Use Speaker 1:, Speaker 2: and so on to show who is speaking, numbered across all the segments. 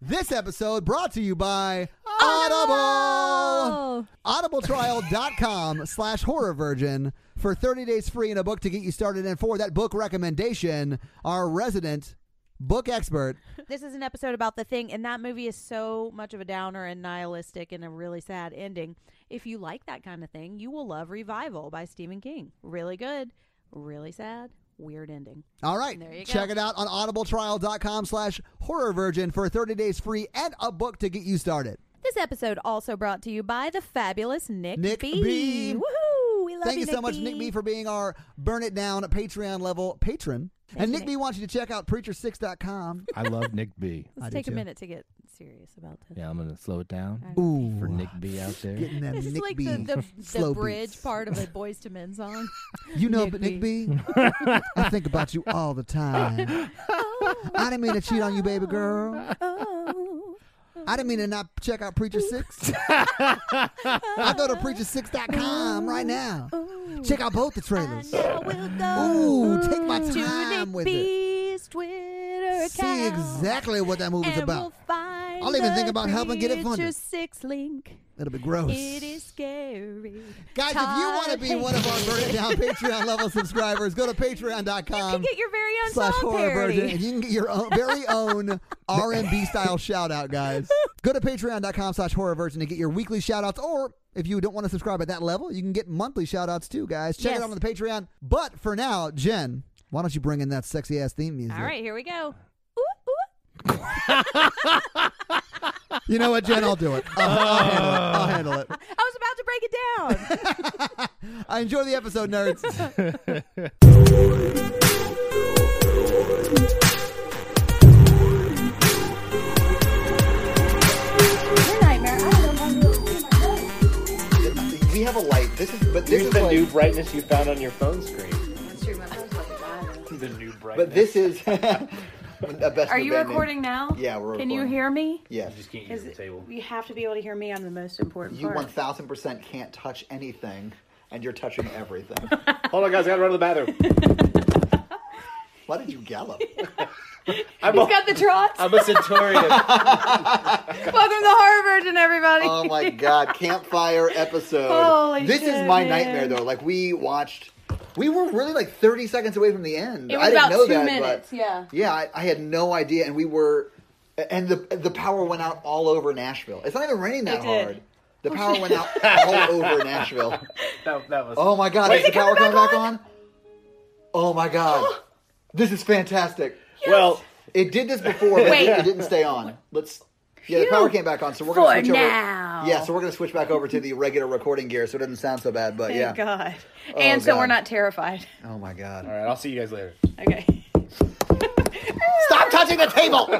Speaker 1: This episode brought to you by Audible.
Speaker 2: Oh.
Speaker 1: audibletrial.com slash horror virgin for 30 days free and a book to get you started and for that book recommendation our resident book expert
Speaker 2: This is an episode about the thing, and that movie is so much of a downer and nihilistic and a really sad ending. If you like that kind of thing, you will love Revival by Stephen King. Really good, really sad, weird ending.
Speaker 1: all right
Speaker 2: There you go.
Speaker 1: check it out on audibletrial.com slash horror virgin for 30 days free and a book to get you started
Speaker 2: This episode also brought to you by the fabulous Nick,
Speaker 1: Nick
Speaker 2: B.
Speaker 1: B.
Speaker 2: Woohoo! We love
Speaker 1: Thank you so
Speaker 2: Nick
Speaker 1: much, Nick B, for being our Burn It Down Patreon level patron. and
Speaker 2: you,
Speaker 1: Nick, B wants you to check out preacher6.com.
Speaker 3: I love Nick B.
Speaker 2: Let's
Speaker 1: I do
Speaker 2: take a
Speaker 1: too.
Speaker 2: minute to get serious about this.
Speaker 3: Yeah, I'm gonna slow it down
Speaker 1: Ooh.
Speaker 3: for Nick B out there.
Speaker 1: Getting them
Speaker 2: This is
Speaker 1: Nick
Speaker 2: like
Speaker 1: B.
Speaker 2: the, the,
Speaker 1: slow
Speaker 2: the bridge
Speaker 1: beats.
Speaker 2: part of a Boys to Men song.
Speaker 1: You know,
Speaker 2: Nick
Speaker 1: but Nick B, I think about you all the time. I didn't mean to cheat on you, baby girl.
Speaker 2: oh.
Speaker 1: I didn't mean to not check out Preacher Six. I go to preacher6.com right now.
Speaker 2: oh.
Speaker 1: Check out both the trailers.
Speaker 2: Now we'll go
Speaker 1: Ooh, take my
Speaker 2: to
Speaker 1: time
Speaker 2: Nick
Speaker 1: with it.
Speaker 2: B's Twitter
Speaker 1: See
Speaker 2: account,
Speaker 1: exactly what that movie's
Speaker 2: and
Speaker 1: about.
Speaker 2: We'll find
Speaker 1: I'll even
Speaker 2: the
Speaker 1: think about helping get it funded.
Speaker 2: Creature Six link.
Speaker 1: It'll be gross.
Speaker 2: It is scary.
Speaker 1: Guys, if you want to
Speaker 2: Todd
Speaker 1: be one of our
Speaker 2: Hayes.
Speaker 1: Burn It Down Patreon level subscribers, go to
Speaker 2: you can
Speaker 1: patreon.com
Speaker 2: get your very own
Speaker 1: Um, slash
Speaker 2: song
Speaker 1: horror
Speaker 2: parody.
Speaker 1: virgin and you can get your own, very own R&B style shout out, guys. Go to patreon.com slash horror virgin to get your weekly shout outs or if you don't want to subscribe at that level, you can get monthly shout outs too, guys. Check
Speaker 2: Yes.
Speaker 1: it out on the Patreon. But for now, Jen, why don't you bring in that sexy ass theme music?
Speaker 2: All right, here we go. Ooh, ooh.
Speaker 1: You know what, Jen? I'll do it. I'll, I'll handle it. I'll handle
Speaker 2: I was about to break it down.
Speaker 1: it. I enjoy the episode, nerds.
Speaker 4: We have a light. This is, but this
Speaker 5: Use
Speaker 4: is
Speaker 5: the
Speaker 4: like,
Speaker 5: new brightness you found on your phone screen. The new brightness.
Speaker 4: but this is a best.
Speaker 2: Are
Speaker 4: new
Speaker 2: you
Speaker 4: band name.
Speaker 2: recording now?
Speaker 4: Yeah, we're
Speaker 2: Can you
Speaker 4: recording.
Speaker 2: hear me?
Speaker 4: Yes.
Speaker 5: just can't use the table.
Speaker 2: You have to be able to hear me. I'm the most important
Speaker 4: You
Speaker 2: part.
Speaker 4: one thousand percent can't touch anything, and you're touching everything.
Speaker 5: Hold on, guys. I gotta run to the bathroom.
Speaker 4: Why did you gallop?
Speaker 5: I'm
Speaker 2: He's
Speaker 5: a,
Speaker 2: got the trots.
Speaker 5: I'm a centurion.
Speaker 2: Welcome to Horror Virgin, everybody.
Speaker 4: Oh my god! Campfire episode.
Speaker 2: Holy
Speaker 4: this
Speaker 2: shit,
Speaker 4: is my
Speaker 2: man.
Speaker 4: nightmare though. Like we watched, we were really like thirty seconds away from the end.
Speaker 2: It was
Speaker 4: I didn't
Speaker 2: about
Speaker 4: know
Speaker 2: two
Speaker 4: that,
Speaker 2: minutes,
Speaker 4: but
Speaker 2: yeah.
Speaker 4: yeah, I, I had no idea, and we were, and the the power went out all over Nashville. It's not even raining that
Speaker 2: It did.
Speaker 4: hard. The power went out all over Nashville.
Speaker 5: that, that was.
Speaker 4: Oh my god,
Speaker 5: Wait,
Speaker 4: is the
Speaker 5: is it
Speaker 4: power
Speaker 2: coming
Speaker 4: coming
Speaker 2: back
Speaker 4: back, on? Oh my god. this is fantastic.
Speaker 5: Well,
Speaker 4: It did this before, but
Speaker 2: Wait.
Speaker 4: it, it didn't stay on. Let's Yeah, the power came back on, so we're
Speaker 2: For
Speaker 4: gonna switch
Speaker 2: now.
Speaker 4: over.
Speaker 2: Oh.
Speaker 4: Yeah, so we're gonna switch back over to the regular recording gear so it doesn't sound so bad, but yeah. Oh,
Speaker 2: Thank Oh, God. and so
Speaker 4: God.
Speaker 2: we're not terrified.
Speaker 4: Oh my god.
Speaker 5: all right. I'll see you guys later.
Speaker 2: Okay.
Speaker 4: Stop touching the table!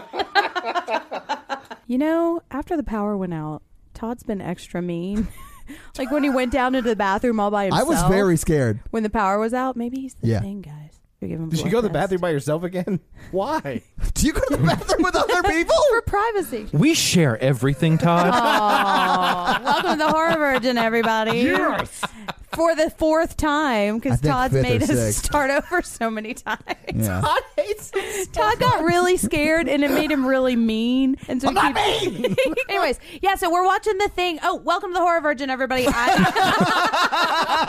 Speaker 2: You know, after the power went out, Todd's been extra mean. like when he went down into the bathroom all by
Speaker 1: I
Speaker 2: himself.
Speaker 1: was very scared.
Speaker 2: When the power was out, maybe he's the
Speaker 1: Yeah.
Speaker 2: thing, guys. You're giving
Speaker 3: Did you go to the bathroom by yourself again? Why?
Speaker 1: Do you go to the bathroom with other people?
Speaker 2: for privacy?
Speaker 3: We share everything, Todd.
Speaker 2: Welcome to the Horror Virgin, everybody. Yes. For the fourth time,
Speaker 1: I
Speaker 2: because
Speaker 1: think
Speaker 2: Todd's
Speaker 1: fifth or
Speaker 2: made us
Speaker 1: sixth.
Speaker 2: start over so many times.
Speaker 1: Yeah.
Speaker 2: Todd hates. Todd got really scared, and it made him really mean. And so I'm mean. Anyways, yeah. So we're watching the thing. Oh, welcome to the Horror Virgin, everybody. I-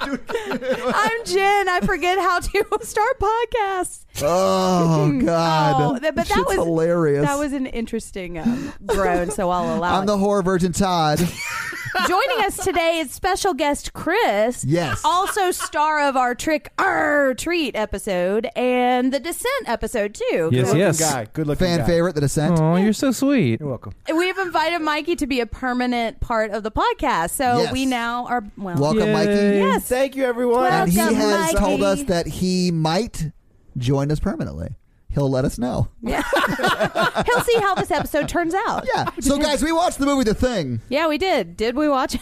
Speaker 2: I'm Jen. I forget how to start podcasts.
Speaker 1: Oh God!
Speaker 2: Oh, that- but that
Speaker 1: Shit's
Speaker 2: was
Speaker 1: hilarious.
Speaker 2: That was an interesting um, groan, so I'll allow
Speaker 1: I'm
Speaker 2: it.
Speaker 1: the horror virgin, Todd.
Speaker 2: Joining us today is special guest Chris.
Speaker 1: Yes.
Speaker 2: Also star of our Trick or Treat episode and the Descent episode too.
Speaker 3: yes,
Speaker 2: So
Speaker 3: yes. guy. Good looking
Speaker 1: Fan
Speaker 3: guy.
Speaker 1: favorite, The Descent.
Speaker 3: Oh, you're so sweet.
Speaker 6: You're welcome.
Speaker 2: We've invited Mikey to be a permanent part of the podcast. So
Speaker 1: Yes.
Speaker 2: we now are well
Speaker 1: Welcome,
Speaker 3: Yay.
Speaker 1: Mikey.
Speaker 2: Yes.
Speaker 6: Thank you, everyone.
Speaker 1: And he
Speaker 2: Welcome,
Speaker 1: has
Speaker 2: Mikey.
Speaker 1: told us that he might join us permanently. He'll let us know.
Speaker 2: Yeah. He'll see how this episode turns out.
Speaker 1: Yeah. So, guys, we watched the movie The Thing.
Speaker 2: Yeah, we did. Did we watch?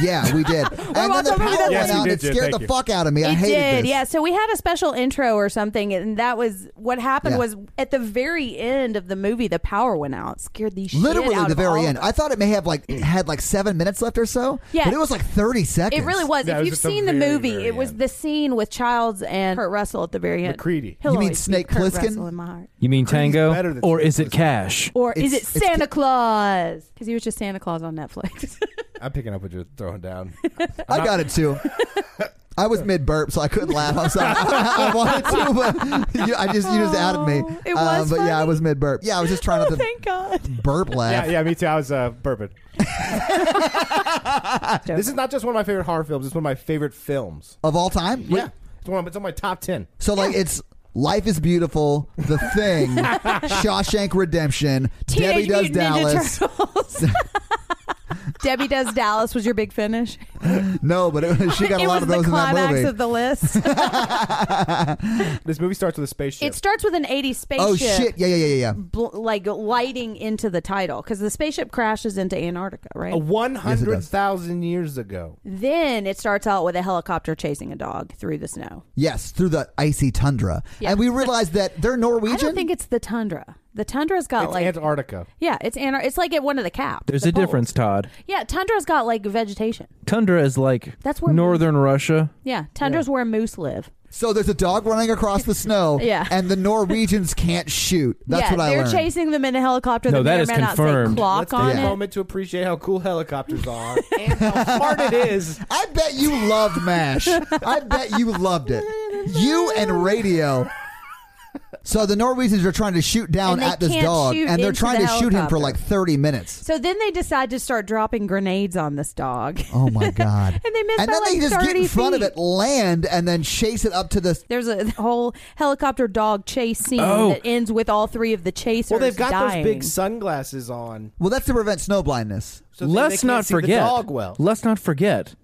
Speaker 4: Yeah, we did. and then
Speaker 2: watching
Speaker 4: the
Speaker 2: a movie
Speaker 4: power
Speaker 2: that-
Speaker 4: went
Speaker 5: Yes, you
Speaker 4: out.
Speaker 5: did,
Speaker 4: It
Speaker 5: Jen,
Speaker 4: scared
Speaker 5: thank
Speaker 4: the
Speaker 5: you.
Speaker 4: fuck out of me. I
Speaker 2: it
Speaker 4: hated
Speaker 2: did,
Speaker 4: this.
Speaker 2: yeah. So we had a special intro or something, and that was what happened.
Speaker 4: Yeah.
Speaker 2: Was at the very end of the movie, the power went out. Scared the shit
Speaker 4: Literally
Speaker 2: out
Speaker 4: the
Speaker 2: of all
Speaker 4: very
Speaker 2: of
Speaker 4: end.
Speaker 2: us.
Speaker 4: I thought it may have like had like seven minutes left or so.
Speaker 2: Yeah.
Speaker 4: But it was like thirty seconds.
Speaker 2: It really was.
Speaker 5: Yeah,
Speaker 2: if
Speaker 5: it was
Speaker 2: you've
Speaker 5: at the
Speaker 2: seen the
Speaker 5: very,
Speaker 2: movie,
Speaker 5: very
Speaker 2: it was
Speaker 5: end.
Speaker 2: the scene with Childs and Kurt Russell at the very end.
Speaker 5: McCready.
Speaker 2: He'll
Speaker 4: You mean
Speaker 2: always be
Speaker 4: Snake
Speaker 2: Kurt
Speaker 4: Plissken?
Speaker 2: Russell in my heart.
Speaker 3: You mean
Speaker 5: better
Speaker 3: Tango,
Speaker 5: than
Speaker 3: or is
Speaker 5: Tango.
Speaker 3: it Cash?
Speaker 2: Or is it
Speaker 4: It's- it's-
Speaker 2: Santa Claus? Because he was just Santa Claus on Netflix.
Speaker 5: I'm picking up what you're throwing down.
Speaker 4: I got it too. I was mid burp, so I couldn't laugh. I'm sorry. I wanted to, but you, I just you just outed me. Uh,
Speaker 2: Oh, it was
Speaker 4: but yeah, I
Speaker 2: funny. Oh,
Speaker 4: was mid burp. Yeah, I was just trying not to
Speaker 2: Thank God.
Speaker 4: burp laugh.
Speaker 5: yeah, yeah, me too. I was uh, burping. this is not just one of my favorite horror films. It's one of my favorite films.
Speaker 4: Of all time.
Speaker 5: Yeah, it's one. Of, it's on my top ten.
Speaker 4: So like it's Life is Beautiful, The Thing, Shawshank Redemption,
Speaker 2: Teenage
Speaker 4: Debbie Does
Speaker 2: Mutant
Speaker 4: Dallas.
Speaker 2: Ninja Turtles. Debbie Does Dallas was your big finish.
Speaker 4: No, but it, she got a
Speaker 2: it
Speaker 4: lot
Speaker 2: was
Speaker 4: of
Speaker 2: the
Speaker 4: those in that
Speaker 2: climax
Speaker 4: movie.
Speaker 2: of the list.
Speaker 5: This movie starts with a spaceship.
Speaker 2: it starts with an 80s spaceship.
Speaker 4: oh shit! Yeah, yeah, yeah, yeah. yeah.
Speaker 2: bl- like lighting into the title because the spaceship crashes into Antarctica, right?
Speaker 5: Uh,
Speaker 4: Oh.
Speaker 5: one hundred thousand years ago.
Speaker 2: then it starts out with a helicopter chasing a dog through the snow.
Speaker 4: Yes, through the icy tundra,
Speaker 2: Yeah.
Speaker 4: and we realized that they're Norwegian.
Speaker 2: I don't think it's the tundra. The tundra's got
Speaker 5: It's
Speaker 2: like
Speaker 5: Antarctica.
Speaker 2: yeah, it's Antar- It's like at one of the caps.
Speaker 3: There's
Speaker 2: the
Speaker 3: a
Speaker 2: poles.
Speaker 3: difference, Todd.
Speaker 2: Yeah, tundra's got like vegetation.
Speaker 3: Tundra is like
Speaker 2: That's where-
Speaker 3: northern Russia.
Speaker 2: Yeah, tundra's where moose live.
Speaker 4: so. There's a dog running across the snow,
Speaker 2: Yeah.
Speaker 4: and the Norwegians can't shoot. That's
Speaker 2: yeah,
Speaker 4: what I
Speaker 2: they're
Speaker 4: learned.
Speaker 2: chasing them in a helicopter.
Speaker 3: No,
Speaker 2: the
Speaker 3: that is
Speaker 2: man out say
Speaker 3: confirmed.
Speaker 2: Clock
Speaker 5: Let's take
Speaker 2: on
Speaker 5: a
Speaker 2: it.
Speaker 5: moment to appreciate how cool helicopters are and how smart it is.
Speaker 4: I bet you loved MASH. I bet you loved it. You and radio. So the Norwegians are trying to shoot down
Speaker 2: And they
Speaker 4: at this
Speaker 2: can't
Speaker 4: dog,
Speaker 2: shoot
Speaker 4: and they're
Speaker 2: into
Speaker 4: trying
Speaker 2: the
Speaker 4: to shoot him
Speaker 2: helicopter.
Speaker 4: for like 30 minutes.
Speaker 2: So then they decide to start dropping grenades on this dog.
Speaker 4: Oh my god!
Speaker 2: And they miss
Speaker 4: And
Speaker 2: by,
Speaker 4: then
Speaker 2: like,
Speaker 4: they just get
Speaker 2: 30
Speaker 4: in front
Speaker 2: feet.
Speaker 4: of it, land, and then chase it up to the.
Speaker 2: There's a whole helicopter dog chase scene
Speaker 3: Oh.
Speaker 2: that ends with all three of the chasers.
Speaker 5: Well, they've got
Speaker 2: dying.
Speaker 5: those big sunglasses on.
Speaker 4: Well, that's to prevent snow blindness.
Speaker 5: So they- they
Speaker 3: let's
Speaker 5: can't
Speaker 3: not
Speaker 5: see the
Speaker 3: forget.
Speaker 5: dog well.
Speaker 3: Let's not forget.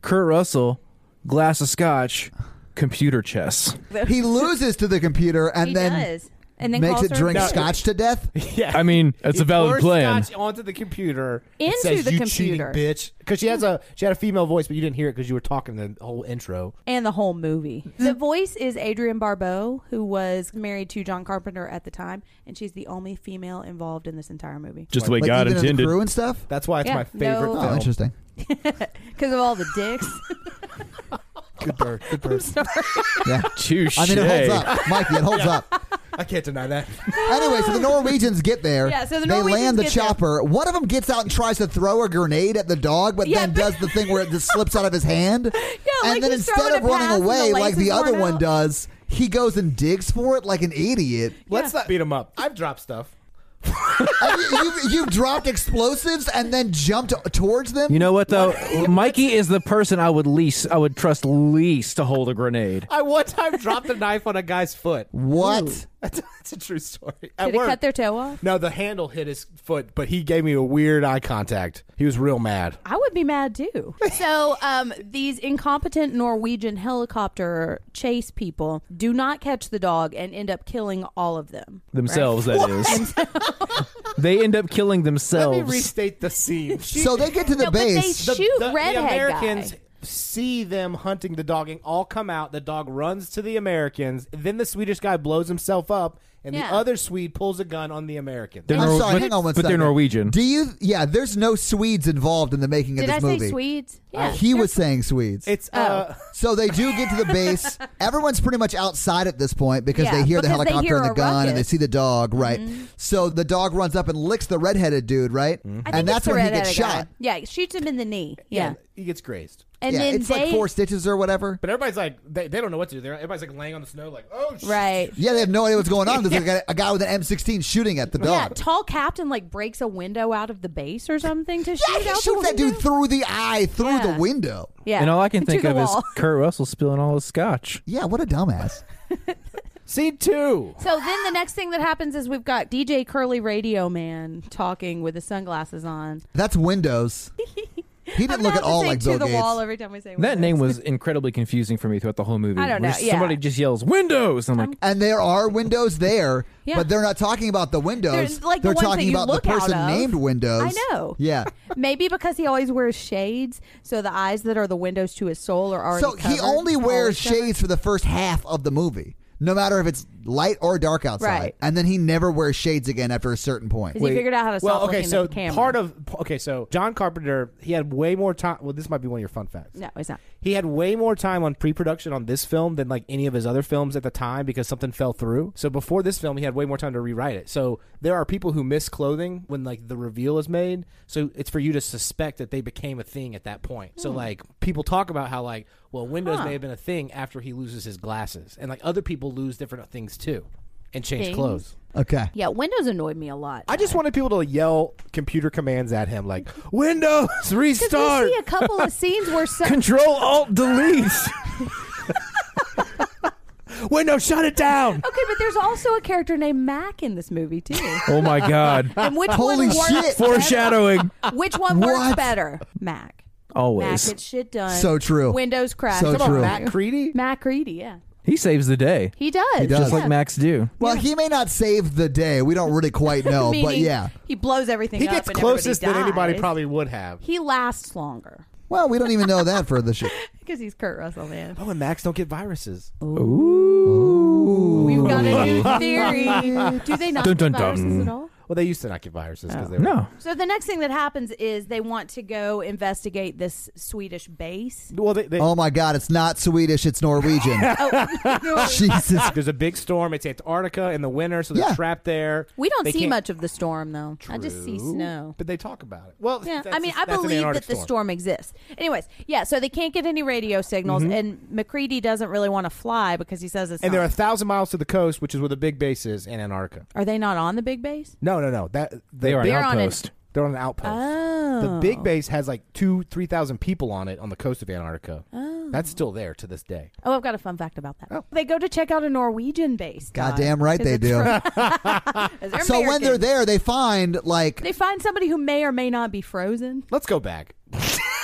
Speaker 3: Kurt Russell, glass of scotch, computer chess.
Speaker 4: He loses to the computer, and
Speaker 2: He
Speaker 4: then
Speaker 2: does, and then
Speaker 4: makes
Speaker 2: calls
Speaker 4: it
Speaker 2: her
Speaker 4: drink
Speaker 2: a bitch.
Speaker 4: scotch to death.
Speaker 5: Yeah,
Speaker 3: I mean, that's
Speaker 5: He
Speaker 3: a valid
Speaker 5: pours
Speaker 3: plan.
Speaker 5: Scotch onto the computer. and
Speaker 2: Into
Speaker 5: says,
Speaker 2: the
Speaker 5: "You cheating
Speaker 2: computer."
Speaker 5: bitch. Because she has a she had a female voice, but you didn't hear it because you were talking the whole intro.
Speaker 2: and the whole movie. The voice is Adrienne Barbeau, who was married to John Carpenter at the time, and she's the only female involved in this entire movie
Speaker 3: Just the way
Speaker 4: Like,
Speaker 3: God
Speaker 4: even in the
Speaker 3: intended.
Speaker 4: crew and stuff.
Speaker 5: That's why it's
Speaker 2: Yeah,
Speaker 5: my favorite
Speaker 2: no-
Speaker 4: Oh,
Speaker 5: film.
Speaker 4: interesting.
Speaker 2: because of all the dicks.
Speaker 5: Good bird. Good bird.
Speaker 4: Yeah,
Speaker 3: Touche.
Speaker 4: I mean it holds up, Mikey. It holds up.
Speaker 5: I can't deny that.
Speaker 4: Anyway, so the Norwegians get there.
Speaker 2: Oh! Yeah, so the
Speaker 4: they
Speaker 2: Norwegians
Speaker 4: land the
Speaker 2: get there.
Speaker 4: chopper. One of them gets out and tries to throw a grenade at the dog, but
Speaker 2: Yeah,
Speaker 4: then does the thing where it just slips out of his hand. Yeah, and
Speaker 2: like
Speaker 4: then
Speaker 2: he's
Speaker 4: instead
Speaker 2: throwing
Speaker 4: of
Speaker 2: a pass
Speaker 4: running
Speaker 2: and the lace
Speaker 4: away like
Speaker 2: is
Speaker 4: the
Speaker 2: worn
Speaker 4: other one
Speaker 2: out.
Speaker 4: does, he goes and digs for it like an idiot.
Speaker 5: Let's not beat him up. I've dropped stuff.
Speaker 4: And you, you've, you've dropped explosives and then jumped towards them.
Speaker 3: You know what though? Mikey is the person I would least I would trust least to hold a grenade.
Speaker 5: I one time dropped a knife on a guy's foot.
Speaker 4: what?
Speaker 5: That's, that's a true story. At
Speaker 2: Did it
Speaker 5: work.
Speaker 2: cut their toe off?
Speaker 5: no, the handle hit his foot, but he gave me a weird eye contact. He was real mad.
Speaker 2: I would be mad too. So, um, these incompetent Norwegian helicopter chase people do not catch the dog and end up killing all of them right?
Speaker 3: Themselves, that is. they end up killing
Speaker 5: Let me
Speaker 3: themselves.
Speaker 5: restate the scene.
Speaker 4: So they get to the
Speaker 2: No, but they
Speaker 4: base.
Speaker 5: the,
Speaker 2: shoot
Speaker 5: the,
Speaker 2: redhead
Speaker 5: the Americans
Speaker 2: guy.
Speaker 5: see them hunting the dog and all come out. The dog runs to the Americans. Then the Swedish guy blows himself up, and
Speaker 2: Yeah.
Speaker 5: the other Swede pulls a gun on the Americans.
Speaker 3: They're
Speaker 4: I'm
Speaker 3: Nor-
Speaker 4: sorry,
Speaker 3: but-
Speaker 4: hang on one
Speaker 3: but they're
Speaker 4: second.
Speaker 3: Norwegian.
Speaker 4: Do you? Yeah, there's no Swedes involved in the making
Speaker 2: Did
Speaker 4: of
Speaker 2: I
Speaker 4: this
Speaker 2: say
Speaker 4: movie.
Speaker 2: Swedes?
Speaker 4: He was saying Swedes.
Speaker 5: it's
Speaker 2: Oh.
Speaker 5: uh,
Speaker 4: so they do get to the base. Everyone's pretty much outside at this point because
Speaker 2: Yeah,
Speaker 4: they hear the
Speaker 2: because they
Speaker 4: helicopter
Speaker 2: hear
Speaker 4: and the
Speaker 2: a
Speaker 4: gun and they
Speaker 2: ruckus.
Speaker 4: see the dog, right? So the dog runs up and licks the redheaded dude, right?
Speaker 2: I think
Speaker 4: And
Speaker 2: it's
Speaker 4: that's
Speaker 2: the
Speaker 4: when he
Speaker 2: redheaded
Speaker 4: gets
Speaker 2: guy.
Speaker 4: shot.
Speaker 2: Yeah, shoots him in the knee. Yeah,
Speaker 5: yeah. he gets grazed.
Speaker 2: and
Speaker 4: yeah,
Speaker 2: then
Speaker 4: it's
Speaker 2: they
Speaker 4: like four stitches or whatever.
Speaker 5: But everybody's like, they, they don't know what to do. They're, everybody's like laying on the snow, like, oh, shit.
Speaker 2: right.
Speaker 4: Yeah, they have no idea what's going on. There's like a, a guy with an M16 shooting at the
Speaker 2: Yeah,
Speaker 4: dog.
Speaker 2: tall captain like breaks a window out of the base or something to shoot
Speaker 4: he
Speaker 2: out the
Speaker 4: shoots that
Speaker 2: window.
Speaker 4: dude through the eye, through
Speaker 2: Yeah.
Speaker 4: the window.
Speaker 2: Yeah,
Speaker 3: And all I can
Speaker 2: into
Speaker 3: think
Speaker 2: the
Speaker 3: of is
Speaker 2: wall.
Speaker 3: Kurt Russell spilling all his scotch.
Speaker 4: Yeah, what a dumbass.
Speaker 5: Scene two.
Speaker 2: So then the next thing that happens is we've got DJ Curly Radio Man talking with his sunglasses on.
Speaker 4: That's Windows. He didn't
Speaker 2: I'm
Speaker 4: look
Speaker 2: not
Speaker 4: at all
Speaker 2: saying
Speaker 4: like
Speaker 2: to
Speaker 4: Bill
Speaker 2: the
Speaker 4: Gates.
Speaker 2: wall every time we say
Speaker 3: That
Speaker 2: Windows.
Speaker 3: name was incredibly confusing for me throughout the whole movie.
Speaker 2: I don't know,
Speaker 3: Where just-
Speaker 2: yeah.
Speaker 3: Somebody just yells Windows. and I'm like,
Speaker 4: And there are windows there,
Speaker 2: Yeah.
Speaker 4: but they're not talking about the windows.
Speaker 2: They're, like, the
Speaker 4: they're
Speaker 2: ones that
Speaker 4: talking
Speaker 2: you
Speaker 4: about the
Speaker 2: look out
Speaker 4: person
Speaker 2: of.
Speaker 4: named Windows.
Speaker 2: I know.
Speaker 4: Yeah.
Speaker 2: Maybe because he always wears shades, so the eyes that are the windows to his soul are already.
Speaker 4: so he
Speaker 2: covered,
Speaker 4: only
Speaker 2: always
Speaker 4: wears
Speaker 2: covered.
Speaker 4: shades for the first half of the movie, no matter if it's light or dark outside.
Speaker 2: Right.
Speaker 4: And then he never wears shades again after a certain point.
Speaker 2: 'Cause He figured out how to stop
Speaker 5: well, okay,
Speaker 2: looking
Speaker 5: so
Speaker 2: at the camera.
Speaker 5: part of okay, so John Carpenter, he had way more time. Well, this might be one of your fun facts.
Speaker 2: No, it's not.
Speaker 5: He had way more time on pre-production on this film than like any of his other films at the time because something fell through. So before this film, he had way more time to rewrite it. So there are people who miss clothing when like the reveal is made. So it's for you to suspect that they became a thing at that point.
Speaker 2: Hmm.
Speaker 5: So like people talk about how like well Windows may have been a thing after he loses his glasses, and like other people lose different things too, and change
Speaker 2: Things?
Speaker 5: clothes.
Speaker 4: Okay.
Speaker 2: Yeah, windows annoyed me a lot.
Speaker 5: I just wanted people to yell computer commands at him like Windows
Speaker 2: because
Speaker 5: restart.
Speaker 2: we see a couple of scenes where some,
Speaker 3: Control Alt Delete.
Speaker 5: Windows shut it down.
Speaker 2: Okay, but there's also a character named Mac in this movie too.
Speaker 3: oh my God.
Speaker 2: And which
Speaker 4: Holy
Speaker 2: one works
Speaker 4: shit.
Speaker 3: Foreshadowing.
Speaker 2: better? Which one works
Speaker 4: What?
Speaker 2: better? Mac. Mac
Speaker 3: Always.
Speaker 2: gets shit done.
Speaker 4: So true.
Speaker 2: Windows crash.
Speaker 4: So
Speaker 2: Come on,
Speaker 4: true.
Speaker 2: Mac.
Speaker 5: Creedy.
Speaker 2: Mac Reedy, yeah.
Speaker 3: He saves the day.
Speaker 2: He does. He
Speaker 4: does.
Speaker 3: Just like Max do.
Speaker 4: Well, he may not save the day. We don't really quite know, but yeah.
Speaker 2: He blows everything
Speaker 5: Oh, He
Speaker 2: up
Speaker 5: gets
Speaker 2: and
Speaker 5: closest than
Speaker 2: everybody
Speaker 5: anybody
Speaker 2: dies.
Speaker 5: probably would have.
Speaker 2: He lasts longer
Speaker 4: Well, we don't even know that for the show.
Speaker 2: because he's Kurt Russell, man.
Speaker 5: Oh, and Max don't get viruses.
Speaker 2: We've got a new theory. Do they not
Speaker 3: Dun, dun,
Speaker 2: get viruses
Speaker 3: dun.
Speaker 2: at all?
Speaker 5: Well, they used to not get viruses
Speaker 2: Oh.
Speaker 5: because they were.
Speaker 3: No.
Speaker 2: So the next thing that happens is they want to go investigate this Swedish base.
Speaker 5: Well, they, they,
Speaker 4: Oh my God, it's not Swedish, it's Norwegian.
Speaker 2: No.
Speaker 4: Jesus.
Speaker 5: there's a big storm. It's Antarctica in the winter, so they're
Speaker 4: Yeah.
Speaker 5: trapped there.
Speaker 2: We don't
Speaker 5: They
Speaker 2: see
Speaker 5: can't-
Speaker 2: much of the storm though. I just see
Speaker 5: True.
Speaker 2: snow.
Speaker 5: But they talk about it. Well,
Speaker 2: Yeah,
Speaker 5: that's
Speaker 2: I mean,
Speaker 5: a-
Speaker 2: I
Speaker 5: that's an
Speaker 2: believe
Speaker 5: Antarctic
Speaker 2: that the storm. exists. Anyways, yeah, so they can't get any radio signals, and McCready doesn't really want to fly because he says it's.
Speaker 5: Mm-hmm. And
Speaker 2: not-
Speaker 5: they're a thousand miles to the coast, which is where the big base is in Antarctica.
Speaker 2: are they not on the big base?
Speaker 5: No, no, no. That
Speaker 3: They are an
Speaker 2: They're on an-
Speaker 3: outpost.
Speaker 5: They're on an outpost.
Speaker 2: Oh,
Speaker 5: The big base has like two, three thousand people on it on the coast of Antarctica. That's still there to this day.
Speaker 2: Oh, I've got a fun fact about that. They go to check out a Norwegian base. Todd,
Speaker 4: Oh. Goddamn right
Speaker 2: 'cause
Speaker 4: they
Speaker 2: it's
Speaker 4: do.
Speaker 2: from- 'cause they're
Speaker 4: So when
Speaker 2: American.
Speaker 4: they're there, they find like
Speaker 2: they find somebody who may or may not be frozen.
Speaker 5: Let's go back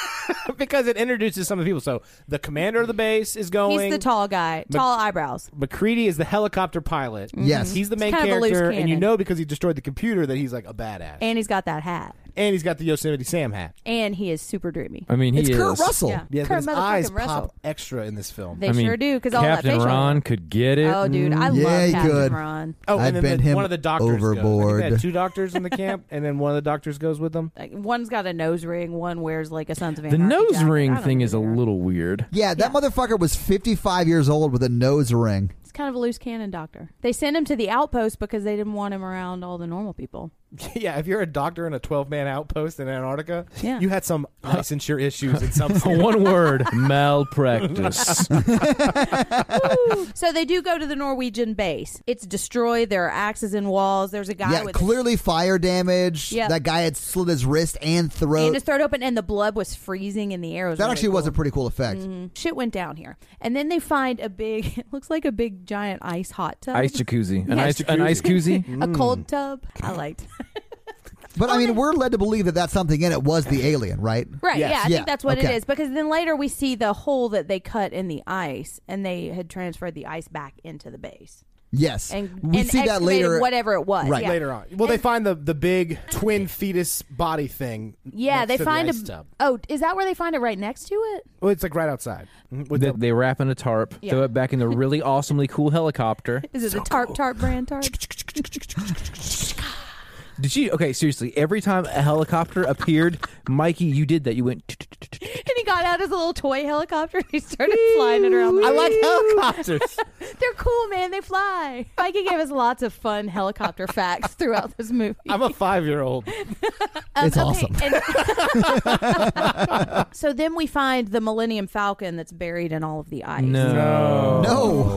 Speaker 5: because it introduces some of the people. So the commander of the base is going.
Speaker 2: He's the tall guy, tall eyebrows.
Speaker 5: McCready is the helicopter pilot.
Speaker 2: Mm-hmm.
Speaker 4: Yes.
Speaker 5: he's the main
Speaker 2: kind of a loose
Speaker 5: character, and you
Speaker 2: cannon.
Speaker 5: know because he destroyed the computer that he's like a badass, and,
Speaker 2: And he's got that hat.
Speaker 5: he's got the Yosemite Sam hat.
Speaker 2: And he is super dreamy.
Speaker 3: I mean, he
Speaker 4: it's
Speaker 3: is.
Speaker 4: Kurt Russell.
Speaker 2: Yeah.
Speaker 5: Yeah,
Speaker 2: Kurt
Speaker 5: his
Speaker 2: motherfucking
Speaker 5: eyes pop
Speaker 2: Russell.
Speaker 5: extra in this film.
Speaker 2: They
Speaker 3: I mean,
Speaker 2: sure do, because all that
Speaker 3: Captain
Speaker 2: facial.
Speaker 3: Ron could get it. Mm.
Speaker 2: Oh, dude, I
Speaker 4: Yeah,
Speaker 2: love
Speaker 4: he
Speaker 2: Captain
Speaker 4: could.
Speaker 2: Ron.
Speaker 5: oh,
Speaker 4: I'd
Speaker 5: and then
Speaker 4: been
Speaker 5: the-
Speaker 4: him
Speaker 5: one of the doctors goes. I think they had
Speaker 4: overboard.
Speaker 5: two doctors in the camp, and then one of the doctors goes with them.
Speaker 2: Like one's got a nose ring, one wears like a Sons of
Speaker 3: the
Speaker 2: Anarchy.
Speaker 3: nose
Speaker 2: jacket. I
Speaker 3: ring
Speaker 2: don't
Speaker 3: thing
Speaker 2: know
Speaker 3: is a
Speaker 2: who they are.
Speaker 3: little weird.
Speaker 4: Yeah, that motherfucker was 55 years old with a nose ring.
Speaker 2: It's kind of a loose cannon doctor. They sent him to the outpost because they didn't want him around all the normal people.
Speaker 5: Yeah, if you're a doctor in a 12 man outpost in Antarctica,
Speaker 2: Yeah.
Speaker 5: you had some licensure issues in some.
Speaker 3: One word malpractice.
Speaker 2: So they do go to the Norwegian base. It's destroyed. There are axes in walls. There's a guy
Speaker 4: yeah,
Speaker 2: with
Speaker 4: clearly fire damage.
Speaker 2: Yep.
Speaker 4: That guy had slit his wrist and throat.
Speaker 2: and his throat open, and the blood was freezing in the air. It was
Speaker 4: that
Speaker 2: really Mm-hmm.
Speaker 4: actually was a pretty cool effect.
Speaker 2: cool. shit went down here. And then they find a big. It looks like a big giant ice hot tub.
Speaker 3: ice jacuzzi. An,
Speaker 2: Yeah,
Speaker 3: ice, an ice jacuzzi.
Speaker 2: a
Speaker 5: Mm.
Speaker 2: cold tub. I liked.
Speaker 4: But I mean, we're led to believe that that's something in it was the alien, right?
Speaker 2: Oh, Right.
Speaker 5: Yes.
Speaker 2: Yeah, I
Speaker 4: Yeah,
Speaker 2: think that's what
Speaker 4: okay.
Speaker 2: it is. Because then later we see the hole that they cut in the ice, and they had transferred the ice back into the base,
Speaker 4: Yes.
Speaker 2: and
Speaker 4: we
Speaker 2: and
Speaker 4: see that
Speaker 2: excavated
Speaker 4: later.
Speaker 2: Whatever it was,
Speaker 4: Right.
Speaker 2: yeah.
Speaker 5: later on. Well, they find the the big twin fetus body thing.
Speaker 2: Yeah,
Speaker 5: next
Speaker 2: they
Speaker 5: to the
Speaker 2: find
Speaker 5: ice
Speaker 2: a.
Speaker 5: tub.
Speaker 2: Oh, is that where they find it? Right next to it.
Speaker 5: Well, it's like right outside. Mhm, with
Speaker 3: They,
Speaker 5: the-
Speaker 3: they wrap in a tarp, throw it back in the really awesomely cool helicopter.
Speaker 2: Is it the tarp tarp brand tarp?
Speaker 3: Did you? Okay, seriously. Every time a helicopter appeared, Mikey, you did that. You went.
Speaker 2: and he got out his little toy helicopter. and He started flying it around. The
Speaker 5: I like helicopters.
Speaker 2: They're cool, man. They fly. Mikey gave us lots of fun helicopter facts throughout this movie.
Speaker 5: I'm a five year old.
Speaker 4: It's awesome.
Speaker 2: and- so then we find the Millennium Falcon that's buried in all of the ice.
Speaker 3: No.
Speaker 5: Oh.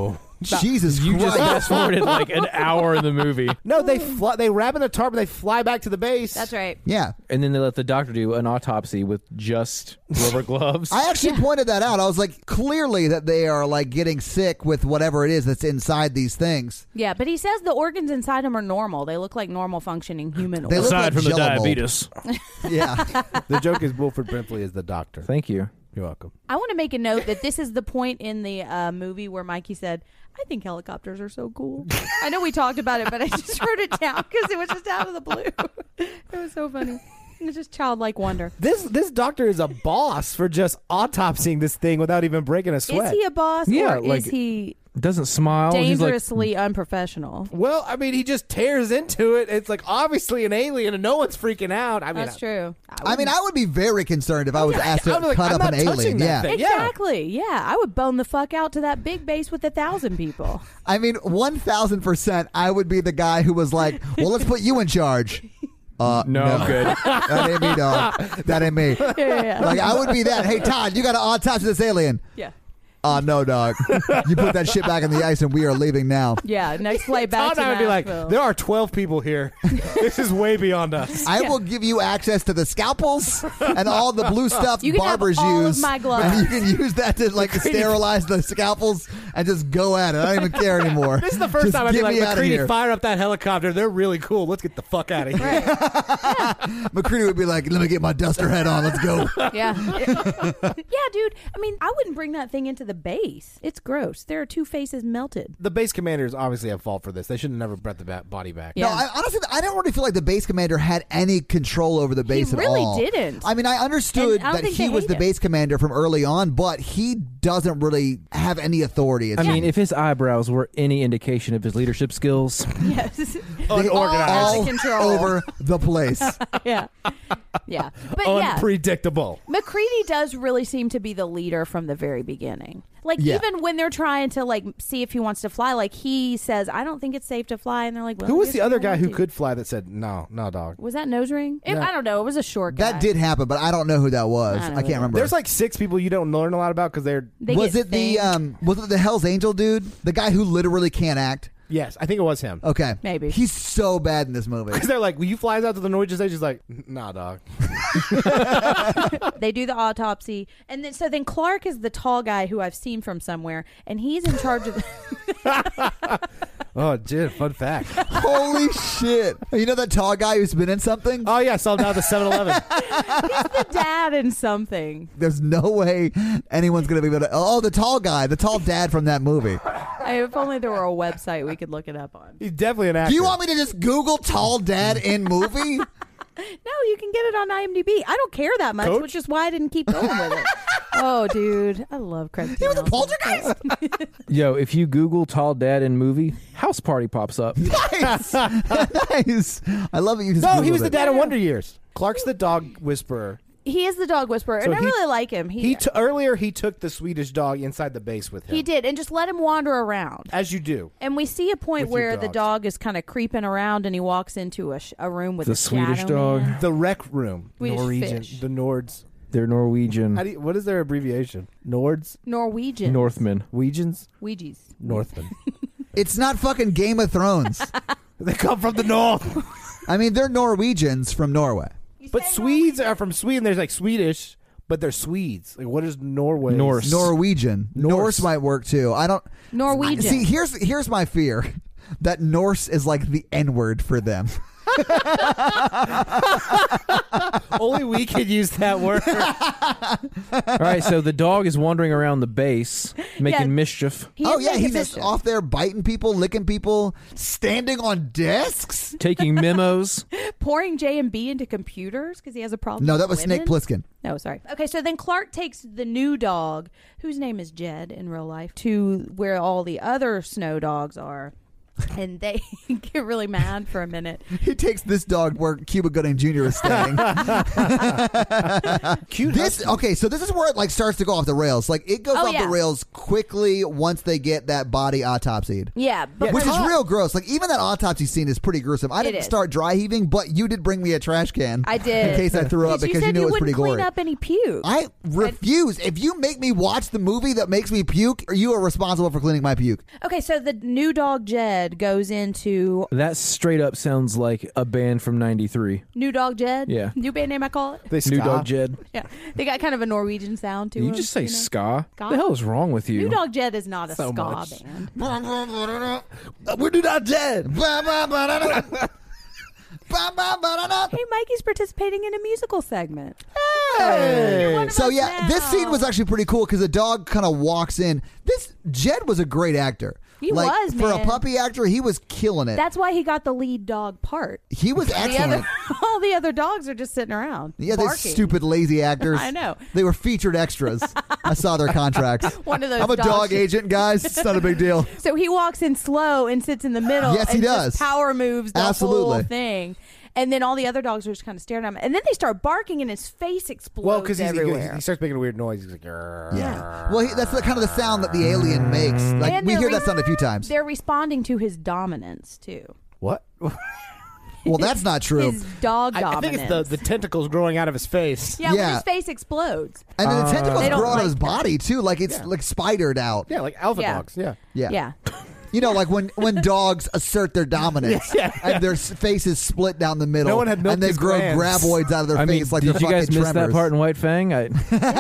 Speaker 4: No. Jesus
Speaker 3: You just
Speaker 4: Christ.
Speaker 3: fast forwarded like an hour in the movie,
Speaker 5: No, they fly, they wrap in a tarp and they fly back to the base.
Speaker 2: That's right.
Speaker 4: yeah.
Speaker 3: and then they let the doctor do an autopsy with just rubber gloves.
Speaker 4: I actually pointed that out. I was like, clearly that they are like getting sick with whatever it is that's inside these things.
Speaker 2: Yeah, but he says the organs inside him are normal. They look like normal functioning human
Speaker 4: They
Speaker 2: organs.
Speaker 4: look-
Speaker 3: Aside
Speaker 4: like
Speaker 3: from the
Speaker 4: Jello mold.
Speaker 3: diabetes,
Speaker 4: Yeah.
Speaker 5: The joke is Wilfred Brimley is the doctor.
Speaker 3: thank you.
Speaker 5: You're welcome.
Speaker 2: I want to make a note that this is the point in the uh, movie where Mikey said, I think helicopters are so cool. I know we talked about it, but I just wrote it down because it was just out of the blue. it was so funny. It's just childlike wonder.
Speaker 5: This this doctor is a boss for just autopsying this thing without even breaking a sweat.
Speaker 2: Is he a boss
Speaker 3: Yeah,
Speaker 2: or
Speaker 3: like-
Speaker 2: is he
Speaker 3: Doesn't smile. He's like,
Speaker 2: dangerously unprofessional?
Speaker 5: well, I mean, he just tears into it. It's like obviously an alien, and no one's freaking out. I mean,
Speaker 2: That's true.
Speaker 4: I mean, I would be very concerned if I was asked to
Speaker 5: I'm like,
Speaker 4: cut
Speaker 5: I'm
Speaker 4: up
Speaker 5: not
Speaker 4: an
Speaker 5: touching
Speaker 4: alien.
Speaker 5: that
Speaker 4: Yeah.
Speaker 5: thing.
Speaker 2: Exactly. Yeah. I would bone the fuck out to that big base with a thousand people.
Speaker 4: I mean, 1000%, I would be the guy who was like, well, let's put you in charge. Uh,
Speaker 3: no, I'm good.
Speaker 4: that ain't me, dog. That ain't me.
Speaker 2: Yeah, yeah, yeah.
Speaker 4: Like, I would be that. Hey, Todd, you got to autopsy this alien.
Speaker 2: yeah.
Speaker 4: Uh, no, dog. You put that shit back in the ice and we are leaving now.
Speaker 2: Yeah, next flight back
Speaker 5: Todd
Speaker 2: to
Speaker 5: and I would be like,
Speaker 2: Nashville.
Speaker 5: there are 12 people here. this is way beyond us.
Speaker 4: I will give you access to the scalpels and all the blue stuff
Speaker 2: You can have
Speaker 4: barbers
Speaker 2: all of
Speaker 4: use.
Speaker 2: my gloves.
Speaker 4: And you can use that to like sterilize the scalpels and just go at it. I don't even care anymore.
Speaker 5: This is the first
Speaker 4: Just
Speaker 5: time I'd be
Speaker 4: get
Speaker 5: like,
Speaker 4: me out of
Speaker 5: McCready,
Speaker 4: here.
Speaker 5: fire up that helicopter. They're really cool. Let's get the fuck out of here.
Speaker 4: McCready would be like, "Let me get my duster head on. Let's go."
Speaker 2: Yeah. yeah, dude. I mean, I wouldn't bring that thing into the base. It's gross. There are two faces melted.
Speaker 5: The base commander is obviously at fault for this. They should have never brought the ba- body back.
Speaker 2: Yeah.
Speaker 4: No, I, honestly, I don't really feel like the base commander had any control over the base at
Speaker 2: really
Speaker 4: all.
Speaker 2: didn't.
Speaker 4: I mean, I understood
Speaker 2: And I don't
Speaker 4: that
Speaker 2: think
Speaker 4: he
Speaker 2: they
Speaker 4: was
Speaker 2: hate
Speaker 4: the
Speaker 2: him.
Speaker 4: base commander from early on, but he doesn't really have any authority.
Speaker 3: I mean, if his eyebrows were any indication of his leadership skills,
Speaker 2: Yes.
Speaker 5: Unorganized.
Speaker 2: All out
Speaker 4: all
Speaker 2: of control.
Speaker 4: over the place.
Speaker 2: yeah. Yeah. But yeah.
Speaker 5: Unpredictable.
Speaker 2: McCready does really seem to be the leader from the very beginning. Like
Speaker 4: Yeah.
Speaker 2: even when they're trying to like see if he wants to fly, like he says, "I don't think it's safe to fly," and they're like, well,
Speaker 5: Who
Speaker 2: I
Speaker 5: was
Speaker 2: guess
Speaker 5: the
Speaker 2: we
Speaker 5: other
Speaker 2: don't
Speaker 5: guy
Speaker 2: want
Speaker 5: who
Speaker 2: to.
Speaker 5: could fly that said, no, no, dog?
Speaker 2: Was that nose ring? It- I don't know. It was a short guy.
Speaker 4: That did happen, but I don't know who that was.
Speaker 2: I
Speaker 4: I,
Speaker 2: don't
Speaker 4: can't
Speaker 2: know.
Speaker 4: remember.
Speaker 5: There's like six people you don't learn a lot about because they're.
Speaker 2: They
Speaker 4: was
Speaker 2: get
Speaker 4: it the
Speaker 2: things.
Speaker 4: um was it the Hell's Angel dude? The guy who literally can't act?
Speaker 5: Yes, I think it was
Speaker 2: Oh.
Speaker 5: him.
Speaker 4: Okay.
Speaker 2: Maybe.
Speaker 4: He's so bad in this movie.
Speaker 5: Because they're like, will you fly us out to the Norwegian station? He's like, nah, dog.
Speaker 2: They do the autopsy, and then so then Clark is the tall guy who I've seen from somewhere, and he's in charge of.
Speaker 5: Oh, dude, fun fact.
Speaker 4: Holy shit. You know that tall guy who's been in something?
Speaker 5: oh, yeah, I saw him down at the 7 Eleven.
Speaker 2: the dad in something.
Speaker 4: There's no way anyone's gonna be able to Oh, the tall guy, the tall dad from that movie.
Speaker 2: I, if only there were a website we could look it up on.
Speaker 5: He's definitely an actor.
Speaker 4: Do you want me to just Google tall dad in movie?
Speaker 2: No, you can get it on IMDb. I don't care that much,
Speaker 5: Coach?
Speaker 2: which is why I didn't keep going with it. oh, dude, I love Craig.
Speaker 4: He was a
Speaker 2: T. Nelson.
Speaker 4: poltergeist?
Speaker 3: yo, if you Google tall dad in movie, house party pops up.
Speaker 4: nice. nice. I love it. You just
Speaker 5: No, he
Speaker 4: Googled
Speaker 5: was the
Speaker 4: it.
Speaker 5: dad in Wonder Years. Clark's the dog whisperer.
Speaker 2: He is the dog whisperer,
Speaker 5: So
Speaker 2: and I
Speaker 5: he-
Speaker 2: really like him. He
Speaker 5: He t- earlier he took the Swedish dog inside the base with him.
Speaker 2: he did, and just let him wander around.
Speaker 5: as you do.
Speaker 2: And we see a point
Speaker 5: With your
Speaker 2: where the
Speaker 5: dogs.
Speaker 2: dog is kind of creeping around, and he walks into a, sh- a room with
Speaker 3: The
Speaker 2: a
Speaker 3: Swedish
Speaker 2: shadow
Speaker 3: dog.
Speaker 2: man.
Speaker 5: The rec room.
Speaker 2: We just
Speaker 5: Norwegian.
Speaker 2: fish.
Speaker 5: The Nords.
Speaker 3: They're Norwegian
Speaker 5: How do you, what is their abbreviation? Nords.
Speaker 2: Norwegian,
Speaker 3: Northmen.
Speaker 5: Wegians.
Speaker 2: Ouija's.
Speaker 5: Northmen.
Speaker 4: It's not fucking Game of Thrones.
Speaker 5: they come from the north.
Speaker 4: I mean, they're Norwegians from Norway.
Speaker 5: but Swedes are from Sweden. There's like Swedish, but they're Swedes. Like what is Norway?
Speaker 3: Norse.
Speaker 4: Norwegian. Norse,
Speaker 5: Norse.
Speaker 4: might work too. I don't.
Speaker 2: Norwegian.
Speaker 4: See, here's here's my fear that Norse is like the N word for them.
Speaker 5: Only we can use that word.
Speaker 3: All right, so the dog is wandering around the base, making
Speaker 2: Yeah.
Speaker 3: mischief,
Speaker 2: He
Speaker 4: oh
Speaker 2: is
Speaker 4: yeah,
Speaker 2: making
Speaker 4: he's just
Speaker 2: mischief.
Speaker 4: off there biting people, licking people, standing on desks.
Speaker 3: taking memos.
Speaker 2: pouring J and B into computers because he has a problem.
Speaker 4: No,
Speaker 2: with
Speaker 4: that was
Speaker 2: women?
Speaker 4: Snake Plissken.
Speaker 2: No, sorry. Okay, so then Clark takes the new dog, whose name is Jed in real life, to where all the other snow dogs are. and they get really mad for a minute.
Speaker 4: He takes this dog where Cuba Gooding Jr. is staying.
Speaker 5: Cute.
Speaker 4: this okay, so this is where it like starts to go off the rails. Like it goes
Speaker 2: Oh,
Speaker 4: off
Speaker 2: yeah.
Speaker 4: the rails quickly once they get that body autopsied.
Speaker 2: Yeah, but
Speaker 4: Which
Speaker 2: when-
Speaker 4: is real gross. Like even that autopsy scene is pretty gruesome. I didn't
Speaker 2: is.
Speaker 4: start dry heaving, but you did bring me a trash can.
Speaker 2: I did.
Speaker 4: in case I threw up
Speaker 2: you
Speaker 4: because
Speaker 2: said
Speaker 4: you knew it was
Speaker 2: wouldn't
Speaker 4: pretty
Speaker 2: clean
Speaker 4: gory.
Speaker 2: up any puke.
Speaker 4: I refuse. if you make me watch the movie that makes me puke, you are responsible for cleaning my puke.
Speaker 2: okay, so the new dog Jed goes into
Speaker 3: That straight up sounds like a band from '93.
Speaker 2: new dog Jed.
Speaker 3: Yeah.
Speaker 2: new band name I call it.
Speaker 5: They
Speaker 3: New
Speaker 5: ska.
Speaker 3: Dog Jed.
Speaker 2: Yeah, they got kind of a Norwegian sound to
Speaker 3: You
Speaker 2: them,
Speaker 3: just say
Speaker 2: you know?
Speaker 3: ska.
Speaker 2: Ska?
Speaker 3: What the hell is wrong with you?
Speaker 2: New Dog Jed is not a
Speaker 3: So
Speaker 2: ska
Speaker 3: much.
Speaker 2: band.
Speaker 4: We're not dead.
Speaker 2: Hey, Mikey's participating in a musical segment. one of
Speaker 4: so
Speaker 2: us
Speaker 4: yeah, this
Speaker 2: now.
Speaker 4: scene was actually pretty cool because the dog kind of walks in. This Jed was a great actor.
Speaker 2: He
Speaker 4: like,
Speaker 2: was,
Speaker 4: for a
Speaker 2: man.
Speaker 4: puppy actor. He was killing it.
Speaker 2: That's why he got the lead dog part.
Speaker 4: he was
Speaker 2: The
Speaker 4: excellent.
Speaker 2: other, all the other dogs are just sitting around.
Speaker 4: yeah, those
Speaker 2: barking.
Speaker 4: stupid lazy actors.
Speaker 2: I know.
Speaker 4: They were featured extras. I saw their contracts.
Speaker 2: One of those
Speaker 4: I'm a
Speaker 2: dogs-
Speaker 4: dog agent, guys. It's not a big deal.
Speaker 2: So he walks in slow and sits in the middle.
Speaker 4: Yes, he
Speaker 2: and just
Speaker 4: does.
Speaker 2: power moves the
Speaker 4: Absolutely.
Speaker 2: whole thing. And then all the other dogs are just kind of staring at him. And then they start barking, and his face explodes
Speaker 5: Well, because
Speaker 2: everywhere.
Speaker 5: he starts making a weird noise. He's like, "Grrr."
Speaker 4: Yeah. Well, he, that's the, kind of the sound that the alien makes. Like
Speaker 2: And
Speaker 4: we
Speaker 2: they're
Speaker 4: hear
Speaker 2: re-
Speaker 4: that sound a few times.
Speaker 2: They're responding to his dominance too.
Speaker 5: What?
Speaker 4: Well, that's not true.
Speaker 2: His dog
Speaker 5: I, I think
Speaker 2: dominance.
Speaker 5: it's the, the tentacles growing out of his face.
Speaker 2: yeah,
Speaker 4: Yeah.
Speaker 2: when his face explodes.
Speaker 4: And then the tentacles
Speaker 2: They
Speaker 4: grow
Speaker 2: don't
Speaker 4: out of
Speaker 2: like
Speaker 4: his
Speaker 2: that.
Speaker 4: body too. Like it's like spidered out.
Speaker 5: Yeah, like alpha
Speaker 2: Yeah.
Speaker 5: dogs. Yeah.
Speaker 4: Yeah.
Speaker 2: Yeah.
Speaker 4: You know, like when when dogs assert their dominance and their s- faces split down the middle.
Speaker 5: No one had milked
Speaker 4: and they
Speaker 5: his
Speaker 4: grow
Speaker 5: glands.
Speaker 4: graboids out of their
Speaker 3: I mean,
Speaker 4: face like
Speaker 3: did
Speaker 4: they're
Speaker 3: you guys
Speaker 4: fucking
Speaker 3: miss
Speaker 4: tremors.
Speaker 3: that part in White Fang? I,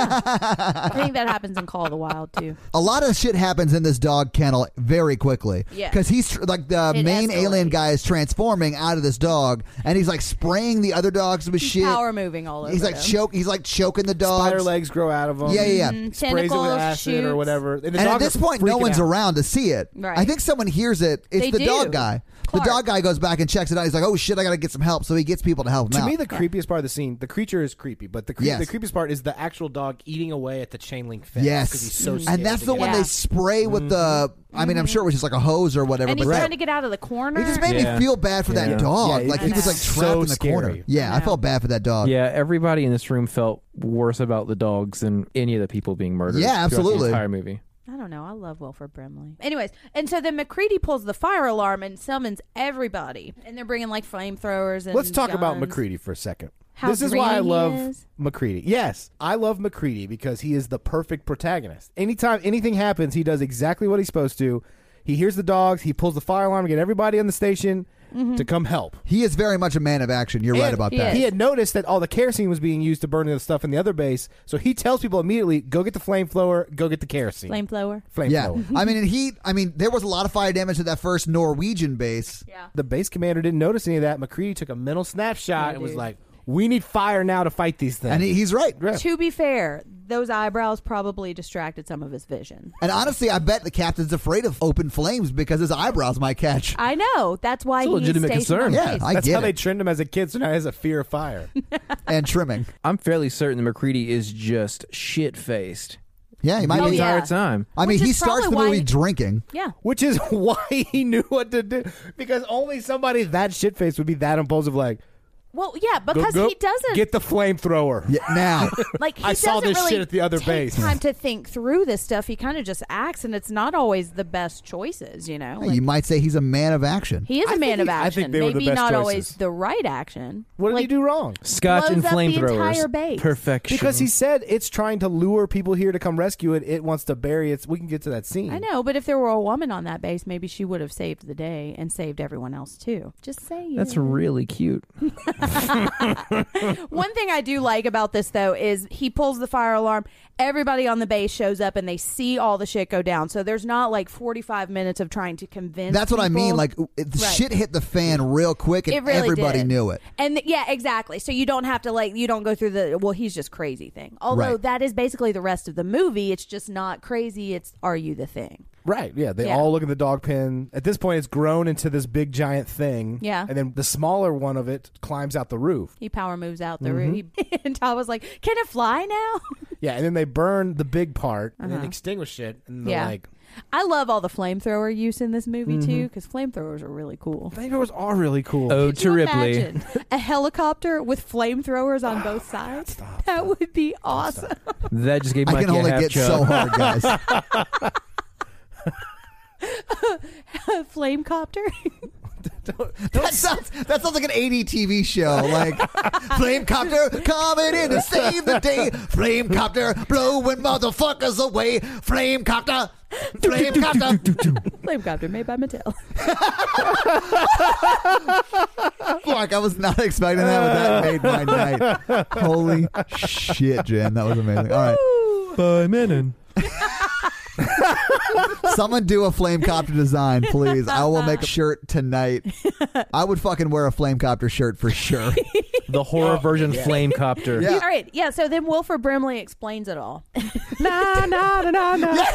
Speaker 2: I think that happens in Call of the Wild too.
Speaker 4: A lot of shit happens in this dog kennel very quickly.
Speaker 2: Yeah.
Speaker 4: Because he's tr- like the
Speaker 2: It
Speaker 4: main alien
Speaker 2: escalates.
Speaker 4: guy is transforming out of this dog, and he's like spraying the other dogs with shit.
Speaker 2: Power moving all over.
Speaker 4: He's like
Speaker 2: them.
Speaker 4: choke. He's like choking the dogs.
Speaker 5: Spider legs grow out of him.
Speaker 4: Yeah, yeah, yeah.
Speaker 2: Mm,
Speaker 5: Sprays it with
Speaker 2: tentacles,
Speaker 5: acid or
Speaker 2: shoots.
Speaker 5: whatever. And, the
Speaker 4: and at
Speaker 5: dogs
Speaker 4: this
Speaker 5: are
Speaker 4: point, no
Speaker 5: freaking
Speaker 4: one's
Speaker 5: out.
Speaker 4: around to see it.
Speaker 2: Right.
Speaker 4: I think someone hears it. It's
Speaker 2: They
Speaker 4: the
Speaker 2: do.
Speaker 4: dog guy.
Speaker 2: Clark.
Speaker 4: The dog guy goes back and checks it out. He's like, "Oh shit, I gotta get some help." So he gets people to help him
Speaker 5: To
Speaker 4: out.
Speaker 5: me, the creepiest part of the scene, the creature is creepy, but the cre-
Speaker 4: Yes.
Speaker 5: the creepiest part is the actual dog eating away at the chain link fence.
Speaker 4: Yes.
Speaker 5: because he's
Speaker 2: Mm-hmm.
Speaker 5: so scared
Speaker 4: and that's
Speaker 5: to
Speaker 4: the
Speaker 5: get
Speaker 4: one
Speaker 5: out.
Speaker 4: they
Speaker 2: Yeah.
Speaker 4: spray with the. I mean, I'm sure it was just like a hose or whatever.
Speaker 2: Mm-hmm. And
Speaker 4: but
Speaker 2: he's
Speaker 4: that-
Speaker 2: trying to get out of the corner.
Speaker 4: it just made
Speaker 3: Yeah.
Speaker 4: me feel bad for
Speaker 3: Yeah.
Speaker 4: that dog.
Speaker 5: Yeah,
Speaker 4: like
Speaker 2: I
Speaker 4: he was
Speaker 2: know.
Speaker 4: like trapped
Speaker 5: So
Speaker 4: in the corner.
Speaker 5: scary.
Speaker 4: Yeah, I
Speaker 2: know.
Speaker 4: felt bad for that dog.
Speaker 3: yeah, everybody in this room felt worse about the dogs than any of the people being murdered.
Speaker 4: Yeah,
Speaker 3: throughout
Speaker 4: absolutely.
Speaker 3: The entire movie.
Speaker 2: I don't know. I love Wilford Brimley. Anyways, and so then McCready pulls the fire alarm and summons everybody, and they're bringing like flamethrowers and.
Speaker 5: Let's talk about
Speaker 2: guns.
Speaker 5: McCready for a second.
Speaker 2: How
Speaker 5: this is why I
Speaker 2: green he
Speaker 5: love
Speaker 2: is.
Speaker 5: McCready. Yes, I love McCready because he is the perfect protagonist. Anytime anything happens, he does exactly what he's supposed to. He hears the dogs, he pulls the fire alarm, to get everybody in the station to come help.
Speaker 4: He is very much a man of action. You're right
Speaker 5: And
Speaker 4: about
Speaker 2: he
Speaker 4: that.
Speaker 2: is.
Speaker 5: He had noticed that all the kerosene was being used to burn the stuff in the other base, so he tells people immediately, "Go get the flamethrower, go get the kerosene."
Speaker 2: Flamethrower.
Speaker 5: Flamethrower.
Speaker 4: Yeah, I mean, and he. I mean, there was a lot of fire damage to that first Norwegian base.
Speaker 2: Yeah.
Speaker 5: The base commander didn't notice any of that. McCready took a mental snapshot
Speaker 2: Yeah,
Speaker 5: and was
Speaker 2: dude.
Speaker 5: like, "We need fire now to fight these things."
Speaker 4: And he, he's right.
Speaker 5: Yeah.
Speaker 2: To be fair, those eyebrows probably distracted some of his vision.
Speaker 4: And honestly, I bet the captain's afraid of open flames because his eyebrows might catch.
Speaker 2: I know. That's why
Speaker 3: It's a
Speaker 2: he's
Speaker 3: legitimate
Speaker 2: stationed on
Speaker 3: concern.
Speaker 4: Yeah,
Speaker 2: base.
Speaker 4: I
Speaker 5: That's
Speaker 4: get
Speaker 5: how they
Speaker 4: it.
Speaker 5: trend him as a kid, so now he has a fear of fire.
Speaker 4: and trimming.
Speaker 3: I'm fairly certain that McCready is just shit faced
Speaker 4: Yeah, he might
Speaker 3: the
Speaker 2: Oh,
Speaker 4: be.
Speaker 3: entire
Speaker 2: yeah.
Speaker 3: time.
Speaker 4: I mean,
Speaker 2: Which
Speaker 4: he
Speaker 2: is
Speaker 4: starts the
Speaker 2: probably why
Speaker 4: movie
Speaker 2: he-
Speaker 4: drinking.
Speaker 2: yeah.
Speaker 5: Which is why he knew what to do. Because only somebody that shit faced would be that impulsive, like
Speaker 2: Well, yeah,
Speaker 5: "Go,
Speaker 2: because
Speaker 5: go,
Speaker 2: he doesn't
Speaker 5: get the flamethrower.
Speaker 4: Yeah, now,
Speaker 2: like he
Speaker 5: I
Speaker 2: doesn't
Speaker 5: saw this
Speaker 2: really
Speaker 5: shit at the other
Speaker 2: take
Speaker 5: base.
Speaker 2: Time to think through this stuff. He kind of just acts, and it's not always the best choices. You know, Like,
Speaker 4: you might say he's a man of action.
Speaker 2: he is
Speaker 5: I
Speaker 2: a man
Speaker 5: think
Speaker 2: of
Speaker 5: he- I
Speaker 2: action.
Speaker 5: think they were the
Speaker 2: Maybe
Speaker 5: best
Speaker 2: not
Speaker 5: choices.
Speaker 2: always the right action.
Speaker 5: What did
Speaker 2: like,
Speaker 5: he do wrong?
Speaker 3: Scotch
Speaker 2: Blows
Speaker 3: and
Speaker 2: up the
Speaker 3: flamethrowers.
Speaker 2: entire base.
Speaker 3: Perfection.
Speaker 5: Because he said it's trying to lure people here to come rescue it. It wants to bury it. We can get to that scene.
Speaker 2: I know, but if there were a woman on that base, maybe she would have saved the day and saved everyone else too. Just saying.
Speaker 3: That's really cute.
Speaker 2: One thing I do like about this though is he pulls the fire alarm. Everybody on the base shows up, and they see all the shit go down. So there's not like 45 minutes of trying to convince.
Speaker 4: That's what I mean.
Speaker 2: people.
Speaker 4: Like, it, the
Speaker 2: Right.
Speaker 4: shit hit the fan real quick, and
Speaker 2: It really
Speaker 4: everybody
Speaker 2: did.
Speaker 4: knew it.
Speaker 2: And th- yeah, exactly. So you don't have to like you don't go through the well, he's just crazy thing. Although
Speaker 4: Right.
Speaker 2: that is basically the rest of the movie. It's just not crazy. It's are you the thing?
Speaker 5: Right. Yeah. They
Speaker 2: Yeah.
Speaker 5: all look at the dog pen. At this point, it's grown into this big giant thing.
Speaker 2: Yeah.
Speaker 5: And then the smaller one of it climbs out the roof.
Speaker 2: He power moves out
Speaker 4: Mm-hmm.
Speaker 2: the room. He- and Todd was like, "Can it fly now?"
Speaker 5: Yeah. And then they burn the big part and then extinguish it. And they're
Speaker 2: yeah.
Speaker 5: like,
Speaker 2: I love all the flamethrower use in this movie
Speaker 4: Mm-hmm.
Speaker 2: too, because flamethrowers are really cool.
Speaker 5: Flamethrowers are really cool.
Speaker 3: Ode
Speaker 2: Could
Speaker 3: to
Speaker 2: you
Speaker 3: Ripley.
Speaker 2: imagine a helicopter with flamethrowers on both sides. that would be awesome.
Speaker 3: That just gave
Speaker 4: I
Speaker 3: Mikey
Speaker 4: can
Speaker 3: a
Speaker 4: only
Speaker 3: half
Speaker 4: get
Speaker 3: chub.
Speaker 4: so hard, guys.
Speaker 2: A flamecopter.
Speaker 4: that sounds that sounds like an 80 TV show. Like flame copter coming in to save the day. Flame copter blowing motherfuckers away. Flame copter. Flame copter.
Speaker 2: flamecopter made by Mattel.
Speaker 4: Fuck, I was not expecting that, but that made my night. Holy shit, Jen. That was amazing. All right.
Speaker 3: By Menon.
Speaker 4: Someone do a flame copter design, please. I will make a shirt tonight. I would fucking wear a flame copter shirt for sure.
Speaker 3: The horror version flame copter.
Speaker 4: Yeah.
Speaker 2: All right, yeah. So then Wilford Brimley explains it all.
Speaker 5: na na na na na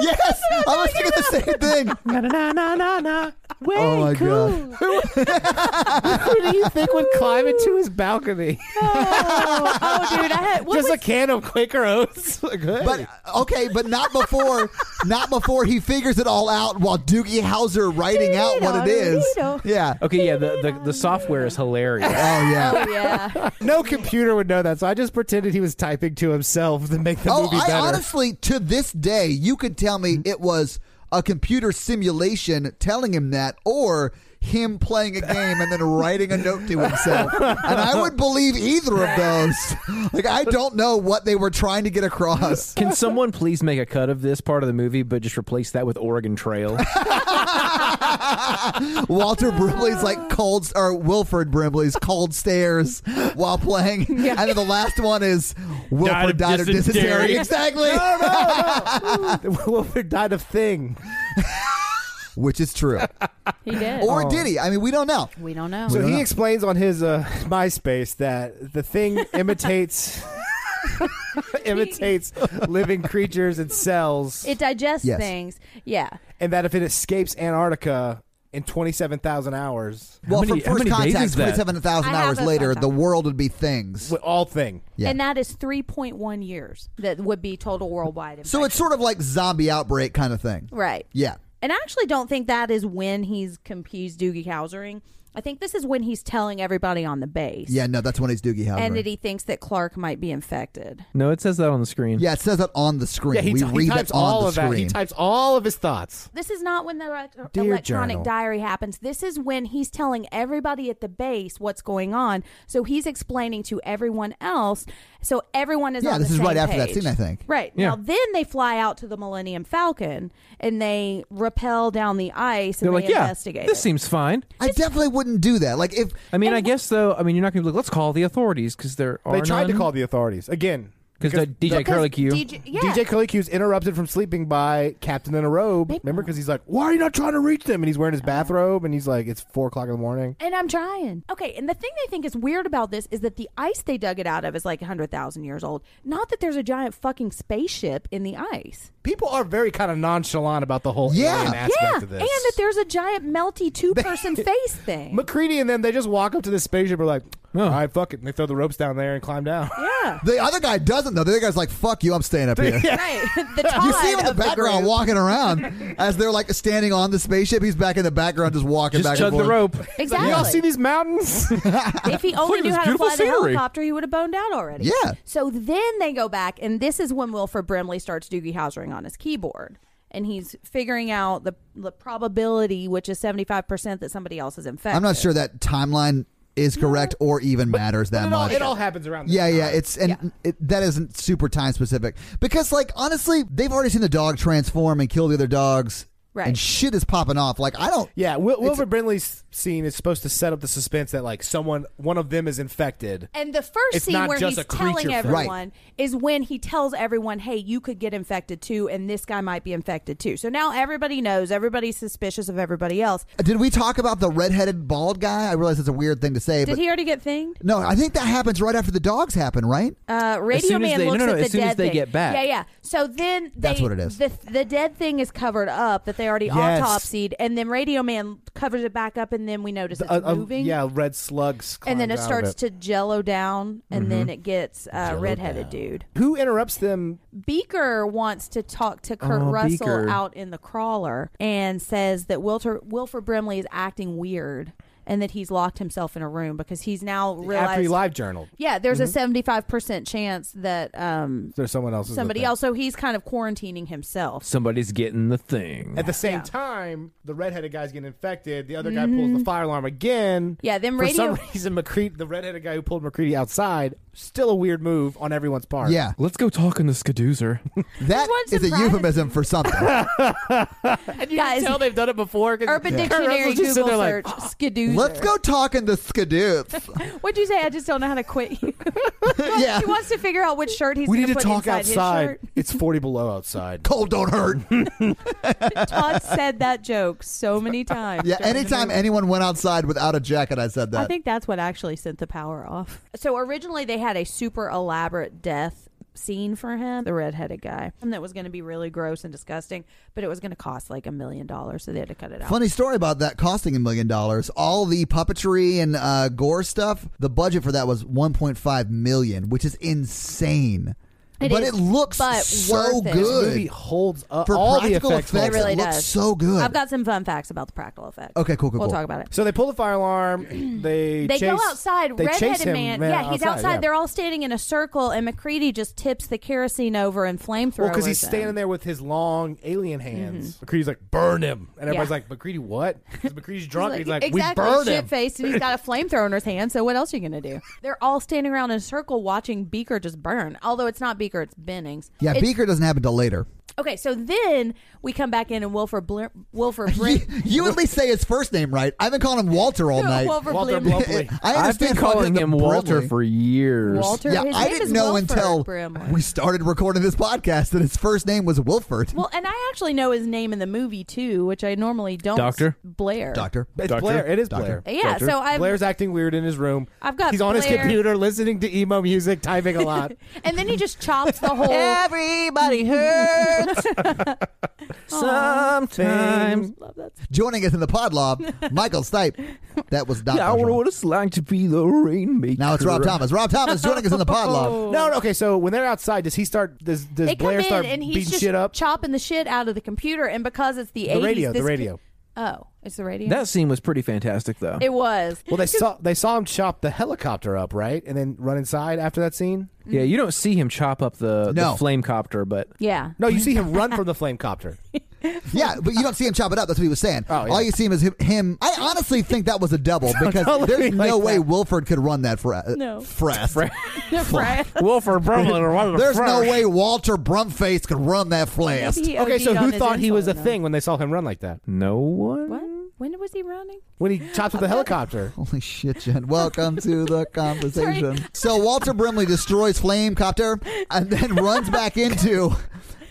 Speaker 4: Yes, yes. I was thinking the same thing.
Speaker 5: na na na na na. Way
Speaker 4: Oh my
Speaker 5: cool.
Speaker 4: god.
Speaker 5: Who do you think would climb into his balcony?
Speaker 2: Oh, oh, dude, I had what
Speaker 5: Just
Speaker 2: was,
Speaker 5: a can of Quaker Oats. Like, hey.
Speaker 4: But okay, but not before, not before he figures it all out while Doogie Howser writing out what it is. Yeah.
Speaker 3: Okay, yeah, the, the, the software is hilarious.
Speaker 4: Oh yeah.
Speaker 2: yeah.
Speaker 5: no computer would know that, so I just pretended he was typing to himself to make the
Speaker 4: Oh,
Speaker 5: movie
Speaker 4: I
Speaker 5: better.
Speaker 4: honestly, to this day, you could tell me it was a computer simulation telling him that, or him playing a game and then writing a note to himself, and I would believe either of those. Like I don't know what they were trying to get across.
Speaker 3: Can someone please make a cut of this part of the movie, but just replace that with Oregon Trail?
Speaker 4: Walter Brimley's like cold or Wilford Brimley's cold stares while playing, and then the last one is Wilford
Speaker 3: of
Speaker 4: died, of dysentery.
Speaker 3: dysentery.
Speaker 4: Exactly,
Speaker 5: Wilford died of thing.
Speaker 4: which is true.
Speaker 2: He did.
Speaker 4: Or did he? I mean, we don't know.
Speaker 2: we don't know.
Speaker 5: So
Speaker 4: don't
Speaker 5: he
Speaker 4: know.
Speaker 5: explains on his uh, MySpace that the thing imitates imitates living creatures and cells,
Speaker 2: it digests
Speaker 4: Yes.
Speaker 2: things. Yeah.
Speaker 5: and that if it escapes Antarctica in twenty seven thousand hours,
Speaker 4: Well,
Speaker 3: many- how
Speaker 4: from
Speaker 3: many
Speaker 4: first
Speaker 3: days
Speaker 4: contact,
Speaker 3: is that?
Speaker 4: twenty-seven thousand
Speaker 2: I have
Speaker 4: hours
Speaker 2: a
Speaker 4: later,
Speaker 2: contact.
Speaker 4: the world would be things.
Speaker 5: with all thing.
Speaker 4: Yeah.
Speaker 2: And that is 3.1 years that would be total worldwide. Impact.
Speaker 4: So it's sort of like zombie outbreak kind of thing.
Speaker 2: right.
Speaker 4: Yeah.
Speaker 2: And I actually don't think that is when he's confused Doogie Housering. I think this is when he's telling everybody on the base.
Speaker 4: Yeah. No, that's when he's Doogie Howser.
Speaker 2: And e that he thinks that Clark might be infected.
Speaker 3: no, it says that on the screen.
Speaker 4: yeah, it says that on the screen.
Speaker 5: Yeah, he,
Speaker 4: we
Speaker 5: t- he
Speaker 4: read
Speaker 5: types
Speaker 4: that on
Speaker 5: all
Speaker 4: the
Speaker 5: of that. He
Speaker 4: screen.
Speaker 5: types all of his thoughts.
Speaker 2: This is not when the re-
Speaker 5: Dear
Speaker 2: electronic
Speaker 5: journal.
Speaker 2: diary happens. This is when he's telling everybody at the base what's going on. So he's explaining to everyone else. So everyone is
Speaker 4: Yeah,
Speaker 2: on
Speaker 4: this
Speaker 2: the
Speaker 4: is
Speaker 2: same
Speaker 4: right after that
Speaker 2: page.
Speaker 4: scene, I think.
Speaker 2: Right.
Speaker 3: Yeah.
Speaker 2: Now then they fly out to the Millennium Falcon and they rappel down the ice
Speaker 3: They're
Speaker 2: and
Speaker 3: like,
Speaker 2: they
Speaker 3: yeah,
Speaker 2: investigate
Speaker 3: this
Speaker 2: it.
Speaker 3: seems fine.
Speaker 4: I definitely wouldn't do that. Like if
Speaker 3: I mean, I guess though. I mean, you're not going to be like, let's call the authorities because there are.
Speaker 5: They tried to
Speaker 3: none.
Speaker 5: call the authorities again
Speaker 3: because the DJ
Speaker 2: Because
Speaker 3: Curly Q.
Speaker 2: DJ, yeah.
Speaker 5: DJ Curly Q's interrupted from sleeping by Captain in a Robe.
Speaker 2: Big
Speaker 5: Remember, because he's like, "Why are you not trying to reach them?" And he's wearing his bathrobe, and he's like, "It's four o'clock in the morning."
Speaker 2: And I'm trying. Okay, and the thing they think is weird about this is that the ice they dug it out of is like 100,000 years old. Not that there's a giant fucking spaceship in the ice.
Speaker 5: People are very kind of nonchalant about the whole
Speaker 4: Yeah.
Speaker 5: alien aspect
Speaker 2: yeah,
Speaker 5: of this.
Speaker 2: and that there's a giant melty two person face thing.
Speaker 5: McCready and them, they just walk up to this spaceship. and are like, "All right, fuck it." And they throw the ropes down there and climb down.
Speaker 2: yeah.
Speaker 4: the other guy doesn't though, the other guy's like, "Fuck you, I'm staying up here."
Speaker 2: Right. The Todd
Speaker 4: You see him in the
Speaker 2: of the
Speaker 4: background
Speaker 2: group.
Speaker 4: walking around as they're like standing on the spaceship. He's back in the background just walking
Speaker 3: Just
Speaker 4: back
Speaker 3: chug
Speaker 4: and
Speaker 3: the
Speaker 4: forth.
Speaker 3: rope.
Speaker 2: Exactly.
Speaker 5: Y'all see these mountains?
Speaker 2: if he only
Speaker 3: at
Speaker 2: knew
Speaker 3: this
Speaker 2: how to
Speaker 3: beautiful
Speaker 2: fly the
Speaker 3: scenery.
Speaker 2: helicopter, he would have boned out already.
Speaker 4: Yeah.
Speaker 2: So then they go back, and this is when Wilford Brimley starts Doogie Housering on his keyboard. And he's figuring out the, the probability, which is 75% that somebody else is infected.
Speaker 4: I'm not sure that timeline is correct or even matters that
Speaker 5: it, all,
Speaker 4: much.
Speaker 5: it all happens around. this
Speaker 4: yeah, yeah,
Speaker 2: Uh,
Speaker 5: time.
Speaker 4: it's and It, that isn't super time specific because, like, honestly, they've already seen the dog transform and kill the other dogs,
Speaker 2: Right.
Speaker 4: And shit is popping off. Like, I don't.
Speaker 5: Yeah, Wil- Wilford Brimley's scene is supposed to set up the suspense that like someone, one of them is infected.
Speaker 2: And the first
Speaker 5: It's
Speaker 2: scene
Speaker 5: not
Speaker 2: where
Speaker 5: just
Speaker 2: he's
Speaker 5: a creature
Speaker 2: telling
Speaker 5: thing.
Speaker 2: everyone
Speaker 4: Right.
Speaker 2: is when he tells everyone, "Hey, you could get infected too, and this guy might be infected too." So now everybody knows. Everybody's suspicious of everybody else.
Speaker 4: Did we talk about the redheaded bald guy? I realize it's a weird thing to say,
Speaker 2: Did
Speaker 4: but
Speaker 2: he already get thinged?
Speaker 4: no, I think that happens right after the dogs happen, right?
Speaker 2: Uh, Radio
Speaker 3: soon as
Speaker 2: Man
Speaker 3: they- no,
Speaker 2: looks
Speaker 3: no, no,
Speaker 2: at the
Speaker 3: as soon as
Speaker 2: dead
Speaker 3: they
Speaker 2: thing.
Speaker 3: get back.
Speaker 2: Yeah, yeah. So then they,
Speaker 4: That's what it is.
Speaker 2: The, the dead thing is covered up that they already
Speaker 5: Yes.
Speaker 2: autopsied, and then Radio Man covers it back up, and then we notice
Speaker 3: uh,
Speaker 2: it's
Speaker 5: A- a-
Speaker 2: moving.
Speaker 5: yeah, red slugs.
Speaker 2: and then it
Speaker 5: climbed out of
Speaker 2: starts to jello down, and then
Speaker 3: Mm-hmm.
Speaker 2: it gets uh, redheaded dude.
Speaker 5: Who interrupts them?
Speaker 2: Beaker wants to talk to Kurt
Speaker 3: Oh,
Speaker 2: Russell
Speaker 3: Beaker.
Speaker 2: out in the crawler and says that Wilter, Wilford Brimley is acting weird and that he's locked himself in a room because he's now
Speaker 5: After he Mm-hmm.
Speaker 2: realized.
Speaker 5: live journaled,
Speaker 2: yeah, there's a seventy-five percent chance that um,
Speaker 5: there's someone else. is the
Speaker 2: somebody
Speaker 5: thing.
Speaker 2: else. So he's kind of quarantining himself.
Speaker 3: Somebody's getting the thing.
Speaker 5: At the same time, the redheaded guy's getting infected. The other guy pulls the fire alarm again.
Speaker 2: Mm-hmm. Yeah, then
Speaker 5: For
Speaker 2: radio.
Speaker 5: some reason, McCready, the redheaded guy who pulled McCready outside, still a weird move on everyone's part.
Speaker 4: Yeah,
Speaker 3: Let's go talk in the skadoozer.
Speaker 4: that
Speaker 2: one's
Speaker 4: is a
Speaker 2: surprising.
Speaker 4: euphemism for something.
Speaker 5: and you
Speaker 2: Guys,
Speaker 5: can tell they've done it before. 'cause
Speaker 2: Urban
Speaker 5: Kurt Russell's
Speaker 2: Dictionary
Speaker 5: just sitting
Speaker 2: Google
Speaker 5: there like,
Speaker 2: search skidoozer.
Speaker 4: Let's go talk in the skadoops.
Speaker 2: What'd you say? I just don't know how to quit you.
Speaker 4: yeah,
Speaker 2: he wants to figure out which shirt he's
Speaker 5: We
Speaker 2: gonna
Speaker 5: need to
Speaker 2: put
Speaker 5: talk
Speaker 2: inside his
Speaker 5: outside.
Speaker 2: shirt.
Speaker 5: It's 40 below outside.
Speaker 4: cold don't hurt.
Speaker 2: Todd said that joke so many times.
Speaker 4: Yeah,
Speaker 2: during the
Speaker 4: anytime
Speaker 2: movie.
Speaker 4: anyone went outside without a jacket, I said that.
Speaker 2: I think that's what actually sent the power off. So originally they had a super elaborate death scene for him, the redheaded guy, and that was going to be really gross and disgusting, but it was going to cost like a million dollars, so they had to cut it out.
Speaker 4: Funny story about that costing a million dollars. All the puppetry and uh, gore stuff, the budget for that was 1.5 million, which is insane.
Speaker 2: It
Speaker 4: but
Speaker 2: is,
Speaker 4: it looks
Speaker 2: but
Speaker 4: so
Speaker 2: worth it.
Speaker 5: The movie
Speaker 4: good.
Speaker 5: holds up
Speaker 4: For
Speaker 5: all the
Speaker 4: practical
Speaker 5: effects. hold
Speaker 4: effects,
Speaker 5: up.
Speaker 2: It really
Speaker 4: it looks
Speaker 2: does.
Speaker 4: so good.
Speaker 2: I've got some fun facts about the practical effects.
Speaker 4: Okay, cool, cool,
Speaker 2: We'll
Speaker 4: cool.
Speaker 2: talk about it.
Speaker 5: So they pull the fire alarm. They
Speaker 2: They
Speaker 5: chase,
Speaker 2: go outside.
Speaker 5: They chase
Speaker 2: Redheaded
Speaker 5: him,
Speaker 2: man,
Speaker 5: ran
Speaker 2: yeah, he's outside.
Speaker 5: yeah.
Speaker 2: They're all standing in a circle, and McCready just tips the kerosene over and flamethrowers.
Speaker 5: Well, because he's
Speaker 2: them. Mm-hmm.
Speaker 5: standing there with his long alien hands. McCready's like, burn him. And everybody's
Speaker 2: Yeah.
Speaker 5: like, McCready, what? Because McCready's drunk.
Speaker 2: He's
Speaker 5: and he's like,
Speaker 2: exactly,
Speaker 5: we burn
Speaker 2: shit
Speaker 5: him.
Speaker 2: faced, and he's got a flamethrower in his hand. So what else are you gonna do? They're all standing around in a circle watching Beaker just burn. Although it's not Beaker, it's Bennings.
Speaker 4: yeah,
Speaker 2: It's-
Speaker 4: Beaker doesn't happen until later.
Speaker 2: Okay, so then we come back in and Wilford Bl- Wilford
Speaker 4: You,
Speaker 2: Brim-
Speaker 4: you at least say his first name right. I've been calling him Walter all night.
Speaker 2: Wilford
Speaker 5: Walter
Speaker 2: Blim-
Speaker 5: Blumply.
Speaker 4: I
Speaker 3: I've been
Speaker 4: understand why
Speaker 3: calling
Speaker 4: he's a
Speaker 3: him Walter
Speaker 4: Brimley.
Speaker 3: for years.
Speaker 2: Walter.
Speaker 4: Yeah,
Speaker 2: his
Speaker 4: I
Speaker 2: name
Speaker 4: didn't
Speaker 2: is
Speaker 4: know
Speaker 2: Wilford
Speaker 4: until
Speaker 2: Brimley.
Speaker 4: we started recording this podcast that his first name was Wilford.
Speaker 2: Well, and I actually know his name in the movie too, which I normally don't.
Speaker 3: Doctor?
Speaker 2: Blair.
Speaker 4: Doctor.
Speaker 5: It's
Speaker 3: Doctor?
Speaker 5: Blair. It is
Speaker 4: Doctor.
Speaker 5: Blair.
Speaker 2: Yeah, so I've-
Speaker 5: Blair's acting weird in his room.
Speaker 2: I've got
Speaker 5: He's on his
Speaker 2: Blair.
Speaker 5: computer listening to emo music, typing a lot.
Speaker 2: And then he just chops the whole.
Speaker 5: Everybody hurts.
Speaker 3: Sometimes.
Speaker 2: Love that.
Speaker 4: Joining us in the pod lob, Michael Stipe. That was Doctor.
Speaker 3: I would have liked to be the rainmaker.
Speaker 4: Now it's Rob Thomas. Rob Thomas joining us in the pod lob.
Speaker 5: No, no, okay. So when they're outside, does he start? Does does
Speaker 2: They
Speaker 5: Blair
Speaker 2: come in
Speaker 5: start
Speaker 2: and he's
Speaker 5: beating
Speaker 2: just
Speaker 5: shit up?
Speaker 2: chopping the shit out of the computer, and because it's the, 80s,
Speaker 5: the radio, the
Speaker 2: this
Speaker 5: radio.
Speaker 2: Oh, it's the radio.
Speaker 3: That scene was pretty fantastic, though.
Speaker 2: it was.
Speaker 5: Well, they saw they saw him chop the helicopter up, right, and then run inside after that scene.
Speaker 2: Mm-hmm.
Speaker 3: yeah, you don't see him chop up the,
Speaker 4: No.
Speaker 3: the flame copter, but
Speaker 2: Yeah.
Speaker 5: No, you see him run from the flame copter.
Speaker 4: Yeah, but you don't see him chop it up. That's what he was saying.
Speaker 5: Oh, yeah.
Speaker 4: All you see him is him, him. I honestly think that was a double because
Speaker 5: Don't look at me
Speaker 4: there's no
Speaker 5: like
Speaker 4: way
Speaker 5: that.
Speaker 4: Wilford could run that for
Speaker 2: No.
Speaker 4: Fress.
Speaker 2: Right.
Speaker 3: Wilford Brumlin or one of the
Speaker 4: There's no
Speaker 3: first.
Speaker 4: way Walter Brumface could run that fast.
Speaker 2: Maybe he
Speaker 5: Okay, so
Speaker 2: OD'd on
Speaker 5: who
Speaker 2: his
Speaker 5: thought he was a
Speaker 2: insulin, though.
Speaker 5: thing when they saw him run like that?
Speaker 3: No one.
Speaker 2: What? When was he running?
Speaker 5: When he chopped with the helicopter.
Speaker 4: Holy shit, Jen. Welcome to the conversation. So Walter Brimley destroys Flame Copter and then runs back into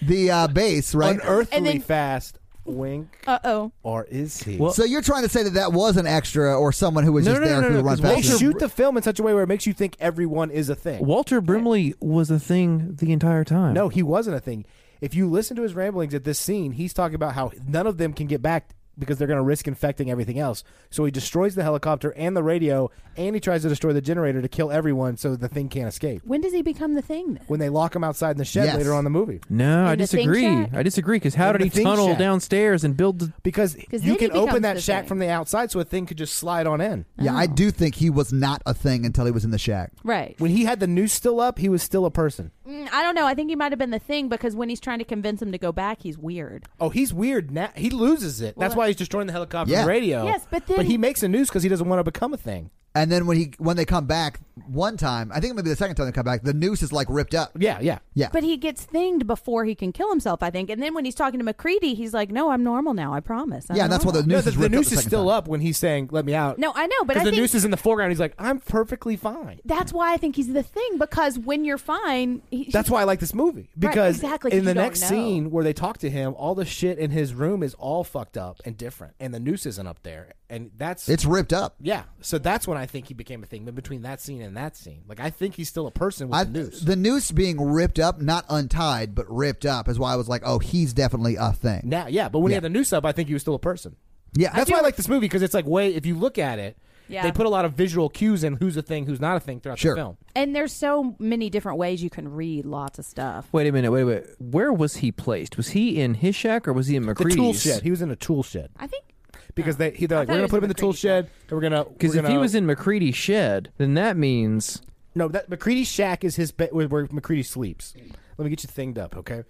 Speaker 4: the uh, base, right?
Speaker 5: Unearthly
Speaker 2: And then-
Speaker 5: fast wink,
Speaker 2: Uh oh.
Speaker 5: or is he?
Speaker 3: Well,
Speaker 4: So you're trying to say that that was an extra or someone who was
Speaker 3: No,
Speaker 4: just
Speaker 3: no, no,
Speaker 4: there
Speaker 3: no,
Speaker 4: who
Speaker 3: no,
Speaker 4: run
Speaker 3: 'cause
Speaker 4: past
Speaker 5: they
Speaker 3: Walter-
Speaker 4: him?
Speaker 5: shoot the film in such a way where it makes you think everyone is a thing.
Speaker 3: Walter Brimley was a thing the entire time.
Speaker 5: No, he wasn't a thing. If you listen to his ramblings at this scene, he's talking about how none of them can get back because they're going to risk infecting everything else. So he destroys the helicopter and the radio, and he tries to destroy the generator to kill everyone so the thing can't escape.
Speaker 2: When does he become the thing then?
Speaker 5: When they lock him outside in the shed
Speaker 4: Yes.
Speaker 5: later on in the movie,
Speaker 3: No, I
Speaker 2: In the thing
Speaker 3: disagree.
Speaker 2: shack?
Speaker 3: I disagree because how
Speaker 5: In
Speaker 3: did
Speaker 5: the
Speaker 3: he
Speaker 5: thing
Speaker 3: tunnel
Speaker 5: shack.
Speaker 3: downstairs and build the
Speaker 5: because
Speaker 2: then
Speaker 5: you
Speaker 2: he
Speaker 5: can open
Speaker 2: becomes
Speaker 5: that
Speaker 2: the
Speaker 5: shack
Speaker 2: thing.
Speaker 5: from the outside, so a thing could just slide on in.
Speaker 4: Yeah,
Speaker 2: Oh.
Speaker 4: I do think he was not a thing until he was in the shack.
Speaker 2: Right.
Speaker 5: When he had the noose still up, he was still a person.
Speaker 2: Mm, I don't know. I think he might have been the thing because when he's trying to convince him to go back, he's weird.
Speaker 5: Oh, he's weird now. He loses it. That's why he's destroying the helicopter
Speaker 4: Yeah.
Speaker 5: and radio.
Speaker 2: Yes, but then-
Speaker 5: but he makes a noose because he doesn't want to become a thing.
Speaker 4: And then when he when they come back one time, I think maybe the second time they come back, the noose is like ripped up.
Speaker 5: Yeah, yeah.
Speaker 4: Yeah.
Speaker 2: But he gets thinged before he can kill himself, I think. And then when he's talking to McCready, he's like, "No, I'm normal now. I promise." I'm
Speaker 4: yeah, and that's why
Speaker 2: normal."
Speaker 4: the noose
Speaker 5: no,
Speaker 4: is
Speaker 5: the, the
Speaker 4: ripped
Speaker 5: noose
Speaker 4: up
Speaker 5: is still up when he's saying, "Let me out."
Speaker 2: No, I know, but I
Speaker 5: because the
Speaker 2: think-
Speaker 5: noose is in the foreground. He's like, "I'm perfectly fine."
Speaker 2: That's why I think he's the thing because when you're fine, he,
Speaker 5: That's why I like this movie because
Speaker 2: exactly, 'cause
Speaker 5: in
Speaker 2: you
Speaker 5: the
Speaker 2: don't
Speaker 5: next
Speaker 2: know.
Speaker 5: scene where they talk to him, all the shit in his room is all fucked up and different, and the noose isn't up there, and that's
Speaker 4: It's ripped up.
Speaker 5: yeah. So that's when I think he became a thing. But between that scene and in that scene. Like I think he's still a person with
Speaker 4: I,
Speaker 5: the noose.
Speaker 4: the noose being ripped up, not untied, but ripped up, is why I was like, "Oh, he's definitely a thing."
Speaker 5: now, yeah, but when he had the noose up, I think he was still a person.
Speaker 4: Yeah,
Speaker 5: That's why I like this movie because it's like way if you look at it,
Speaker 2: Yeah.
Speaker 5: they put a lot of visual cues in who's a thing, who's not a thing throughout
Speaker 4: Sure.
Speaker 5: the film.
Speaker 2: And there's so many different ways you can read lots of stuff.
Speaker 3: Wait a minute, wait, wait. Where was he placed? Was he in his shack or was he in
Speaker 5: The
Speaker 3: McCready's?
Speaker 5: tool shed. He was in a tool shed
Speaker 2: I think
Speaker 5: because they he, they're like
Speaker 2: thought
Speaker 5: we're
Speaker 2: he
Speaker 5: gonna
Speaker 2: was
Speaker 5: put him
Speaker 2: in
Speaker 5: in the
Speaker 2: the
Speaker 5: tool
Speaker 2: Creedy
Speaker 5: shed. and we're gonna
Speaker 3: Because if he was in McCready's shed, then that means
Speaker 5: no that McCready's shack is his bed where, where McCready sleeps. Let me get you thinged up, okay?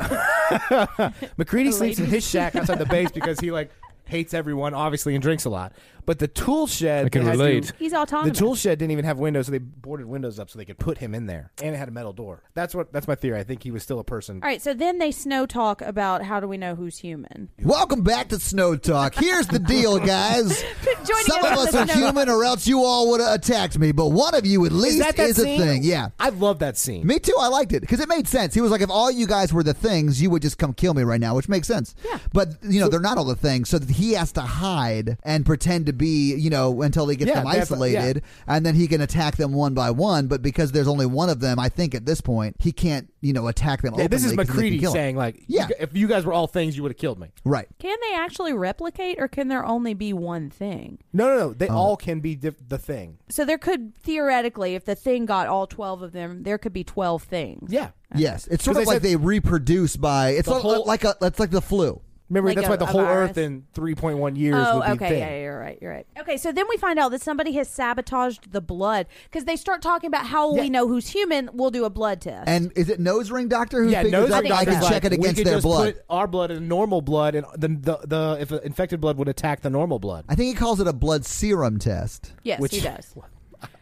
Speaker 5: Uh, McCready sleeps in his shack outside the base because he like hates everyone obviously and drinks a lot. But the tool shed
Speaker 3: I can
Speaker 5: they had to-
Speaker 3: relate.
Speaker 2: he's
Speaker 5: The
Speaker 2: autonomous.
Speaker 5: tool shed didn't even have windows, so they boarded windows up so they could put him in there, and it had a metal door. That's what. That's my theory. I think he was still a person.
Speaker 2: All right, so then they snow talk about how do we know who's human?
Speaker 4: Welcome back to Snow Talk. Here's the deal, guys.
Speaker 2: Joining us
Speaker 4: Some of
Speaker 2: on
Speaker 4: us
Speaker 2: the
Speaker 4: are
Speaker 2: Snow-
Speaker 4: human, or else you all would have attacked me. But one of you, at least,
Speaker 5: that that
Speaker 4: is
Speaker 5: scene?
Speaker 4: a thing. Yeah.
Speaker 5: I love that scene.
Speaker 4: Me too. I liked it because it made sense. He was like, if all you guys were the things, you would just come kill me right now, which makes sense. Yeah. But you know, they're not all the things, so that he has to hide and pretend to be, you know, until he gets
Speaker 5: Yeah,
Speaker 4: them
Speaker 5: that's-
Speaker 4: isolated, and then he can attack them one by one. But because there's only one of them, I think at this point he can't, you know, attack them.
Speaker 5: Yeah, this is
Speaker 4: openly 'cause they can
Speaker 5: McCready
Speaker 4: kill him.
Speaker 5: saying like,
Speaker 4: Yeah.
Speaker 5: you- if you guys were all things, you would have killed me.
Speaker 4: right.
Speaker 2: Can they actually replicate, or can there only be one thing?
Speaker 5: No, no, no. They
Speaker 4: Oh.
Speaker 5: all can be diff- the thing.
Speaker 2: So there could theoretically, if the thing got all twelve of them, there could be twelve things.
Speaker 5: Yeah.
Speaker 4: Yes, it's sort
Speaker 5: 'Cause
Speaker 4: of
Speaker 5: they
Speaker 4: like
Speaker 5: said-
Speaker 4: they reproduce by. It's
Speaker 5: The
Speaker 4: like,
Speaker 5: whole-
Speaker 4: like a it's like the flu.
Speaker 5: Remember,
Speaker 2: Like
Speaker 5: that's
Speaker 2: a-
Speaker 5: why the
Speaker 2: a
Speaker 5: whole
Speaker 2: virus.
Speaker 5: Earth in 3.1 years would
Speaker 2: Oh,
Speaker 5: be
Speaker 2: okay.
Speaker 5: thing.
Speaker 2: Yeah, yeah, you're right. You're right. Okay, so then we find out that somebody has sabotaged the blood because they start talking about how will
Speaker 5: Yeah.
Speaker 2: we know who's human. We'll do a blood test.
Speaker 4: And is it nose ring doctor who
Speaker 5: Yeah,
Speaker 4: figures
Speaker 5: nose
Speaker 4: out
Speaker 5: ring
Speaker 4: I can
Speaker 5: doctor's
Speaker 4: check it
Speaker 5: like, we
Speaker 4: against
Speaker 5: could
Speaker 4: their
Speaker 5: just
Speaker 4: blood?
Speaker 5: Put our blood in normal blood, and the the, the if the infected blood would attack the normal blood.
Speaker 4: I think he calls it a blood serum test,
Speaker 2: yes,
Speaker 5: Which-
Speaker 2: he does.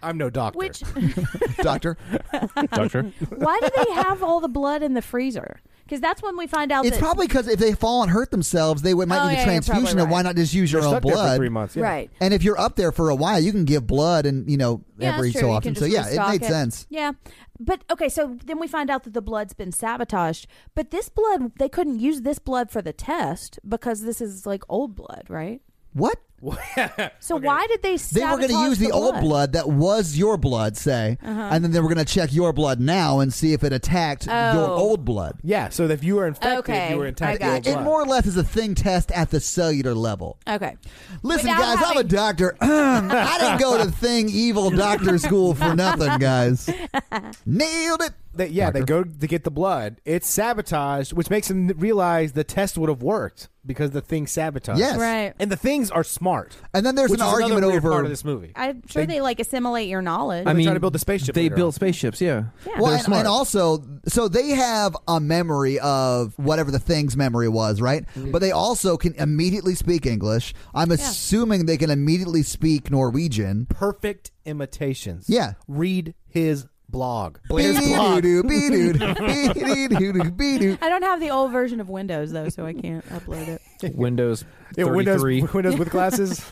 Speaker 5: I'm no doctor.
Speaker 2: Which
Speaker 4: doctor.
Speaker 3: Doctor.
Speaker 2: why do they have all the blood in the freezer? Because that's when we find out
Speaker 4: It's
Speaker 2: that
Speaker 4: probably because if they fall and hurt themselves, they would, might
Speaker 2: Oh, yeah,
Speaker 4: need a
Speaker 2: you're
Speaker 4: transfusion,
Speaker 2: probably
Speaker 4: and why
Speaker 2: right.
Speaker 4: not just use your
Speaker 5: You're
Speaker 4: own
Speaker 5: stuck there for
Speaker 4: blood?
Speaker 5: three months. yeah.
Speaker 2: right.
Speaker 4: And if you're up there for a while, you can give blood, and you know
Speaker 2: Yeah,
Speaker 4: every
Speaker 2: that's true.
Speaker 4: so
Speaker 2: You can
Speaker 4: often. So
Speaker 2: just
Speaker 4: yeah, it
Speaker 2: restock
Speaker 4: made sense.
Speaker 2: Yeah, but okay. So then we find out that the blood's been sabotaged. But this blood, they couldn't use this blood for the test because this is like old blood, right?
Speaker 4: What
Speaker 2: So why did they?
Speaker 4: they were going to use the, old blood that was your blood, say,
Speaker 2: Uh-huh.
Speaker 4: and then they were going to check your blood now and see if it attacked your
Speaker 2: Oh.
Speaker 4: old blood.
Speaker 5: Yeah. So if you were infected,
Speaker 2: Okay,
Speaker 5: you were
Speaker 2: I
Speaker 5: attacked.
Speaker 2: got
Speaker 4: It,
Speaker 5: with
Speaker 2: you.
Speaker 5: blood.
Speaker 4: it more or less is a thing test at the cellular level.
Speaker 2: Okay.
Speaker 4: Listen,
Speaker 2: Without
Speaker 4: guys, I'm a
Speaker 2: having-
Speaker 4: doctor. I didn't go to thing evil doctor school for nothing, guys. Nailed it.
Speaker 5: They, yeah, they go to get the blood. It's sabotaged, which makes them realize the test would have worked because the thing sabotaged.
Speaker 4: Yes.
Speaker 2: Right.
Speaker 5: And the things are smart.
Speaker 4: And then there's
Speaker 5: which
Speaker 4: an
Speaker 5: is another
Speaker 4: argument
Speaker 5: weird
Speaker 4: over
Speaker 5: part of this movie.
Speaker 2: I'm sure they, like assimilate your knowledge.
Speaker 3: I mean,
Speaker 5: trying to build the spaceship
Speaker 3: They
Speaker 5: later
Speaker 3: built
Speaker 5: on.
Speaker 3: spaceships, yeah.
Speaker 2: Yeah.
Speaker 4: Well,
Speaker 3: They're
Speaker 4: and,
Speaker 3: smart.
Speaker 4: and also, so they have a memory of whatever the thing's memory was, right?
Speaker 2: Mm-hmm.
Speaker 4: But they also can immediately speak English. I'm assuming they can immediately speak Norwegian.
Speaker 5: Perfect imitations.
Speaker 4: Yeah.
Speaker 5: Read his blog. Blair's blog.
Speaker 4: Be-doo-doo, be-doo-doo, be-doo-doo, be-doo.
Speaker 2: I don't have the old version of Windows though, so I can't upload it.
Speaker 3: Windows
Speaker 5: Yeah,
Speaker 3: 33.
Speaker 5: Windows, Windows with glasses.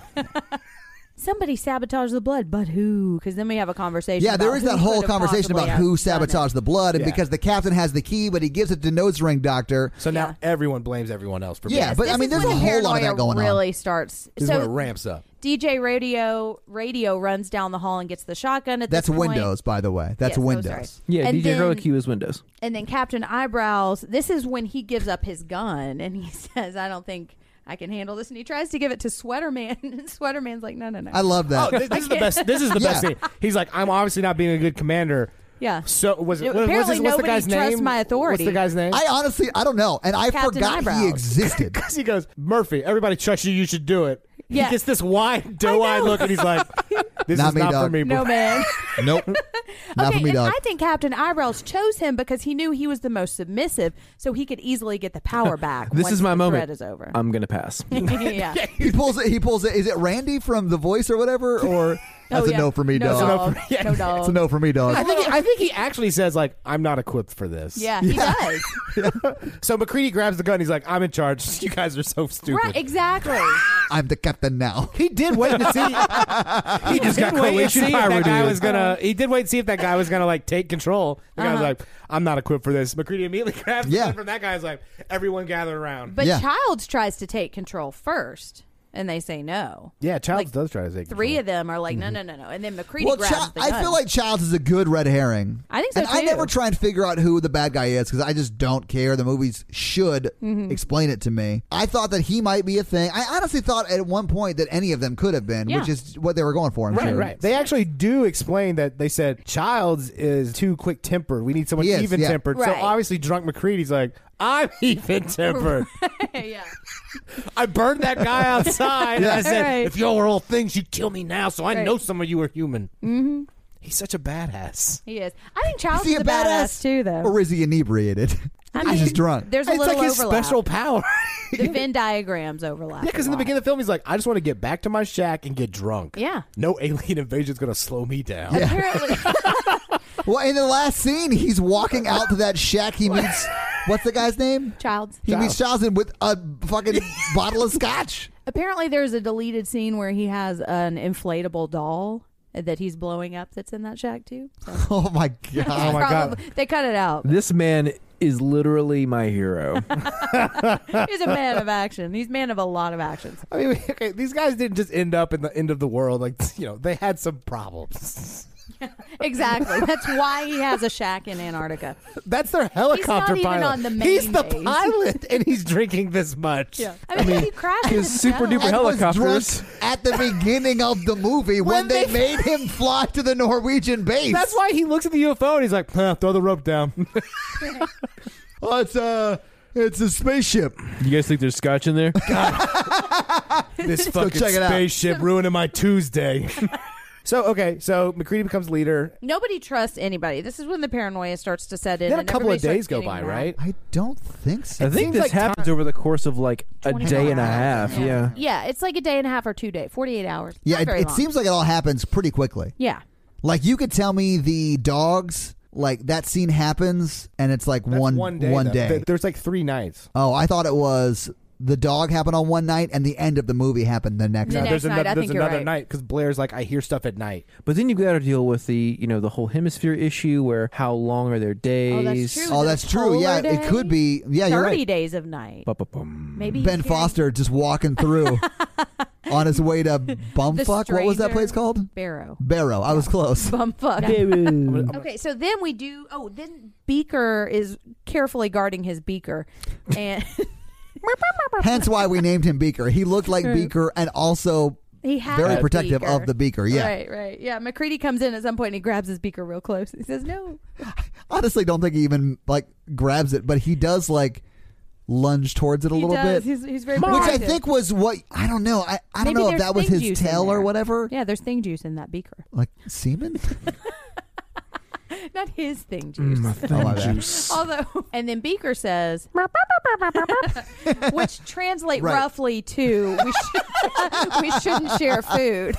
Speaker 2: Somebody sabotaged the blood, but who? Because then we have a conversation.
Speaker 4: Yeah, there
Speaker 2: about
Speaker 4: is
Speaker 2: who
Speaker 4: that whole
Speaker 2: could have
Speaker 4: conversation
Speaker 2: possibly
Speaker 4: about who
Speaker 2: outdone it.
Speaker 4: sabotaged the blood, and
Speaker 5: Yeah.
Speaker 4: because the captain has the key, but he gives it to Nose Ring Doctor.
Speaker 5: So now
Speaker 2: Yeah.
Speaker 5: everyone blames everyone else for
Speaker 4: Yeah,
Speaker 5: being-
Speaker 4: but
Speaker 2: This
Speaker 4: I mean,
Speaker 2: is
Speaker 4: there's a
Speaker 2: when the
Speaker 4: whole lot of
Speaker 2: paranoia
Speaker 4: that going on.
Speaker 2: Really starts.
Speaker 5: this is
Speaker 2: so
Speaker 5: when it ramps up.
Speaker 2: DJ Radio Radio runs down the hall and gets the shotgun at
Speaker 4: That's
Speaker 2: this point.
Speaker 4: Windows, by the way. That's
Speaker 2: Yes, oh, sorry.
Speaker 4: Windows.
Speaker 3: Yeah,
Speaker 2: and
Speaker 3: DJ
Speaker 2: then,
Speaker 3: Garlic Q is Windows.
Speaker 2: And then Captain Eyebrows, this is when he gives up his gun and he says, I don't think I can handle this. And he tries to give it to Sweater Man. And Sweater Man's like, no, no, no.
Speaker 4: I love that.
Speaker 5: Oh, this, this is the best. This is the best
Speaker 4: Yeah.
Speaker 5: thing. He's like, I'm obviously not being a good commander.
Speaker 2: yeah.
Speaker 5: So was it?
Speaker 2: It-
Speaker 5: what- what's
Speaker 2: apparently
Speaker 5: his- what's the
Speaker 2: nobody
Speaker 5: guy's
Speaker 2: trusts
Speaker 5: name?
Speaker 2: my authority.
Speaker 5: What's the guy's name?
Speaker 4: I honestly, I don't know, and I
Speaker 2: Captain
Speaker 4: forgot
Speaker 2: Eyebrows.
Speaker 4: he existed.
Speaker 5: Because he goes, Murphy, everybody trusts you. You should do it.
Speaker 2: Yeah.
Speaker 5: He gets this wide, doe-eyed
Speaker 2: know.
Speaker 5: look, and he's like, "This
Speaker 4: Not
Speaker 5: is
Speaker 4: me,
Speaker 5: not for
Speaker 4: dog.
Speaker 5: me, bro."
Speaker 2: No, man.
Speaker 4: nope, not
Speaker 2: okay,
Speaker 4: for me,
Speaker 2: and
Speaker 4: dog.
Speaker 2: I think Captain Eyebrows chose him because he knew he was the most submissive, so he could easily get the power back.
Speaker 3: This
Speaker 2: once
Speaker 3: is my
Speaker 2: the
Speaker 3: moment.
Speaker 2: Threat is over.
Speaker 4: Uh,
Speaker 3: I'm going to pass.
Speaker 2: yeah. Oh,
Speaker 4: He pulls it. He pulls it. Is it Randy from The Voice or whatever? Or that's a
Speaker 2: Oh, yeah.
Speaker 4: no for me,
Speaker 2: no
Speaker 4: dog.
Speaker 2: Dog.
Speaker 5: Yeah.
Speaker 2: No dog.
Speaker 4: It's a no for me,
Speaker 5: I
Speaker 4: dog.
Speaker 5: think, he, I think he actually says like, "I'm not equipped for this."
Speaker 2: Yeah, he does.
Speaker 5: So McCready grabs the gun. He's like, "I'm in charge. You guys are so stupid."
Speaker 2: Right, exactly.
Speaker 4: I'm the captain now.
Speaker 5: He did wait to see. he just
Speaker 3: got Croatian
Speaker 5: see if that
Speaker 3: pirated.
Speaker 5: guy was gonna. He did wait to see if that guy was gonna like take control. The
Speaker 2: Uh-huh.
Speaker 5: guy was like, "I'm not equipped for this." McCready immediately grabs the
Speaker 4: Yeah.
Speaker 5: gun from that guy. Is like, "Everyone gather around."
Speaker 2: But
Speaker 4: Yeah.
Speaker 2: Childs tries to take control first. and they say no.
Speaker 5: Yeah, Childs
Speaker 2: Like,
Speaker 5: does try to take
Speaker 2: Three of them are like, no, no, no, no, and then McCready
Speaker 4: Mm-hmm. Well,
Speaker 2: grabs
Speaker 4: Chi-
Speaker 2: the gun.
Speaker 4: I feel like Childs is a good red herring.
Speaker 2: I think so,
Speaker 4: And I
Speaker 2: too.
Speaker 4: never try and figure out who the bad guy is because I just don't care. The movies should
Speaker 2: Mm-hmm.
Speaker 4: explain it to me. I thought that he might be a thing. I honestly thought at one point that any of them could have been,
Speaker 2: Yeah.
Speaker 4: which is what they were going for. I'm
Speaker 5: Right,
Speaker 4: sure.
Speaker 5: right. They actually do explain that they said Childs is too quick tempered. We need someone
Speaker 4: He is,
Speaker 5: even tempered.
Speaker 2: yeah. Right.
Speaker 5: So obviously, drunk McCready's like, I'm even tempered.
Speaker 2: yeah,
Speaker 5: I burned that guy outside. And I said,
Speaker 2: Right.
Speaker 5: if y'all were all things, you'd kill me now. So I
Speaker 2: Right.
Speaker 5: know some of you are human. Mm-hmm. He's such a badass.
Speaker 2: he is. I think Childs
Speaker 4: Is he
Speaker 2: is
Speaker 4: a
Speaker 2: a badass,
Speaker 4: badass?
Speaker 2: too, though.
Speaker 4: Or is he inebriated?
Speaker 2: I
Speaker 4: He's
Speaker 2: mean,
Speaker 4: just drunk.
Speaker 2: There's a
Speaker 5: it's
Speaker 2: little
Speaker 5: like his
Speaker 2: overlap.
Speaker 5: special power.
Speaker 2: the Venn diagrams overlap.
Speaker 5: Yeah, because
Speaker 2: a
Speaker 5: in the
Speaker 2: lot.
Speaker 5: beginning of the film, he's like, I just want to get back to my shack and get drunk.
Speaker 2: Yeah.
Speaker 5: No alien invasion's going to slow me down.
Speaker 2: apparently,
Speaker 4: Well, in the last scene, he's walking out to that shack. He meets what's the guy's name?
Speaker 2: Childs.
Speaker 4: He meets Childs with a fucking bottle of scotch.
Speaker 2: Apparently, there's a deleted scene where he has an inflatable doll that he's blowing up. That's in that shack too. So
Speaker 4: Oh my god!
Speaker 5: Oh my God.
Speaker 2: probably- They cut it out.
Speaker 3: This man is literally my hero.
Speaker 2: He's a man of action. He's a man of a lot of actions.
Speaker 5: I mean, okay, these guys didn't just end up in the end of the world. Like, you know, they had some problems.
Speaker 2: Exactly. That's why he has a shack in Antarctica.
Speaker 5: That's their helicopter
Speaker 2: even
Speaker 5: pilot.
Speaker 2: on the main
Speaker 5: he's the
Speaker 2: base.
Speaker 5: pilot, and he's drinking this much.
Speaker 2: I mean, he crashes.
Speaker 3: His super
Speaker 2: himself.
Speaker 3: duper
Speaker 4: Ed was
Speaker 3: helicopters.
Speaker 4: drunk at the beginning of the movie when,
Speaker 5: When
Speaker 4: they,
Speaker 5: they-
Speaker 4: made him fly to the Norwegian base.
Speaker 5: That's why he looks at the UFO and he's like, huh, "Throw the rope down."
Speaker 4: Oh, it's a it's a spaceship.
Speaker 3: You guys think there's scotch in there?
Speaker 5: this fucking
Speaker 4: check it out.
Speaker 5: spaceship ruining my Tuesday. so okay, so McCready becomes leader.
Speaker 2: Nobody trusts anybody. This is when the paranoia starts to set in.
Speaker 5: Then a
Speaker 2: and
Speaker 5: couple of
Speaker 2: everybody
Speaker 5: days
Speaker 2: starts
Speaker 5: go
Speaker 2: getting
Speaker 5: by,
Speaker 2: mad.
Speaker 5: right?
Speaker 4: I don't think so.
Speaker 3: I think
Speaker 5: seems
Speaker 3: this
Speaker 5: like
Speaker 3: happens over the course of like a
Speaker 2: 24
Speaker 3: day and a
Speaker 2: hours.
Speaker 3: half. Yeah.
Speaker 2: Yeah, it's like a day and a half or two day, forty eight hours.
Speaker 4: yeah,
Speaker 2: Not
Speaker 4: it,
Speaker 2: very
Speaker 4: it
Speaker 2: long.
Speaker 4: seems like it all happens pretty quickly.
Speaker 2: Yeah,
Speaker 4: Like you could tell me the dogs. Like that scene happens, and it's like
Speaker 5: That's
Speaker 4: one
Speaker 5: day.
Speaker 4: one
Speaker 5: though.
Speaker 4: day.
Speaker 5: Th- There's like three nights.
Speaker 4: Oh, I thought it was the dog happened on one night and the end of the movie happened the next
Speaker 2: No, next
Speaker 4: night.
Speaker 5: there's
Speaker 2: night,
Speaker 5: another,
Speaker 2: I
Speaker 5: there's
Speaker 2: think you're
Speaker 5: another
Speaker 2: right.
Speaker 5: night because Blair's like, I hear stuff at night.
Speaker 3: But then you got to deal with the, you know, the whole hemisphere issue where how long are their days?
Speaker 2: true.
Speaker 4: Oh,
Speaker 2: Was it
Speaker 4: that's
Speaker 2: a
Speaker 4: true. Yeah,
Speaker 2: polar
Speaker 4: it could be. Yeah, you're
Speaker 2: thirty
Speaker 4: right.
Speaker 2: days of night.
Speaker 3: Ba-ba-bum.
Speaker 2: Maybe
Speaker 4: Ben
Speaker 2: he's carrying
Speaker 4: Foster just walking through on his way to
Speaker 2: the
Speaker 4: Bumfuck. What was that
Speaker 2: stranger-
Speaker 4: place called?
Speaker 2: Barrow.
Speaker 4: Barrow. I was close.
Speaker 2: Bumfuck. okay, so then we do. Oh, then Beaker is carefully guarding his beaker, and
Speaker 4: Hence why we named him Beaker. He looked like Beaker and also
Speaker 2: he has
Speaker 4: very
Speaker 2: a
Speaker 4: protective
Speaker 2: beaker.
Speaker 4: of the Beaker. Yeah.
Speaker 2: Right, right. Yeah, McCready comes in at some point and he grabs his beaker real close. He says, "No."
Speaker 4: Honestly, don't think he even like grabs it, but he does like lunge towards it a
Speaker 2: he
Speaker 4: little
Speaker 2: does.
Speaker 4: bit.
Speaker 2: He's, he's very
Speaker 4: which I
Speaker 2: protective.
Speaker 4: think was what I don't know. I, I
Speaker 2: Maybe
Speaker 4: don't know if
Speaker 2: there's
Speaker 4: that was
Speaker 2: thing
Speaker 4: his
Speaker 2: juice in
Speaker 4: tail or
Speaker 2: there.
Speaker 4: whatever.
Speaker 2: Yeah, there's thing juice in that beaker.
Speaker 4: Like semen?
Speaker 2: Not his thing juice.
Speaker 4: oh, my bad.
Speaker 2: Although, and then Beaker says, which translate
Speaker 4: Right.
Speaker 2: roughly to we, should, we shouldn't share food.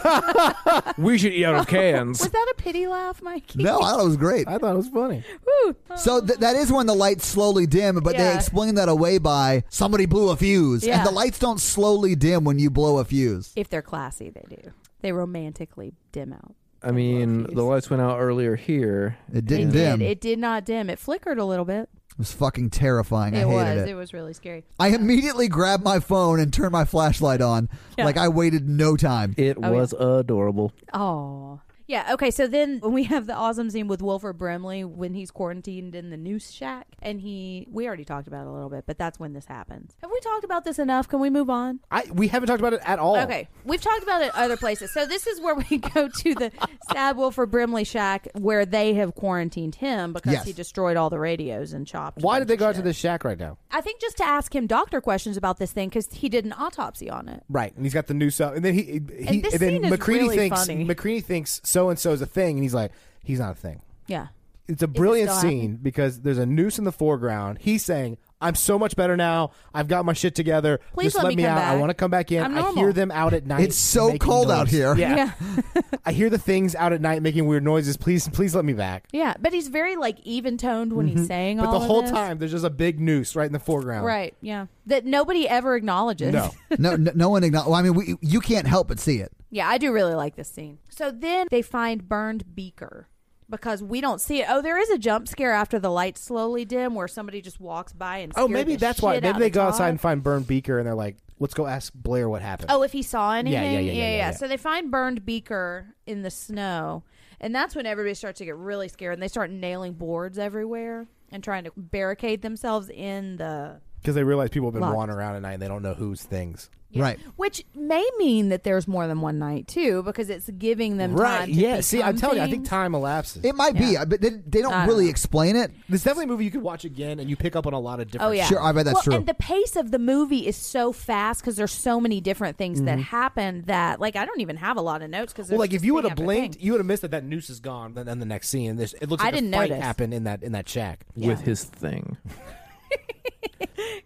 Speaker 3: we should eat out of cans.
Speaker 2: Was that a pity laugh, Mikey?
Speaker 4: No, I thought it was great.
Speaker 5: I thought it was funny.
Speaker 2: Woo.
Speaker 4: So th- that is when the lights slowly dim, but they
Speaker 2: Yeah.
Speaker 4: explain that away by somebody blew a fuse,
Speaker 2: Yeah.
Speaker 4: and the lights don't slowly dim when you blow a fuse.
Speaker 2: If they're classy, they do. They romantically dim out.
Speaker 3: I mean,
Speaker 2: Love
Speaker 3: the lights went out earlier here.
Speaker 4: It
Speaker 2: It
Speaker 4: didn't dim.
Speaker 2: did.
Speaker 4: It,
Speaker 2: It did not dim. It flickered a little bit.
Speaker 4: was fucking terrifying. I
Speaker 2: it
Speaker 4: hated
Speaker 2: was.
Speaker 4: it.
Speaker 2: It. was really scary.
Speaker 4: I immediately grabbed my phone and turned my flashlight on.
Speaker 2: Yeah.
Speaker 4: Like I waited no time.
Speaker 3: It
Speaker 2: Oh,
Speaker 3: was adorable.
Speaker 2: Oh. Yeah, okay, so then we have the awesome scene with Wilford Brimley when he's quarantined in the noose shack and he we already talked about it a little bit, but that's when this happens. Have we talked about this enough? Can we move on?
Speaker 5: I we haven't talked about it at all.
Speaker 2: Okay, we've talked about it other places. So this is where we go to the Sad Wolf or Brimley Shack, where they have quarantined him because
Speaker 4: Yes.
Speaker 2: he destroyed all the radios and chopped.
Speaker 5: Why
Speaker 2: them
Speaker 5: did they
Speaker 2: and
Speaker 5: go out
Speaker 2: shit.
Speaker 5: to this shack right now?
Speaker 2: I think just to ask him doctor questions about this thing because he did an autopsy on it.
Speaker 5: Right, and he's got the new stuff, and then he, he and,
Speaker 2: this
Speaker 5: then
Speaker 2: scene is
Speaker 5: McCready
Speaker 2: really
Speaker 5: thinks
Speaker 2: funny.
Speaker 5: McCready thinks so and so is a thing, and he's like, he's not a thing.
Speaker 2: Yeah,
Speaker 5: It's a brilliant
Speaker 2: still
Speaker 5: scene because there's a noose in the foreground. He's saying, "I'm so much better now. I've got my shit together.
Speaker 2: Please
Speaker 5: Just
Speaker 2: let
Speaker 5: let,
Speaker 2: me come
Speaker 5: out. I
Speaker 2: back.
Speaker 5: want to come back in.
Speaker 2: I'm
Speaker 5: I
Speaker 2: normal."
Speaker 5: hear them out at night.
Speaker 4: It's so
Speaker 5: making
Speaker 4: cold
Speaker 5: noise.
Speaker 4: out here.
Speaker 5: Yeah,
Speaker 2: yeah,
Speaker 5: I hear the things out at night making weird noises. Please, please let me back.
Speaker 2: yeah. But he's very like even toned when he's saying
Speaker 5: Mm-hmm. But
Speaker 2: all.
Speaker 5: the
Speaker 2: of
Speaker 5: whole
Speaker 2: this.
Speaker 5: time, there's just a big noose right in the foreground.
Speaker 2: right? Yeah, that nobody ever acknowledges.
Speaker 5: No.
Speaker 4: no, no, no one. Igno- well, I mean, we, you can't help but see it.
Speaker 2: Yeah, I do really like this scene. So then they find burned beaker because we don't see it. Oh, there is a jump scare after the lights slowly dim where somebody just walks by and
Speaker 5: Oh,
Speaker 2: scared
Speaker 5: maybe
Speaker 2: the
Speaker 5: that's why.
Speaker 2: shit
Speaker 5: Maybe
Speaker 2: out
Speaker 5: they
Speaker 2: of
Speaker 5: go outside
Speaker 2: Todd.
Speaker 5: and find Burned Beaker, and they're like, "Let's go ask Blair what happened."
Speaker 2: Oh, if he saw anything,
Speaker 5: yeah, yeah, yeah, yeah.
Speaker 2: So they find burned beaker in the snow, and that's when everybody starts to get really scared, and they start nailing boards everywhere and trying to barricade themselves in the
Speaker 5: because they realize people have been
Speaker 2: Locked.
Speaker 5: wandering around at night and they don't know whose things.
Speaker 2: Yeah.
Speaker 4: Right.
Speaker 2: which may mean that there's more than one night too, because it's giving them Time to
Speaker 5: Yeah. See, I'm
Speaker 2: become
Speaker 5: telling you, I think
Speaker 2: things.
Speaker 5: time elapses.
Speaker 4: It might be,
Speaker 2: Yeah.
Speaker 4: I- but they, they don't
Speaker 2: I don't
Speaker 4: really
Speaker 2: know.
Speaker 4: explain it.
Speaker 5: It's definitely a movie you could watch again and you pick up on a lot of different.
Speaker 2: Oh yeah,
Speaker 4: Sure, I bet that's
Speaker 2: well,
Speaker 4: true.
Speaker 2: And the pace of the movie is so fast because there's so many different things that happen that like I don't even have a lot of notes because
Speaker 5: Mm-hmm. Well, like if you would have blinked, you would have missed that that noose is gone. Then in the next scene, this it looks
Speaker 2: I
Speaker 5: like a
Speaker 2: didn't
Speaker 5: fight
Speaker 2: notice.
Speaker 5: happened in that in that shack.
Speaker 3: with his thing.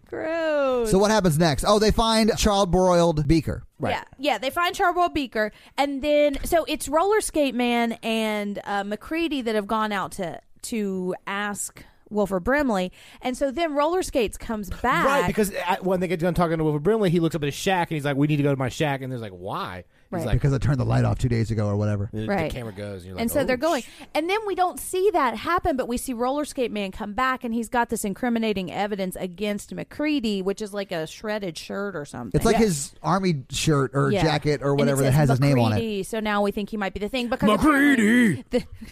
Speaker 2: gross.
Speaker 4: So what happens next? Oh, they find child broiled Beaker.
Speaker 2: Yeah, yeah. They find Charbroil Beaker, and then so it's Roller Skate Man and uh, McCready that have gone out to to ask Wilford Brimley, and so then Roller Skates comes back.
Speaker 5: Right, because at, when they get done talking to Wilford Brimley, he looks up at his shack and he's like, "We need to go to my shack." And there's like, "Why?"
Speaker 2: Right.
Speaker 5: He's like,
Speaker 4: Because I turned the light off two days ago or whatever.
Speaker 5: the, the
Speaker 2: Right.
Speaker 5: camera goes, and you're like,
Speaker 2: and so
Speaker 5: "Oh,
Speaker 2: they're going,
Speaker 5: sh-"
Speaker 2: and then we don't see that happen, but we see Roller Skate Man come back, and he's got this incriminating evidence against McCready, which is like a shredded shirt or something.
Speaker 4: It's like his army shirt or
Speaker 2: Yeah.
Speaker 4: jacket or
Speaker 2: And it
Speaker 4: whatever that
Speaker 2: says
Speaker 4: has his name on it.
Speaker 2: McCready, So now we think he might be the thing because McCready, the,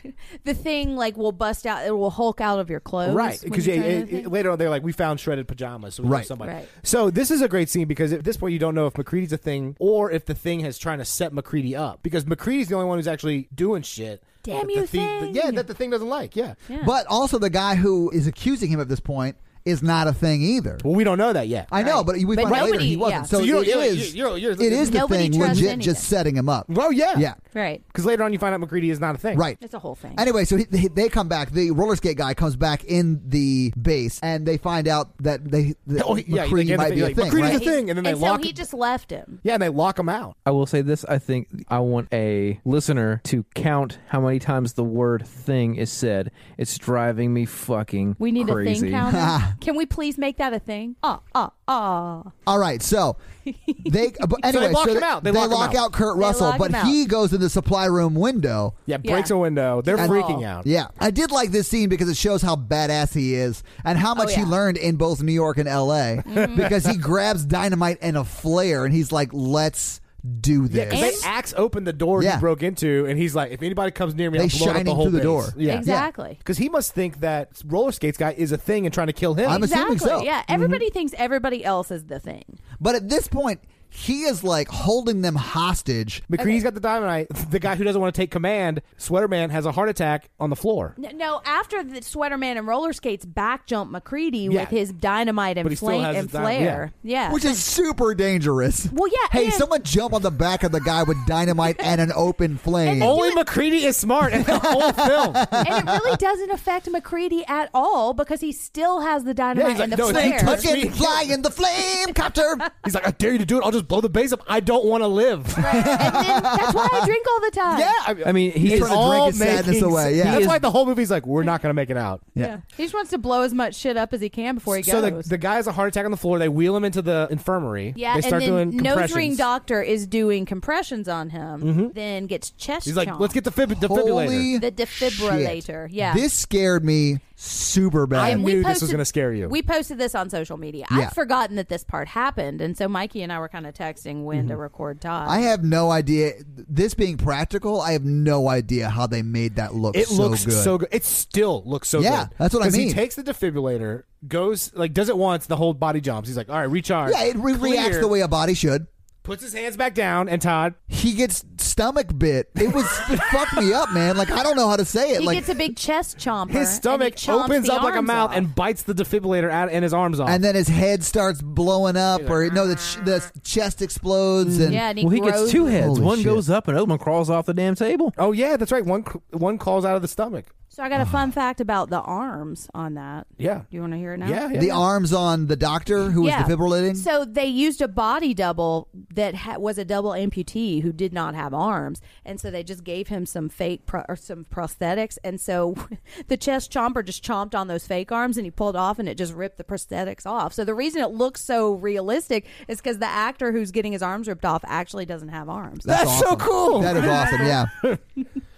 Speaker 2: the thing like will bust out, it will Hulk out of your clothes,
Speaker 5: Right,
Speaker 2: when
Speaker 5: because
Speaker 2: you turn the thing.
Speaker 5: later on they're like, "We found shredded pajamas." So we know
Speaker 4: Right.
Speaker 5: somebody.
Speaker 2: Right.
Speaker 5: So this is a great scene because at this point you don't know if McCready's a thing or if the thing is trying to set McCready up because McCready's the only one who's actually doing shit.
Speaker 2: Damn
Speaker 5: that
Speaker 2: you,
Speaker 5: the
Speaker 2: thing.
Speaker 5: yeah, that the thing doesn't like. Yeah.
Speaker 4: But also, the guy who is accusing him at this point is not a thing either.
Speaker 5: Well, we don't know that yet.
Speaker 4: I know,
Speaker 2: Right.
Speaker 4: but we
Speaker 2: But
Speaker 4: find out later
Speaker 2: nobody-
Speaker 4: he wasn't.
Speaker 2: yeah.
Speaker 4: So,
Speaker 5: So you don't-
Speaker 4: it
Speaker 5: you're-
Speaker 4: is-
Speaker 5: you're- you're-
Speaker 4: it is the
Speaker 2: Nobody
Speaker 4: thing
Speaker 2: trusts
Speaker 4: legit
Speaker 2: anything.
Speaker 4: just setting him up.
Speaker 5: Oh yeah.
Speaker 4: Yeah,
Speaker 2: right,
Speaker 5: Because later on you find out McCready is not a thing.
Speaker 4: right.
Speaker 2: it's a whole thing.
Speaker 4: Anyway, so he, he- they come back. The roller skate guy comes back in the base, and they find out that they that
Speaker 5: Oh, yeah,
Speaker 4: McCready
Speaker 5: they-
Speaker 4: might
Speaker 5: they-
Speaker 4: be a
Speaker 5: like,
Speaker 4: thing.
Speaker 5: McCready's
Speaker 4: right?
Speaker 5: a thing, and then they
Speaker 2: and
Speaker 5: lock
Speaker 2: so he just left him.
Speaker 5: Yeah, and they lock him out.
Speaker 3: I will say this: I think I want a listener to count how many times the word "thing" is said. It's driving me fucking.
Speaker 2: We need a thing
Speaker 3: crazy.
Speaker 2: counter. Can we please make that a thing? Ah, ah, ah.
Speaker 4: All right, so they but anyway
Speaker 5: lock
Speaker 4: so
Speaker 5: him out. They lock him out.
Speaker 4: Kurt
Speaker 2: They
Speaker 4: Russell,
Speaker 2: lock
Speaker 4: but
Speaker 2: him out.
Speaker 4: he goes in the supply room window.
Speaker 5: Yeah,
Speaker 2: Yeah.
Speaker 5: breaks a window. They're
Speaker 2: And-
Speaker 5: freaking
Speaker 2: Oh.
Speaker 5: out.
Speaker 4: Yeah, I did like this scene because it shows how badass he is and how much he
Speaker 2: yeah.
Speaker 4: learned in both New York and L.A. because he grabs dynamite and a flare and he's like, "Let's do
Speaker 5: Yeah,
Speaker 4: this."
Speaker 5: because they axe open the door
Speaker 4: Yeah.
Speaker 5: he broke into, and he's like, "If anybody comes near me,
Speaker 4: They
Speaker 5: I'm blowing up
Speaker 4: shining
Speaker 5: the whole
Speaker 4: through the
Speaker 5: base."
Speaker 4: door.
Speaker 5: Yeah,
Speaker 2: Exactly.
Speaker 5: Because he must think that roller skates guy is a thing and trying to kill him.
Speaker 4: I'm assuming
Speaker 2: Exactly.
Speaker 4: so. Mm-hmm.
Speaker 2: Yeah. Everybody thinks everybody else is the thing.
Speaker 4: but at this point, he is like holding them hostage.
Speaker 5: McCready's got the dynamite. The guy who doesn't want to take command, Sweater Man, has a heart attack on the floor.
Speaker 2: N- No, after the Sweater Man and Roller Skates back jump McCready
Speaker 5: Yeah.
Speaker 2: with his dynamite
Speaker 5: But he
Speaker 2: and,
Speaker 5: still
Speaker 2: flame
Speaker 5: has
Speaker 2: and
Speaker 5: his dynamite.
Speaker 2: flare. Yeah.
Speaker 4: Which is super dangerous.
Speaker 2: Well, yeah,
Speaker 4: Hey,
Speaker 2: and-
Speaker 4: someone jump on the back of the guy with dynamite and an open flame.
Speaker 5: Only McCready is smart in the whole film.
Speaker 2: and it really doesn't affect McCready at all because he still has the dynamite
Speaker 5: like,
Speaker 2: and the
Speaker 5: no, it's- he
Speaker 2: flare.
Speaker 5: touched-
Speaker 4: Fucking fly in the flame copter.
Speaker 5: He's like, "I dare you to do it. I'll just blow the base up. I don't want to live."
Speaker 2: and then that's why I drink all the time.
Speaker 5: Yeah,
Speaker 3: I mean, he
Speaker 4: He's
Speaker 3: is
Speaker 4: trying to drink
Speaker 5: all
Speaker 4: his sadness
Speaker 5: making-
Speaker 4: away, yeah.
Speaker 5: that's
Speaker 3: He is-
Speaker 5: why the whole movie's like, "We're not going to make it out."
Speaker 2: Yeah. He just wants to blow as much shit up as he can before he
Speaker 5: so the,
Speaker 2: goes.
Speaker 5: the guy has a heart attack on the floor. They wheel him into the infirmary.
Speaker 2: yeah,
Speaker 5: they
Speaker 2: and
Speaker 5: start
Speaker 2: then
Speaker 5: doing
Speaker 2: nose
Speaker 5: compressions. Mm-hmm.
Speaker 2: ring doctor is doing compressions on him, then gets chest.
Speaker 5: He's like,
Speaker 2: chomped.
Speaker 5: "Let's get the fib- defibrillator."
Speaker 4: Holy
Speaker 2: The defibrillator,
Speaker 4: shit.
Speaker 2: yeah.
Speaker 4: This scared me super bad.
Speaker 5: I
Speaker 2: And we
Speaker 5: knew this was
Speaker 2: posted,
Speaker 5: gonna scare you.
Speaker 2: We posted this on social media.
Speaker 4: Yeah.
Speaker 2: I'd forgotten that this part happened, and so Mikey and I were kind of texting when
Speaker 5: Mm-hmm.
Speaker 2: to record Todd.
Speaker 4: I have no idea. This being practical, I have no idea how they made that look
Speaker 5: It
Speaker 4: so
Speaker 5: looks
Speaker 4: good.
Speaker 5: so good. It still looks so
Speaker 4: Yeah,
Speaker 5: good.
Speaker 4: that's what I
Speaker 5: 'Cause
Speaker 4: mean.
Speaker 5: he takes the defibrillator, goes like does it once, the whole body jumps. He's like, all right, recharge.
Speaker 4: yeah, it re-
Speaker 5: Clear.
Speaker 4: reacts the way a body should.
Speaker 5: Puts his hands back down, and Todd.
Speaker 4: He gets stomach bit. It was it fucked me up, man. Like I don't know how to say it.
Speaker 2: he
Speaker 4: like
Speaker 2: gets a big chest chomper. and
Speaker 5: His
Speaker 2: he
Speaker 5: stomach
Speaker 2: chomps
Speaker 5: opens
Speaker 2: the
Speaker 5: up like a
Speaker 2: arms
Speaker 5: mouth
Speaker 2: off.
Speaker 5: and bites the defibrillator out and his arms off.
Speaker 4: and then his head starts blowing up, or no, the, ch- the chest explodes, and
Speaker 2: "Ah." yeah, and he
Speaker 3: Well, he
Speaker 2: grows
Speaker 3: gets two
Speaker 2: with-
Speaker 3: heads.
Speaker 4: Holy
Speaker 3: one
Speaker 4: shit.
Speaker 3: goes up, and the other one crawls off the damn table.
Speaker 5: oh yeah, that's right. One cr- one calls out of the stomach.
Speaker 2: So I got a fun fact about the arms on that.
Speaker 5: Uh-huh. Yeah.
Speaker 2: You want to hear it now?
Speaker 5: Yeah, yeah.
Speaker 4: the arms on the doctor who was
Speaker 2: Yeah.
Speaker 4: defibrillating.
Speaker 2: So they used a body double that ha- was a double amputee who did not have arms, and so they just gave him some fake pro- or some prosthetics, and so the chest chomper just chomped on those fake arms, and he pulled off, and it just ripped the prosthetics off. So the reason it looks so realistic is because the actor who's getting his arms ripped off actually doesn't have arms.
Speaker 4: That's
Speaker 5: That's so
Speaker 4: awesome.
Speaker 5: cool.
Speaker 4: that is awesome. Yeah,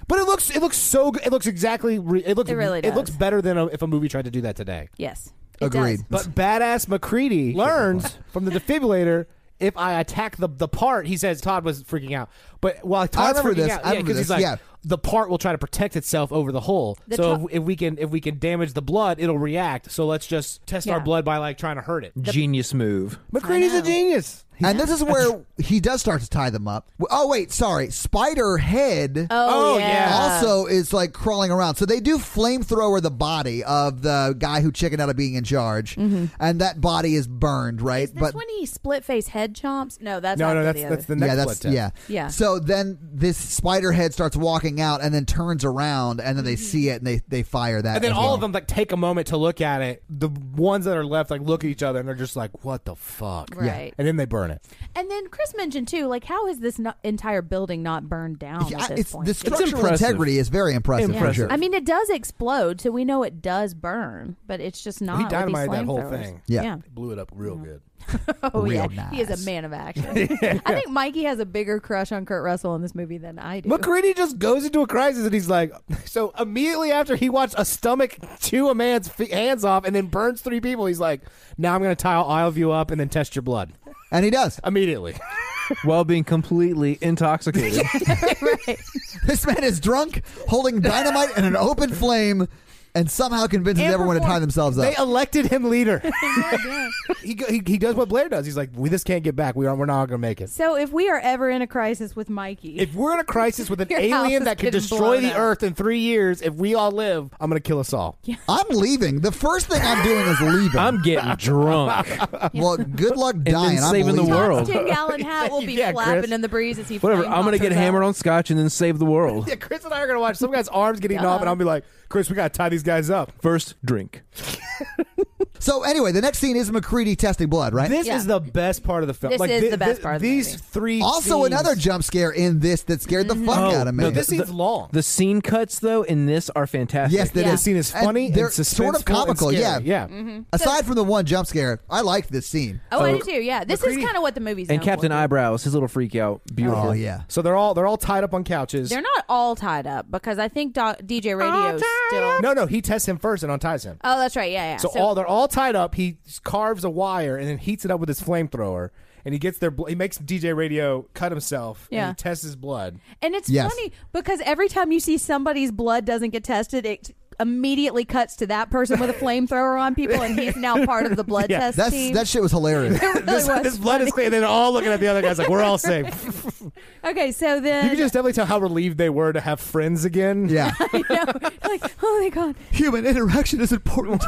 Speaker 5: But it looks it looks so good. It looks exactly re- it looks
Speaker 2: It really
Speaker 5: it looks
Speaker 2: does.
Speaker 5: better than a, if a movie tried to do that today.
Speaker 2: Yes. It
Speaker 4: Agreed.
Speaker 2: does.
Speaker 5: But badass McCready learns from the defibrillator. If I attack the the part, he says Todd was freaking out. But while Todd's
Speaker 4: I remember
Speaker 5: freaking
Speaker 4: this. I
Speaker 5: out, yeah,
Speaker 4: remember
Speaker 5: because he's
Speaker 4: this,
Speaker 5: like,
Speaker 4: yeah.
Speaker 5: the part will try to protect itself over the hole.
Speaker 2: The
Speaker 5: so
Speaker 2: to-
Speaker 5: if, if we can if we can damage the blood, it'll react. So let's just test our
Speaker 2: Yeah.
Speaker 5: blood by like trying to hurt it.
Speaker 3: Genius move.
Speaker 5: McCready's a genius.
Speaker 4: And this is where he does start to tie them up. Oh wait, sorry. Spider Head
Speaker 2: Oh,
Speaker 5: Oh,
Speaker 2: yeah.
Speaker 5: yeah.
Speaker 4: also is like crawling around. So they do flamethrower the body of the guy who chickened out of being in charge, and that body is burned, right?
Speaker 2: Mm-hmm. Is this when he split face head chomps? No, that's
Speaker 5: No,
Speaker 2: not
Speaker 5: no,
Speaker 2: the
Speaker 5: that's
Speaker 2: other.
Speaker 5: that's the next
Speaker 4: yeah,
Speaker 5: blood
Speaker 4: that's
Speaker 5: test.
Speaker 4: yeah,
Speaker 2: Yeah.
Speaker 4: So then this spider head starts walking out and then turns around and
Speaker 2: Mm-hmm.
Speaker 4: then they see it and they they fire that.
Speaker 5: And then
Speaker 4: as
Speaker 5: all
Speaker 4: well.
Speaker 5: of them like take a moment to look at it. The ones that are left like look at each other and they're just like, "What the fuck?"
Speaker 2: Right.
Speaker 5: And then they burn it.
Speaker 2: And then Chris mentioned too, like how is this not, entire building not burned down
Speaker 4: Yeah,
Speaker 2: at this
Speaker 4: it's
Speaker 2: point?
Speaker 4: the structural
Speaker 3: impressive.
Speaker 4: integrity is very impressive, for
Speaker 3: Impressive.
Speaker 4: sure.
Speaker 2: I mean, it does explode, so we know it does burn, but it's just not. with these
Speaker 5: dynamited that whole
Speaker 2: flamethrowers.
Speaker 5: thing.
Speaker 4: Yeah.
Speaker 5: Blew it up
Speaker 2: Mm.
Speaker 5: real good.
Speaker 2: Oh
Speaker 4: Real
Speaker 2: yeah, he is
Speaker 4: nice.
Speaker 2: a man of action. I think Mikey has a bigger crush on Kurt Russell in this movie than I do.
Speaker 5: McCready just goes into a crisis and he's like, so immediately after he watched a stomach chew a man's f- hands off and then burns three people, he's like, now I'm going to tie all of you up and then test your blood
Speaker 4: And he does.
Speaker 5: immediately.
Speaker 3: While being completely intoxicated.
Speaker 2: right.
Speaker 4: This man is drunk, holding dynamite and an open flame, and somehow convinces
Speaker 5: And
Speaker 4: everyone to
Speaker 5: perform-
Speaker 4: tie themselves up.
Speaker 5: They elected him leader. he, go- he, he does what Blair does. He's like, we this can't get back. We are, we're not going to make it.
Speaker 2: So if we are ever in a crisis with Mikey,
Speaker 5: If we're in a crisis with an
Speaker 2: Your house
Speaker 5: alien
Speaker 2: is
Speaker 5: that could
Speaker 2: getting
Speaker 5: destroy
Speaker 2: blown
Speaker 5: the
Speaker 2: up.
Speaker 5: earth in three years, if we all live, I'm going to kill us all.
Speaker 4: I'm leaving. The first thing I'm doing is leaving.
Speaker 3: I'm getting drunk.
Speaker 4: well, good luck dying. I'm
Speaker 3: saving the
Speaker 4: leaving.
Speaker 3: world.
Speaker 2: Todd's ten gallon hat will be
Speaker 5: Yeah, Chris.
Speaker 2: flapping in the breeze as he.
Speaker 3: Whatever. I'm gonna get hammered on scotch and then save the world.
Speaker 5: Yeah, Chris and I are going to watch some guy's arms get eaten off, and I'll be like, Chris, we got to tie these guys up.
Speaker 3: First drink.
Speaker 4: So anyway, the next scene is McCready testing blood, right?
Speaker 5: This
Speaker 2: Yeah.
Speaker 5: is the best part of the film.
Speaker 2: This
Speaker 5: like,
Speaker 2: is
Speaker 5: thi-
Speaker 2: the best
Speaker 5: thi-
Speaker 2: part of the
Speaker 5: These
Speaker 2: movie.
Speaker 5: three.
Speaker 4: also,
Speaker 5: scenes-
Speaker 4: another jump scare in this that scared the fuck out of me.
Speaker 5: No, this scene's long.
Speaker 3: The scene cuts though in this are fantastic.
Speaker 4: yes,
Speaker 2: Yeah.
Speaker 4: that
Speaker 5: This
Speaker 4: is
Speaker 5: scene is funny
Speaker 4: And
Speaker 5: and,
Speaker 4: they're
Speaker 5: suspenseful
Speaker 4: sort of comical.
Speaker 5: and
Speaker 4: yeah,
Speaker 5: scary. yeah.
Speaker 2: Mm-hmm.
Speaker 4: Aside from the one jump scare, I liked this scene.
Speaker 2: Oh, I do too. Yeah, this
Speaker 5: McCready-
Speaker 2: is kind of what the movie's.
Speaker 3: And
Speaker 2: known for.
Speaker 3: Captain Eyebrows, his little freak out, beautiful.
Speaker 4: Oh yeah.
Speaker 5: So they're all they're all tied up on couches.
Speaker 2: They're not all tied up because I think Doc, DJ Radio still.
Speaker 5: no, no, he tests him first and unties him.
Speaker 2: Oh, that's right. Yeah, yeah.
Speaker 5: so, all they're all tied up. He carves a wire and then heats it up with his flamethrower. And he gets their bl- he makes DJ Radio cut himself.
Speaker 2: Yeah.
Speaker 5: and he tests his blood.
Speaker 2: and it's
Speaker 4: Yes.
Speaker 2: funny because every time you see somebody's blood doesn't get tested, it immediately cuts to that person with a flamethrower on people, and he's now part of the blood
Speaker 5: Yeah,
Speaker 2: test
Speaker 4: That's
Speaker 2: team.
Speaker 4: that shit was hilarious.
Speaker 2: It really
Speaker 5: This,
Speaker 2: was
Speaker 5: this blood is clean. And they're all looking at the other guys like we're all safe.
Speaker 2: funny. Okay, so then
Speaker 5: you can just definitely tell how relieved they were to have friends again.
Speaker 4: yeah.
Speaker 2: I know, like, oh my god.
Speaker 4: Human interaction is important.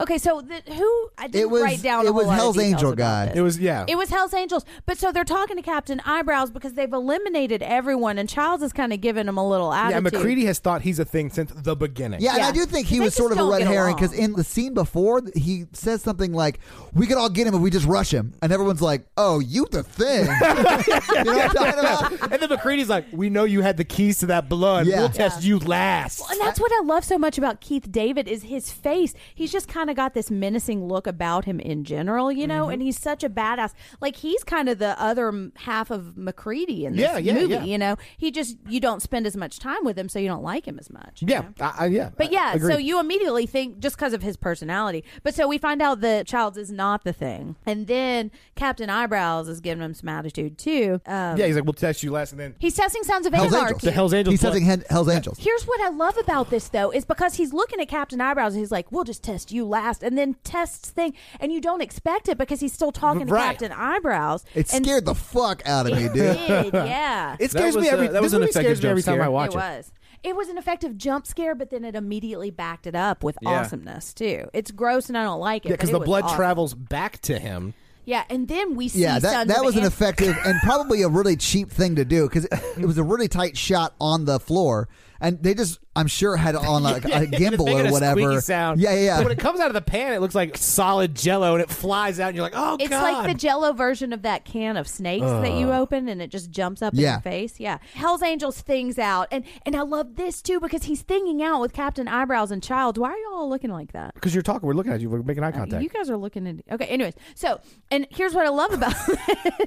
Speaker 2: Okay, so the, who I didn't
Speaker 4: It was-
Speaker 2: write down.
Speaker 4: it
Speaker 2: a whole
Speaker 4: was
Speaker 2: lot of
Speaker 4: Hell's
Speaker 2: details
Speaker 4: Angel
Speaker 2: about
Speaker 4: guy.
Speaker 2: this.
Speaker 5: It was yeah.
Speaker 2: It was Hell's Angels. But so they're talking to Captain Eyebrows because they've eliminated everyone, and Childs is kind of giving him a little
Speaker 5: yeah,
Speaker 2: attitude.
Speaker 5: McCready has thought he's a thing since the beginning.
Speaker 4: Yeah, and
Speaker 2: Yeah.
Speaker 4: I do think he
Speaker 2: They
Speaker 4: was
Speaker 2: just
Speaker 4: sort of a
Speaker 2: don't
Speaker 4: red
Speaker 2: get
Speaker 4: herring because
Speaker 2: along.
Speaker 4: in the scene before, th- he says something like, "We could all get him if we just rush him," and everyone's like, "Oh, you the thing." you know what I'm talking about?
Speaker 5: And then McCready's like, "We know you had the keys to that blood.
Speaker 4: Yeah.
Speaker 5: We'll test you last."
Speaker 2: And that's what I love so much about Keith David is his face. He's just kind of got this menacing look about him in general, you know.
Speaker 5: Mm-hmm.
Speaker 2: And he's such a badass. Like he's kind of the other m- half of McCready in this
Speaker 5: Yeah, yeah,
Speaker 2: movie.
Speaker 5: yeah.
Speaker 2: You know, he just you don't spend as much time with him, so you don't like him as much. you
Speaker 5: Yeah,
Speaker 2: know?
Speaker 5: I, I, yeah.
Speaker 2: But
Speaker 5: I-
Speaker 2: yeah,
Speaker 5: agreed.
Speaker 2: so you immediately think just because of his personality. But so we find out that Childs is not the thing, and then Captain Eyebrows is giving him some attitude too. Um,
Speaker 5: yeah, he's like, "We'll test you last," and then
Speaker 2: he's testing Sons of
Speaker 4: Hell's
Speaker 2: Anarchy.
Speaker 4: Angels.
Speaker 5: the Hell's Angels.
Speaker 4: He's
Speaker 5: blood-
Speaker 4: testing Hen- Hell's Angels.
Speaker 2: Here's what I love about this though is because he's looking at Captain Eyebrows and he's like, "We'll just test you last," and then tests thing, and you don't expect it because he's still talking
Speaker 5: Right.
Speaker 2: to Captain Eyebrows.
Speaker 4: It
Speaker 2: and
Speaker 4: scared the fuck out of me, dude.
Speaker 2: did, yeah.
Speaker 3: That
Speaker 5: it scares
Speaker 3: was
Speaker 5: me
Speaker 3: a-
Speaker 5: every.
Speaker 3: that
Speaker 5: this
Speaker 3: was an
Speaker 5: movie
Speaker 3: effective
Speaker 5: scares me every
Speaker 3: jump
Speaker 5: time I
Speaker 3: scare.
Speaker 5: watch
Speaker 2: it
Speaker 5: it.
Speaker 2: was. It was an effective jump scare, but then it immediately backed it up with
Speaker 3: Yeah.
Speaker 2: awesomeness too. It's gross, and I don't like it.
Speaker 5: Yeah,
Speaker 2: because
Speaker 5: because the blood
Speaker 2: awesome.
Speaker 5: travels back to him.
Speaker 2: Yeah, and then we see.
Speaker 4: Yeah, that,
Speaker 2: Sons
Speaker 4: that
Speaker 2: of
Speaker 4: was an
Speaker 2: Anarchy.
Speaker 4: effective and probably a really cheap thing to do because it, it was a really tight shot on the floor, and they just I'm sure had it on like a gimbal or
Speaker 5: Making a
Speaker 4: whatever.
Speaker 5: squeaky Sound.
Speaker 4: Yeah, yeah,
Speaker 5: But
Speaker 4: yeah.
Speaker 5: when it comes out of the pan, it looks like solid Jello, and it flies out, and you're like, "Oh
Speaker 2: It's
Speaker 5: god!"
Speaker 2: like the Jello version of that can of snakes that you open and it just jumps up in
Speaker 4: Yeah.
Speaker 2: your face. Yeah, Hell's Angels things out, and and I love this too because he's thinging out with Captain Eyebrows and Child. Why are you all looking like that?
Speaker 5: because you're talking, we're looking at you, we're making eye contact.
Speaker 2: You guys are looking at okay. Anyways, so and here's what I love about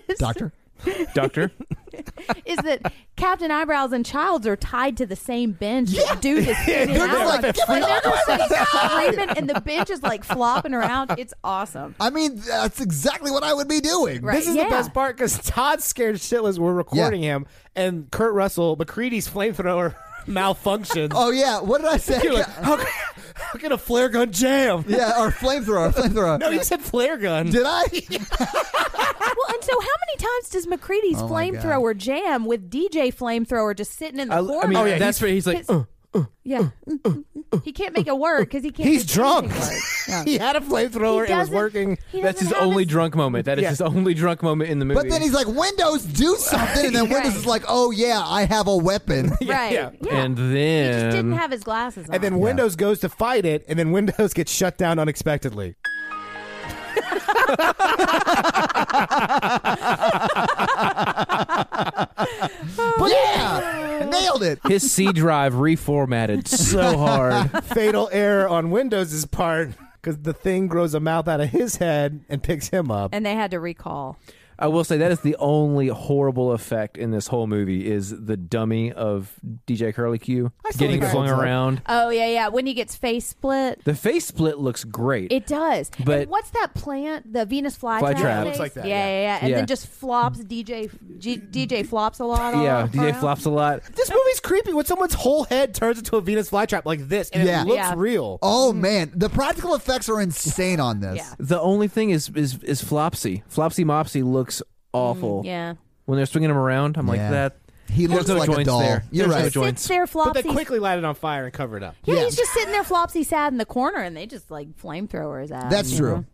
Speaker 2: this.
Speaker 4: Doctor.
Speaker 3: Doctor.
Speaker 2: is that Captain Eyebrows and Childs are tied to the same bench. that Dude is sitting
Speaker 4: They're
Speaker 2: out
Speaker 4: like,
Speaker 2: on.
Speaker 4: "Give it
Speaker 2: and they're just like screaming, and the bench is like flopping around. It's awesome.
Speaker 4: I mean, that's exactly what I would be doing.
Speaker 2: Right.
Speaker 5: This is
Speaker 2: yeah.
Speaker 5: the best part because Todd's scared shitless. We're recording him, and Kurt Russell, McCready's flamethrower malfunctions.
Speaker 4: Oh yeah, what did I say?
Speaker 5: You're like, how, can, how can a flare gun jam?
Speaker 4: yeah, or flamethrower, flamethrower.
Speaker 5: No, you said flare gun.
Speaker 4: did I?
Speaker 2: Well, and so how many times does McCready's
Speaker 4: Oh, my God.
Speaker 2: flamethrower jam with DJ flamethrower just sitting in the
Speaker 3: I,
Speaker 2: corner?
Speaker 3: I mean,
Speaker 5: Oh, yeah,
Speaker 3: that's where he's like, "Uh,
Speaker 2: His- yeah, he can't make it work because he can't.
Speaker 5: He's
Speaker 2: make
Speaker 5: drunk.
Speaker 2: anything work. Yeah.
Speaker 5: He had a flamethrower. It was
Speaker 2: doesn't-
Speaker 5: working.
Speaker 2: he
Speaker 3: that's
Speaker 2: doesn't
Speaker 3: his
Speaker 2: have
Speaker 3: only drunk moment. That is
Speaker 5: Yeah.
Speaker 3: his only drunk moment in the movie.
Speaker 4: But then he's like, Windows, do something, and then
Speaker 2: Right.
Speaker 4: Windows is like, oh yeah, I have a weapon.
Speaker 2: right.
Speaker 5: yeah.
Speaker 3: and
Speaker 2: he just didn't
Speaker 3: then
Speaker 2: have his glasses on.
Speaker 5: And then Windows goes to fight it, and then Windows gets shut down unexpectedly.
Speaker 4: yeah, nailed it.
Speaker 3: his C drive reformatted so hard.
Speaker 5: Fatal error on Windows's part because the thing grows a mouth out of his head and picks him up.
Speaker 2: and they had to recall.
Speaker 3: I will say that is the only horrible effect in this whole movie is the dummy of DJ Curlicue
Speaker 5: still
Speaker 3: getting
Speaker 5: think it
Speaker 3: flung
Speaker 5: holds up.
Speaker 3: around.
Speaker 2: Oh yeah, yeah. When he gets face split,
Speaker 3: The face split looks great.
Speaker 2: It does.
Speaker 3: But-
Speaker 2: and what's that plant? The Venus flytrap.
Speaker 3: Flytrap. It
Speaker 5: looks like that,
Speaker 2: Yeah,
Speaker 5: yeah.
Speaker 2: yeah, yeah. And
Speaker 3: Yeah.
Speaker 2: then just flops. DJ G, DJ flops a lot.
Speaker 3: yeah,
Speaker 2: all
Speaker 3: DJ
Speaker 2: around.
Speaker 3: flops a lot.
Speaker 5: This movie's creepy when someone's whole head turns into a Venus flytrap like this, and
Speaker 4: Yeah.
Speaker 5: it looks
Speaker 2: Yeah.
Speaker 5: real.
Speaker 4: Oh man, the practical effects are insane on this.
Speaker 2: Yeah.
Speaker 3: The only thing is is is Flopsy. Flopsy Mopsy looks
Speaker 5: Mm,
Speaker 3: awful.
Speaker 2: Yeah.
Speaker 3: When they're swinging him around, I'm like
Speaker 4: Yeah.
Speaker 3: that.
Speaker 4: He
Speaker 3: There's
Speaker 4: looks
Speaker 3: no
Speaker 4: like a
Speaker 3: joints
Speaker 4: doll.
Speaker 3: there.
Speaker 4: You're
Speaker 3: There's
Speaker 4: right.
Speaker 3: no
Speaker 2: He
Speaker 3: joint. joints.
Speaker 2: sits there
Speaker 5: But they
Speaker 2: flopsy.
Speaker 5: quickly light it on fire and cover it up.
Speaker 2: yeah,
Speaker 4: Yeah.
Speaker 2: he's just sitting there flopsy sad in the corner, and they just like flamethrower his ass.
Speaker 4: That's
Speaker 2: you
Speaker 4: true.
Speaker 2: know?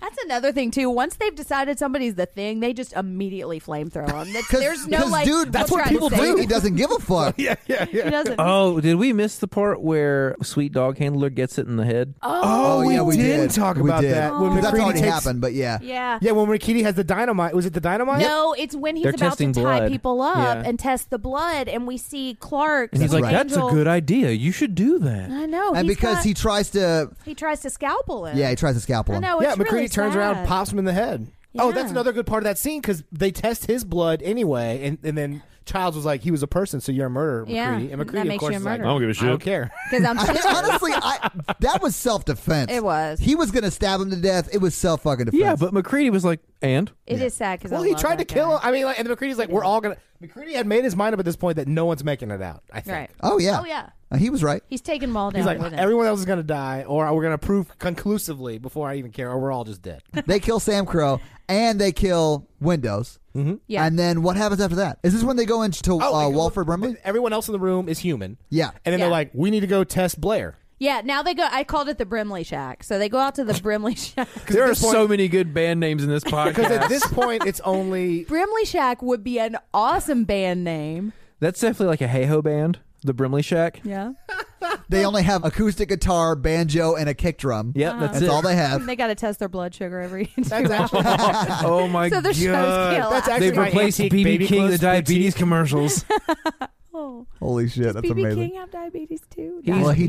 Speaker 2: That's another thing too. Once they've decided somebody's the thing, they just immediately flamethrower him. That's-
Speaker 4: 'Cause-
Speaker 2: There's no
Speaker 4: 'cause,
Speaker 2: like.
Speaker 4: dude, that's
Speaker 2: I'm
Speaker 4: what
Speaker 2: trying to
Speaker 4: people
Speaker 2: save
Speaker 4: do. Uh, He
Speaker 2: you.
Speaker 4: doesn't give a fuck.
Speaker 5: Yeah, yeah,
Speaker 2: He
Speaker 5: yeah.
Speaker 2: doesn't.
Speaker 3: Oh, did we miss the part where Sweet Dog Handler gets it in the head?
Speaker 4: Oh, yeah, we
Speaker 5: did
Speaker 4: did
Speaker 5: talk
Speaker 4: we
Speaker 5: about
Speaker 4: did.
Speaker 5: that. When
Speaker 4: 'Cause that's
Speaker 5: McCready
Speaker 4: already
Speaker 5: takes-
Speaker 4: happened, but yeah.
Speaker 2: yeah.
Speaker 5: Yeah, when Rikiti has the dynamite, was it the dynamite?
Speaker 2: No, it's when he's
Speaker 3: They're
Speaker 2: about to tie
Speaker 3: testing blood.
Speaker 2: people up
Speaker 3: Yeah.
Speaker 2: and test the blood, and we see Clark.
Speaker 3: And he's
Speaker 4: That's
Speaker 3: like,
Speaker 4: right.
Speaker 3: "That's a
Speaker 2: Angel-
Speaker 3: good idea. You should do that."
Speaker 2: I know.
Speaker 4: And
Speaker 2: Oh, he's
Speaker 4: because
Speaker 2: got-
Speaker 4: he tries to,
Speaker 2: he tries to scalpel him.
Speaker 4: yeah, he tries to scalpel
Speaker 2: I
Speaker 4: him.
Speaker 2: know.
Speaker 5: yeah,
Speaker 2: it's
Speaker 5: McCready
Speaker 2: really
Speaker 5: turns
Speaker 2: sad.
Speaker 5: around, pops him in the head. Oh, that's
Speaker 2: Yeah.
Speaker 5: another good part of that scene because they test his blood anyway, and, and then Childs was like, "He was a person, so you're a murderer,
Speaker 2: Yeah,
Speaker 5: McCready." And
Speaker 2: that
Speaker 5: McCready, of
Speaker 2: makes
Speaker 5: course,
Speaker 2: you a
Speaker 5: is like,
Speaker 2: murderer. I don't
Speaker 5: give a shit. I don't care."
Speaker 2: because I'm
Speaker 4: I mean, honestly, I, that was self defense.
Speaker 2: It was.
Speaker 4: He was going to stab him to death. It was self fucking defense.
Speaker 3: Yeah, but McCready was like, "And
Speaker 2: It is sad because
Speaker 5: Well, he tried to kill him. I mean, like, and McCready's like, "We're all gonna." McCready had made his mind up at this point that no one's making it out. I think.
Speaker 2: Right.
Speaker 4: Oh, yeah.
Speaker 2: Oh yeah,
Speaker 4: Uh, he was right.
Speaker 2: he's taking them all down
Speaker 5: He's like,
Speaker 2: with him.
Speaker 5: everyone else is gonna die, or we're gonna prove conclusively before I even care, or we're all just dead.
Speaker 4: They kill Sam Crow and they kill Windows. Mm-hmm.
Speaker 2: Yeah.
Speaker 4: And then what happens after that? Is this when they go into
Speaker 5: they
Speaker 4: uh,
Speaker 5: go-
Speaker 4: Walford Brimley?
Speaker 5: Everyone else in the room is human.
Speaker 4: Yeah.
Speaker 5: And then
Speaker 2: Yeah.
Speaker 5: they're like, "We need to go test Blair."
Speaker 2: yeah, now they go. I called it the Brimley Shack. So they go out to the Brimley Shack.
Speaker 3: there are
Speaker 5: this point-
Speaker 3: so many good band names in this
Speaker 5: Because at
Speaker 3: podcast."
Speaker 5: this point, it's only
Speaker 2: Brimley Shack would be an awesome band name.
Speaker 3: That's definitely like a hey ho band, the Brimley Shack.
Speaker 2: Yeah,
Speaker 4: They only have acoustic guitar, banjo, and a kick drum.
Speaker 3: Yep, that's
Speaker 4: That's
Speaker 3: it.
Speaker 4: all they have.
Speaker 2: they got to test their blood sugar every.
Speaker 5: That's actually,
Speaker 3: oh my
Speaker 2: So the shows
Speaker 3: god!
Speaker 2: kill
Speaker 5: That's
Speaker 2: out.
Speaker 5: actually
Speaker 3: They've
Speaker 5: my
Speaker 3: replaced
Speaker 5: antique
Speaker 3: BB
Speaker 5: baby
Speaker 3: King the
Speaker 5: clothes
Speaker 3: diabetes
Speaker 5: boutique.
Speaker 3: commercials.
Speaker 2: Oh,
Speaker 4: Holy shit, that's
Speaker 2: BB
Speaker 4: amazing.
Speaker 2: King have diabetes too.
Speaker 3: He's
Speaker 4: Well, he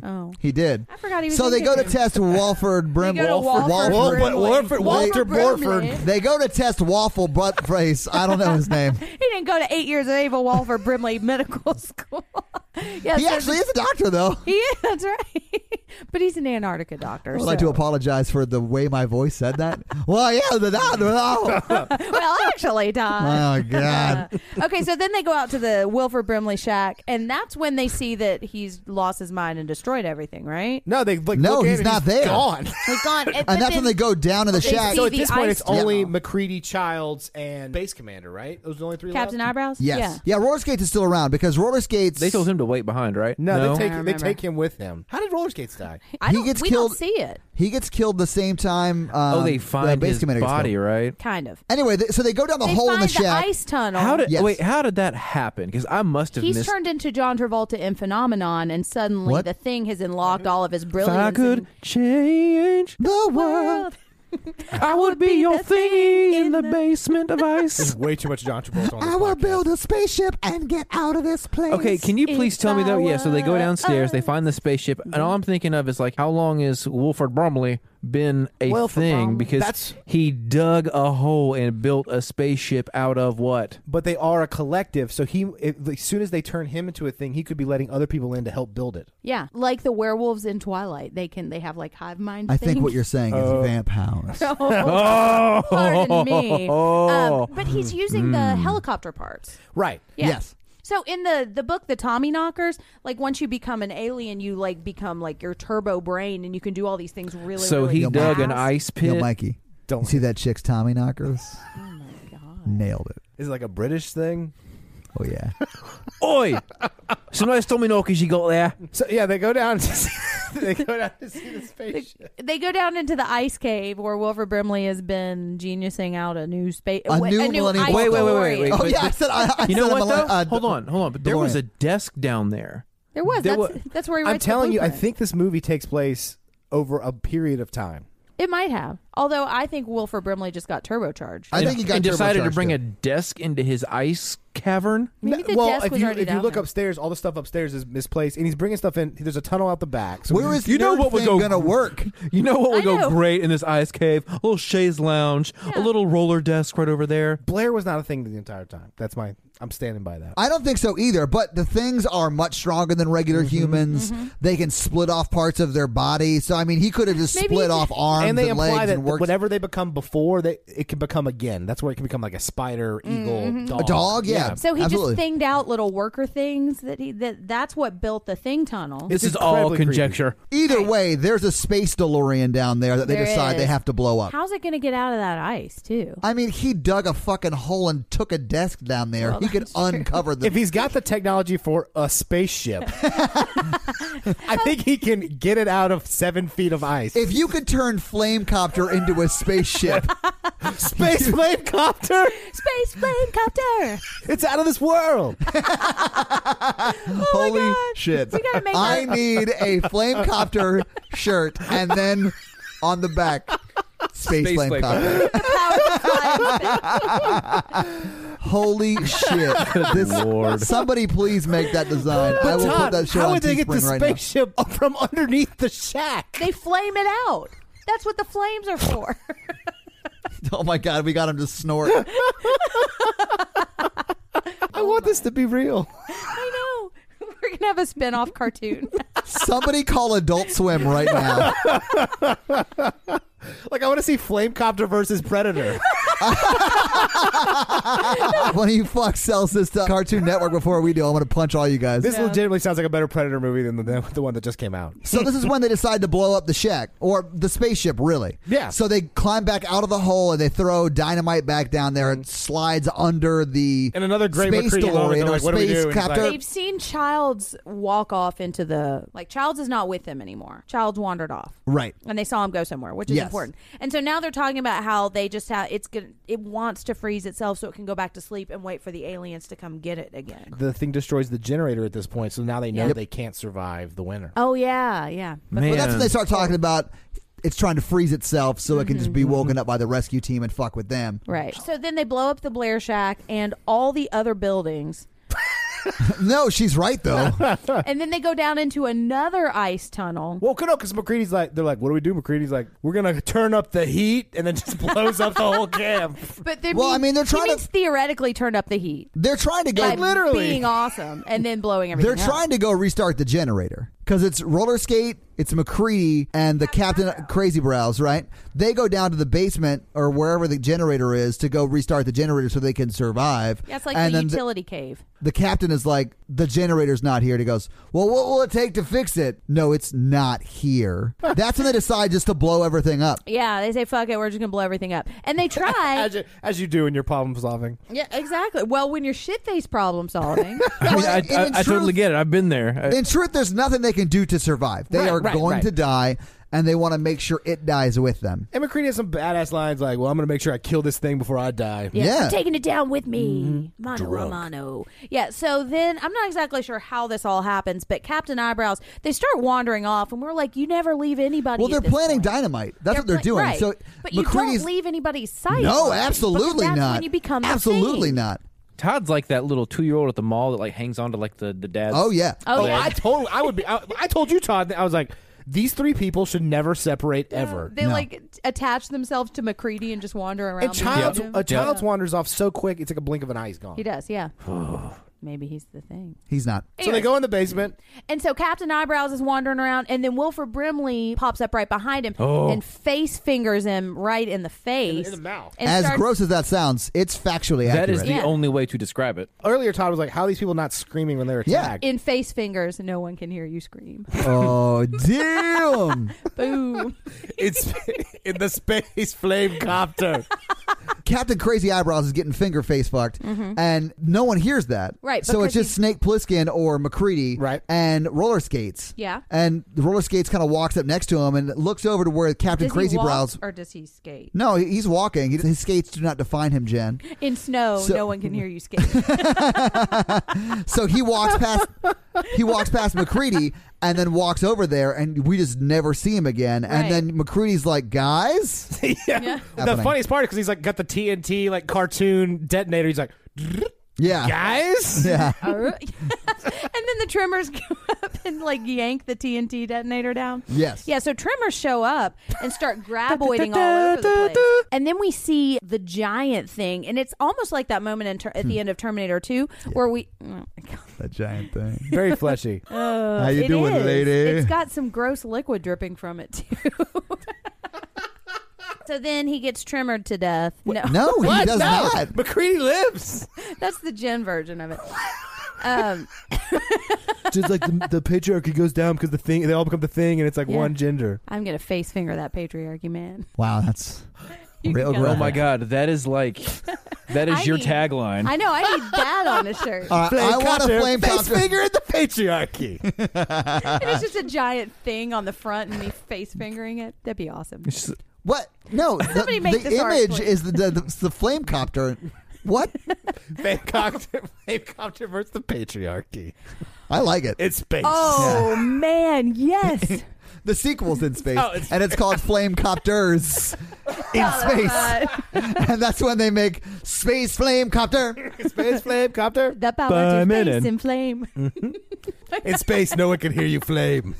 Speaker 3: dead.
Speaker 2: Oh,
Speaker 4: He did.
Speaker 2: I forgot he was.
Speaker 4: So
Speaker 2: in
Speaker 4: they go to
Speaker 2: Kingston.
Speaker 4: test Walford
Speaker 2: They
Speaker 4: Brim-
Speaker 2: go to Walford
Speaker 4: Walford-
Speaker 2: Brimley.
Speaker 5: Walford-
Speaker 4: Walter
Speaker 2: Brimley.
Speaker 4: They go to test Waffle Butt Brace. I don't know his name.
Speaker 2: He didn't go to eight years of Ava Walford Brimley Medical School. yes,
Speaker 4: He actually is a doctor, though.
Speaker 2: He is, that's right. but he's an Antarctica doctor.
Speaker 4: I would
Speaker 2: so.
Speaker 4: like to apologize for the way my voice said that. well, yeah, the doctor. Oh,
Speaker 2: well, actually, Todd.
Speaker 4: my God.
Speaker 2: okay, so then they go out to the Wilford Brimley shack, and that's when they see that he's lost his mind and destroyed everything, right?
Speaker 5: No, they like
Speaker 4: No,
Speaker 5: look in
Speaker 4: he's
Speaker 5: and
Speaker 4: not there.
Speaker 5: Gone.
Speaker 2: He's gone. And,
Speaker 4: And that's when they go down to the
Speaker 2: They
Speaker 4: shack.
Speaker 2: see
Speaker 5: so at
Speaker 2: the
Speaker 5: this point,
Speaker 2: ice
Speaker 5: it's only
Speaker 4: tunnel.
Speaker 5: McCready, Childs, and Base Commander, right? Those are the only three.
Speaker 2: Captain
Speaker 5: left?
Speaker 2: Eyebrows?
Speaker 4: Yes. Yeah. Rollerskates is still around because Rollerskates.
Speaker 3: They told him to wait behind, right?
Speaker 5: No,
Speaker 2: I
Speaker 5: they take
Speaker 2: don't
Speaker 5: they
Speaker 2: remember.
Speaker 5: take him with them. How did Rollerskates die?
Speaker 2: Yeah. I
Speaker 4: He
Speaker 2: don't-
Speaker 4: gets
Speaker 2: we
Speaker 4: killed-
Speaker 2: don't see it.
Speaker 4: he gets killed the same time. Um,
Speaker 3: Oh, they
Speaker 4: the
Speaker 3: find
Speaker 4: base
Speaker 3: his
Speaker 4: commander gets
Speaker 3: body,
Speaker 4: killed.
Speaker 3: right?
Speaker 2: Kind of.
Speaker 4: Anyway, they, so they go down the
Speaker 2: They
Speaker 4: hole
Speaker 2: find
Speaker 4: in the shack.
Speaker 2: ice tunnel.
Speaker 3: How did
Speaker 4: Yes.
Speaker 3: wait? How did that happen? Because I must have
Speaker 2: He's
Speaker 3: missed.
Speaker 2: turned into John Travolta in Phenomenon, and suddenly
Speaker 4: What?
Speaker 2: the thing has unlocked all of his
Speaker 3: if
Speaker 2: brilliance.
Speaker 3: I could
Speaker 2: and-
Speaker 3: change the world, I would be your thingy in the basement of ice.
Speaker 5: Way too much John Travolta. On
Speaker 4: I will build a spaceship and get out of this place.
Speaker 3: Okay, can you please
Speaker 2: If
Speaker 3: tell me
Speaker 2: I
Speaker 3: though? Yeah, so they go
Speaker 2: were
Speaker 4: Mm-hmm.
Speaker 3: downstairs, they find the spaceship, and all I'm thinking of is like, how long is Wolford Brumley been a
Speaker 5: Well, for
Speaker 3: thing
Speaker 5: problem-
Speaker 3: because
Speaker 5: that's-
Speaker 3: he dug a hole and built a spaceship out of what?
Speaker 5: but they are a collective. So he, it, as soon as they turn him into a thing, he could be letting other people in to help build it.
Speaker 2: Yeah, like the werewolves in Twilight, they can they have like hive mind.
Speaker 4: I think what you're saying is vamp house.
Speaker 3: Oh,
Speaker 2: Pardon me. Um, but he's using the
Speaker 4: Hmm.
Speaker 2: helicopter parts.
Speaker 5: Right.
Speaker 2: Yeah.
Speaker 4: Yes.
Speaker 2: So in the the book, the Tommy Knockers, like once you become an alien, you like become like your turbo brain, and you can do all these things really.
Speaker 3: so
Speaker 2: really
Speaker 3: he
Speaker 2: fast.
Speaker 3: dug an ice
Speaker 4: Yo,
Speaker 3: pit.
Speaker 4: Mikey.
Speaker 5: Don't-
Speaker 4: you see that chick's Tommy knockers? Nailed it.
Speaker 5: Is it like a British thing?
Speaker 4: Oh yeah.
Speaker 3: Oi! Some nice Tommy knockers you got there.
Speaker 5: So yeah, they go down. To see, they go down to see the spaceship.
Speaker 2: They go down into the ice cave where Wilbur Brimley has been geniusing out a new space,
Speaker 4: A new millennium
Speaker 2: ice
Speaker 4: Wait,
Speaker 3: wait,
Speaker 4: wait,
Speaker 3: wait,
Speaker 2: glory.
Speaker 3: wait.
Speaker 4: oh
Speaker 3: But-
Speaker 4: yeah. I said. I, I
Speaker 3: You know
Speaker 4: said
Speaker 3: what
Speaker 4: I'm a
Speaker 3: though?
Speaker 4: li- uh,
Speaker 3: hold on, hold on. But there was a desk down there.
Speaker 2: There was.
Speaker 5: There
Speaker 2: that's,
Speaker 5: wa-
Speaker 2: that's where he
Speaker 5: I'm
Speaker 2: writes the
Speaker 5: telling you, I
Speaker 2: blueprint.
Speaker 5: think this movie takes place over a period of time.
Speaker 2: it might have. Although I think Wilford Brimley just got turbocharged.
Speaker 5: Uh,
Speaker 4: I think he got
Speaker 3: and decided to
Speaker 4: turbocharged
Speaker 3: bring
Speaker 4: though.
Speaker 3: a desk into his ice cavern.
Speaker 2: Maybe the
Speaker 5: well,
Speaker 2: desk
Speaker 5: if
Speaker 2: was
Speaker 5: you
Speaker 2: already
Speaker 5: if you
Speaker 2: down
Speaker 5: look
Speaker 2: there.
Speaker 5: upstairs, all the stuff upstairs is misplaced, and he's bringing stuff in. There's a tunnel out the back. So
Speaker 4: Where is
Speaker 3: You know
Speaker 4: nerd
Speaker 3: what would
Speaker 4: thing
Speaker 3: go-
Speaker 4: gonna work?
Speaker 3: You know what would
Speaker 2: I
Speaker 3: go
Speaker 2: know.
Speaker 3: great in this ice cave? A little chaise lounge,
Speaker 2: Yeah.
Speaker 3: a little roller desk right over there.
Speaker 5: Blair was not a thing the entire time. That's my. I'm standing by that.
Speaker 4: I don't think so either, but the things are much stronger than regular
Speaker 3: Mm-hmm.
Speaker 4: humans. They can split off parts of their body. So, I mean, he could have just
Speaker 2: Maybe
Speaker 4: split
Speaker 2: he-
Speaker 4: off arms
Speaker 5: and they imply
Speaker 4: legs
Speaker 5: that
Speaker 4: and worked.
Speaker 5: whatever they become before, they it can become again. That's where it can become like a spider, eagle,
Speaker 2: Mm-hmm.
Speaker 5: dog.
Speaker 4: A dog? Yeah.
Speaker 2: So he
Speaker 4: absolutely.
Speaker 2: just thinged out little worker things that he that that's what built the thing tunnel.
Speaker 3: This is all
Speaker 5: incredibly creepy.
Speaker 3: conjecture.
Speaker 4: Either way, there's a space DeLorean down there that they
Speaker 2: There
Speaker 4: decide they
Speaker 2: is.
Speaker 4: have to blow up.
Speaker 2: How's it going to get out of that ice too?
Speaker 4: I mean, he dug a fucking hole and took a desk down there. he could uncover the.
Speaker 5: If he's got the technology for a spaceship, I think he can get it out of seven feet of ice.
Speaker 4: If you could turn Flamecopter into a spaceship,
Speaker 3: Oh
Speaker 5: Space flame copter,
Speaker 2: Space flame copter.
Speaker 5: it's out of this world.
Speaker 4: holy shit!
Speaker 2: We gotta make
Speaker 4: I
Speaker 2: that-
Speaker 4: need a Flamecopter shirt, and then on the back, space,
Speaker 3: Space
Speaker 4: Flamecopter. Holy shit! This
Speaker 3: Lord.
Speaker 4: somebody please make that design. I will put that shit
Speaker 5: how
Speaker 4: on
Speaker 5: would they get the
Speaker 4: Teespring right
Speaker 5: spaceship up from underneath the shack?
Speaker 2: They flame it out. That's what the flames are for.
Speaker 4: now. Oh my god, we got him to snort.
Speaker 5: I want this to be real.
Speaker 2: I know. We're gonna have a spin-off cartoon.
Speaker 4: Somebody call Adult Swim right now.
Speaker 5: Like I want to see Flamecopter versus Predator.
Speaker 4: When you fuck sells this to Cartoon Network before we do, I'm gonna punch all you guys.
Speaker 5: This legitimately sounds like a better Predator movie than the, the one that just came out.
Speaker 4: so this is when they decide to blow up the shack or the spaceship, really.
Speaker 5: Yeah.
Speaker 4: So they climb back out of the hole and they throw dynamite back down there. It slides under the
Speaker 5: Mm-hmm. And another great
Speaker 4: space
Speaker 5: recruiting moment,
Speaker 4: DeLorean
Speaker 5: they're
Speaker 4: or
Speaker 5: like, what do we do?
Speaker 4: space
Speaker 5: And he's like-
Speaker 4: copter.
Speaker 2: They've seen Childs walk off into the like Childs is not with them anymore. Childs wandered off.
Speaker 4: Right.
Speaker 2: and they saw him go somewhere, which is
Speaker 4: Yes.
Speaker 2: important. And so now they're talking about how they just have it's gonna it wants to freeze itself so it can go back to sleep and wait for the aliens to come get it again.
Speaker 5: The thing destroys the generator at this point, so now they know
Speaker 2: Yep.
Speaker 5: they can't survive the winter.
Speaker 2: Oh yeah, yeah. But
Speaker 3: Man,
Speaker 4: But that's when they start talking about it's trying to freeze itself so it can just be woken up by the rescue team and fuck with them.
Speaker 2: Mm-hmm. Right. So then they blow up the Blair Shack and all the other buildings.
Speaker 4: No, she's right though.
Speaker 2: and then they go down into another ice tunnel.
Speaker 5: Well, no, because McCready's like, they're like, what do we do? McCready's like, we're gonna turn up the heat, and then just blows up the whole camp.
Speaker 2: But they
Speaker 4: Well, I mean, they're
Speaker 2: he
Speaker 4: trying to-
Speaker 2: means theoretically turn up the heat.
Speaker 4: They're trying to go
Speaker 2: by being awesome and then blowing everything.
Speaker 4: They're trying to go restart the generator because it's roller skate, it's McCready and the Captain Crazy Brows, right? They go down to the basement or wherever the generator is to go restart the generator so they can survive.
Speaker 2: That's like
Speaker 4: and
Speaker 2: the
Speaker 4: then the-
Speaker 2: utility cave.
Speaker 4: the captain is like, the generator's not here. And he goes, well, what will it take to fix it? No, it's not here. That's when they decide just to blow everything up.
Speaker 2: Yeah, they say fuck it, we're just gonna blow everything up, and they try.
Speaker 5: As you, as you do in your problem solving.
Speaker 2: Yeah, exactly. Well, when you're shit face problem solving,
Speaker 3: I, mean,
Speaker 4: Well,
Speaker 3: I,
Speaker 4: and
Speaker 3: I-
Speaker 4: in
Speaker 3: I totally
Speaker 4: truth-
Speaker 3: get it. I've been there. Uh, I-
Speaker 4: In truth, there's nothing they can do to survive. They
Speaker 5: Right,
Speaker 4: are
Speaker 5: right,
Speaker 4: going
Speaker 5: right.
Speaker 4: to die, and they want to make sure it dies with them.
Speaker 5: And McCready has some badass lines like, well, I'm gonna make sure I kill this thing before I die.
Speaker 2: yeah,
Speaker 4: Yeah. Mm-hmm.
Speaker 2: I'm taking it down with me, mano a mano. Yeah. So then I'm not exactly sure how this all happens, but Captain Eyebrows they start wandering off, and we're like, you never leave anybody.
Speaker 4: Well,
Speaker 2: at
Speaker 4: they're
Speaker 2: this
Speaker 4: planning
Speaker 2: point.
Speaker 4: dynamite. That's what they're
Speaker 2: pla-
Speaker 4: doing.
Speaker 2: right.
Speaker 4: So
Speaker 2: but you
Speaker 4: McCready's
Speaker 2: don't leave anybody's sight.
Speaker 4: no,
Speaker 2: right? Because
Speaker 4: absolutely
Speaker 2: that's
Speaker 4: not.
Speaker 2: When you become the
Speaker 4: absolutely
Speaker 2: thing.
Speaker 4: not.
Speaker 3: Todd's like that little two-year-old at the mall that like hangs on to like the the dad's.
Speaker 4: Oh yeah.
Speaker 2: Oh,
Speaker 5: Oh, I told I would be. I, I told you, Todd. that I was like, These three people should never separate ever.
Speaker 7: They like t- attach themselves to McCready and just wander around.
Speaker 5: And child's,
Speaker 7: behind him.
Speaker 5: a child's wanders off so quick, it's like a blink of an eye, he's gone.
Speaker 2: He does, yeah. Maybe he's the thing.
Speaker 4: He's not.
Speaker 5: So they go in the basement.
Speaker 2: And so Captain Eyebrows is wandering around, and then Wilford Brimley pops up right behind him and face fingers him right in the face.
Speaker 5: in the mouth.
Speaker 2: and
Speaker 4: as
Speaker 2: starts-
Speaker 4: gross as that sounds, it's factually accurate.
Speaker 3: That is the
Speaker 2: Yeah.
Speaker 3: only way to describe it.
Speaker 5: Earlier, Todd was like, "How are these people not screaming when they're
Speaker 4: Yeah.
Speaker 5: attacked?"
Speaker 7: in face fingers. No one can hear you scream.
Speaker 4: oh damn!
Speaker 7: Boom.
Speaker 5: it's in the space flame copter.
Speaker 4: Captain Crazy Eyebrows is getting finger face fucked,
Speaker 2: Mm-hmm.
Speaker 4: and no one hears that.
Speaker 7: Right,
Speaker 4: So
Speaker 7: because
Speaker 4: it's just
Speaker 7: he's-
Speaker 4: Snake Plissken or McCready,
Speaker 5: Right.
Speaker 4: And roller skates.
Speaker 7: Yeah.
Speaker 4: And the roller skates kind of walks up next to him and looks over to where Captain
Speaker 7: Does
Speaker 4: Crazy
Speaker 7: he walk
Speaker 4: Brows.
Speaker 7: or does he skate?
Speaker 4: No, he- he's walking. He- His skates do not define him, Jen.
Speaker 7: In snow,
Speaker 4: So-
Speaker 7: no one can hear you skate.
Speaker 4: So he walks past. he walks past McCready and then walks over there, and we just never see him again.
Speaker 7: Right.
Speaker 4: And then McCready's like, "Guys,
Speaker 5: yeah. The
Speaker 4: Happening.
Speaker 5: funniest part is because he's like got the TNT like cartoon detonator. He's like, Uh,
Speaker 4: yeah,
Speaker 5: guys,
Speaker 4: yeah."
Speaker 7: and then the trimmers go up and like yank the TNT detonator down.
Speaker 4: Yes.
Speaker 2: Yeah, so trimmers show up and start graboiding all over the place. And then we see the giant thing, and it's almost like that moment in ter- at the
Speaker 4: Hmm.
Speaker 2: end of Terminator 2 where we. Oh my God.
Speaker 4: That giant thing.
Speaker 5: very fleshy.
Speaker 4: How you
Speaker 2: It
Speaker 4: doing,
Speaker 2: is.
Speaker 4: lady?
Speaker 2: It's got some gross liquid dripping from it, too. so then he gets trimmered to death. No,
Speaker 4: No, he does not.
Speaker 5: McCready lives.
Speaker 2: that's the Jen version of it. Um,
Speaker 5: Just like the, the patriarchy goes down because the thing they all become the thing, and it's like
Speaker 2: Yeah.
Speaker 5: one gender.
Speaker 2: I'm going to face finger that patriarchy, man.
Speaker 4: Wow, that's real
Speaker 3: Oh
Speaker 4: graphic.
Speaker 3: my god, that is like that is
Speaker 2: I
Speaker 3: your
Speaker 2: need-
Speaker 3: tagline.
Speaker 2: I know, I need that on a shirt.
Speaker 4: All right, Uh, I want
Speaker 5: copter,
Speaker 4: to flame
Speaker 5: face
Speaker 4: copter.
Speaker 5: finger at the patriarchy.
Speaker 7: and
Speaker 4: Ah.
Speaker 7: it's just a giant thing on the front and me face fingering it. That'd be awesome.
Speaker 4: What? No, the,
Speaker 7: Somebody make
Speaker 4: the
Speaker 7: this art,
Speaker 4: image
Speaker 7: please.
Speaker 4: is the, the, the the flame copter. What?
Speaker 5: Fame copter, fame copter versus the patriarchy.
Speaker 4: I like it.
Speaker 5: It's space.
Speaker 2: Oh, man, yes.
Speaker 4: The sequel's in space,
Speaker 5: Oh, it's-
Speaker 4: and it's called Flame Copters in space, and that's when they make Space Flame Copter.
Speaker 5: Space flame copter.
Speaker 2: The power
Speaker 3: By
Speaker 2: to
Speaker 3: minute.
Speaker 2: face in flame.
Speaker 4: Mm.
Speaker 5: In space, no one can hear you flame.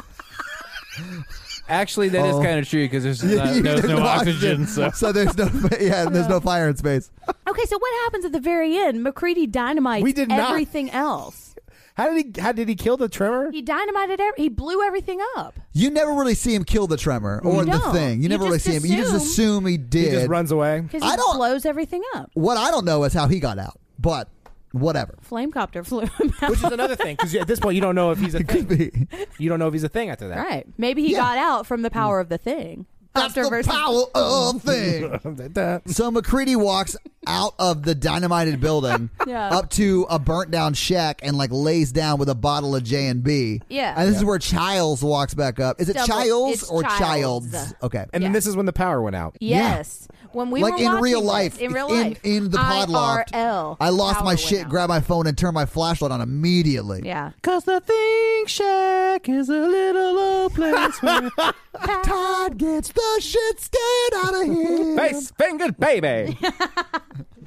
Speaker 3: Actually, that is
Speaker 4: Oh.
Speaker 3: kind of true because there's, not, there's no oxygen. So
Speaker 4: there's no yeah, there's no fire in space.
Speaker 2: Okay, so what happens at the very end? McCready dynamites
Speaker 5: We did not-
Speaker 2: everything else.
Speaker 5: How did he? How did he kill the tremor?
Speaker 2: He dynamited every, he blew everything up.
Speaker 4: You never really see him kill the tremor or
Speaker 2: You
Speaker 4: the
Speaker 2: don't.
Speaker 4: thing. You,
Speaker 2: You
Speaker 4: never really
Speaker 2: just
Speaker 4: see him. You just assume he did.
Speaker 5: He just runs away.
Speaker 2: Because
Speaker 4: I
Speaker 2: he
Speaker 4: don't-
Speaker 2: blows everything up.
Speaker 4: What I don't know is how he got out, but whatever.
Speaker 2: Flamecopter flew him out.
Speaker 5: Which is another thing because at this point you don't know if he's a thing.
Speaker 4: be.
Speaker 5: You don't know if he's a thing after that.
Speaker 2: right. Maybe he
Speaker 4: Yeah. Mm.
Speaker 2: got out from the power of the thing.
Speaker 4: That's
Speaker 2: Copter
Speaker 4: the
Speaker 2: versus-
Speaker 4: power of thing. So McCready walks out of the dynamited building
Speaker 2: Yeah.
Speaker 4: up to a burnt down shack and like lays down with a bottle of J and B.
Speaker 2: Yeah.
Speaker 4: And this is where Childs walks back up. Is it
Speaker 2: Double-
Speaker 4: Childs
Speaker 2: it's
Speaker 4: or
Speaker 2: Childs.
Speaker 4: Childs? Okay.
Speaker 5: And then this is when the power went out.
Speaker 2: Yes. When we
Speaker 4: like
Speaker 2: were
Speaker 4: in
Speaker 2: watching
Speaker 4: real
Speaker 2: this,
Speaker 4: life,
Speaker 2: in real
Speaker 4: in,
Speaker 2: life,
Speaker 4: in the pod loft,
Speaker 2: IRL,
Speaker 4: I lost
Speaker 2: power
Speaker 4: my
Speaker 2: went
Speaker 4: shit,
Speaker 2: out.
Speaker 4: grabbed my phone, and turned my flashlight on immediately.
Speaker 2: Yeah.
Speaker 3: Cause the Think Shack is a little old place where
Speaker 4: Todd gets the shit scared out of here.
Speaker 3: face fingered baby.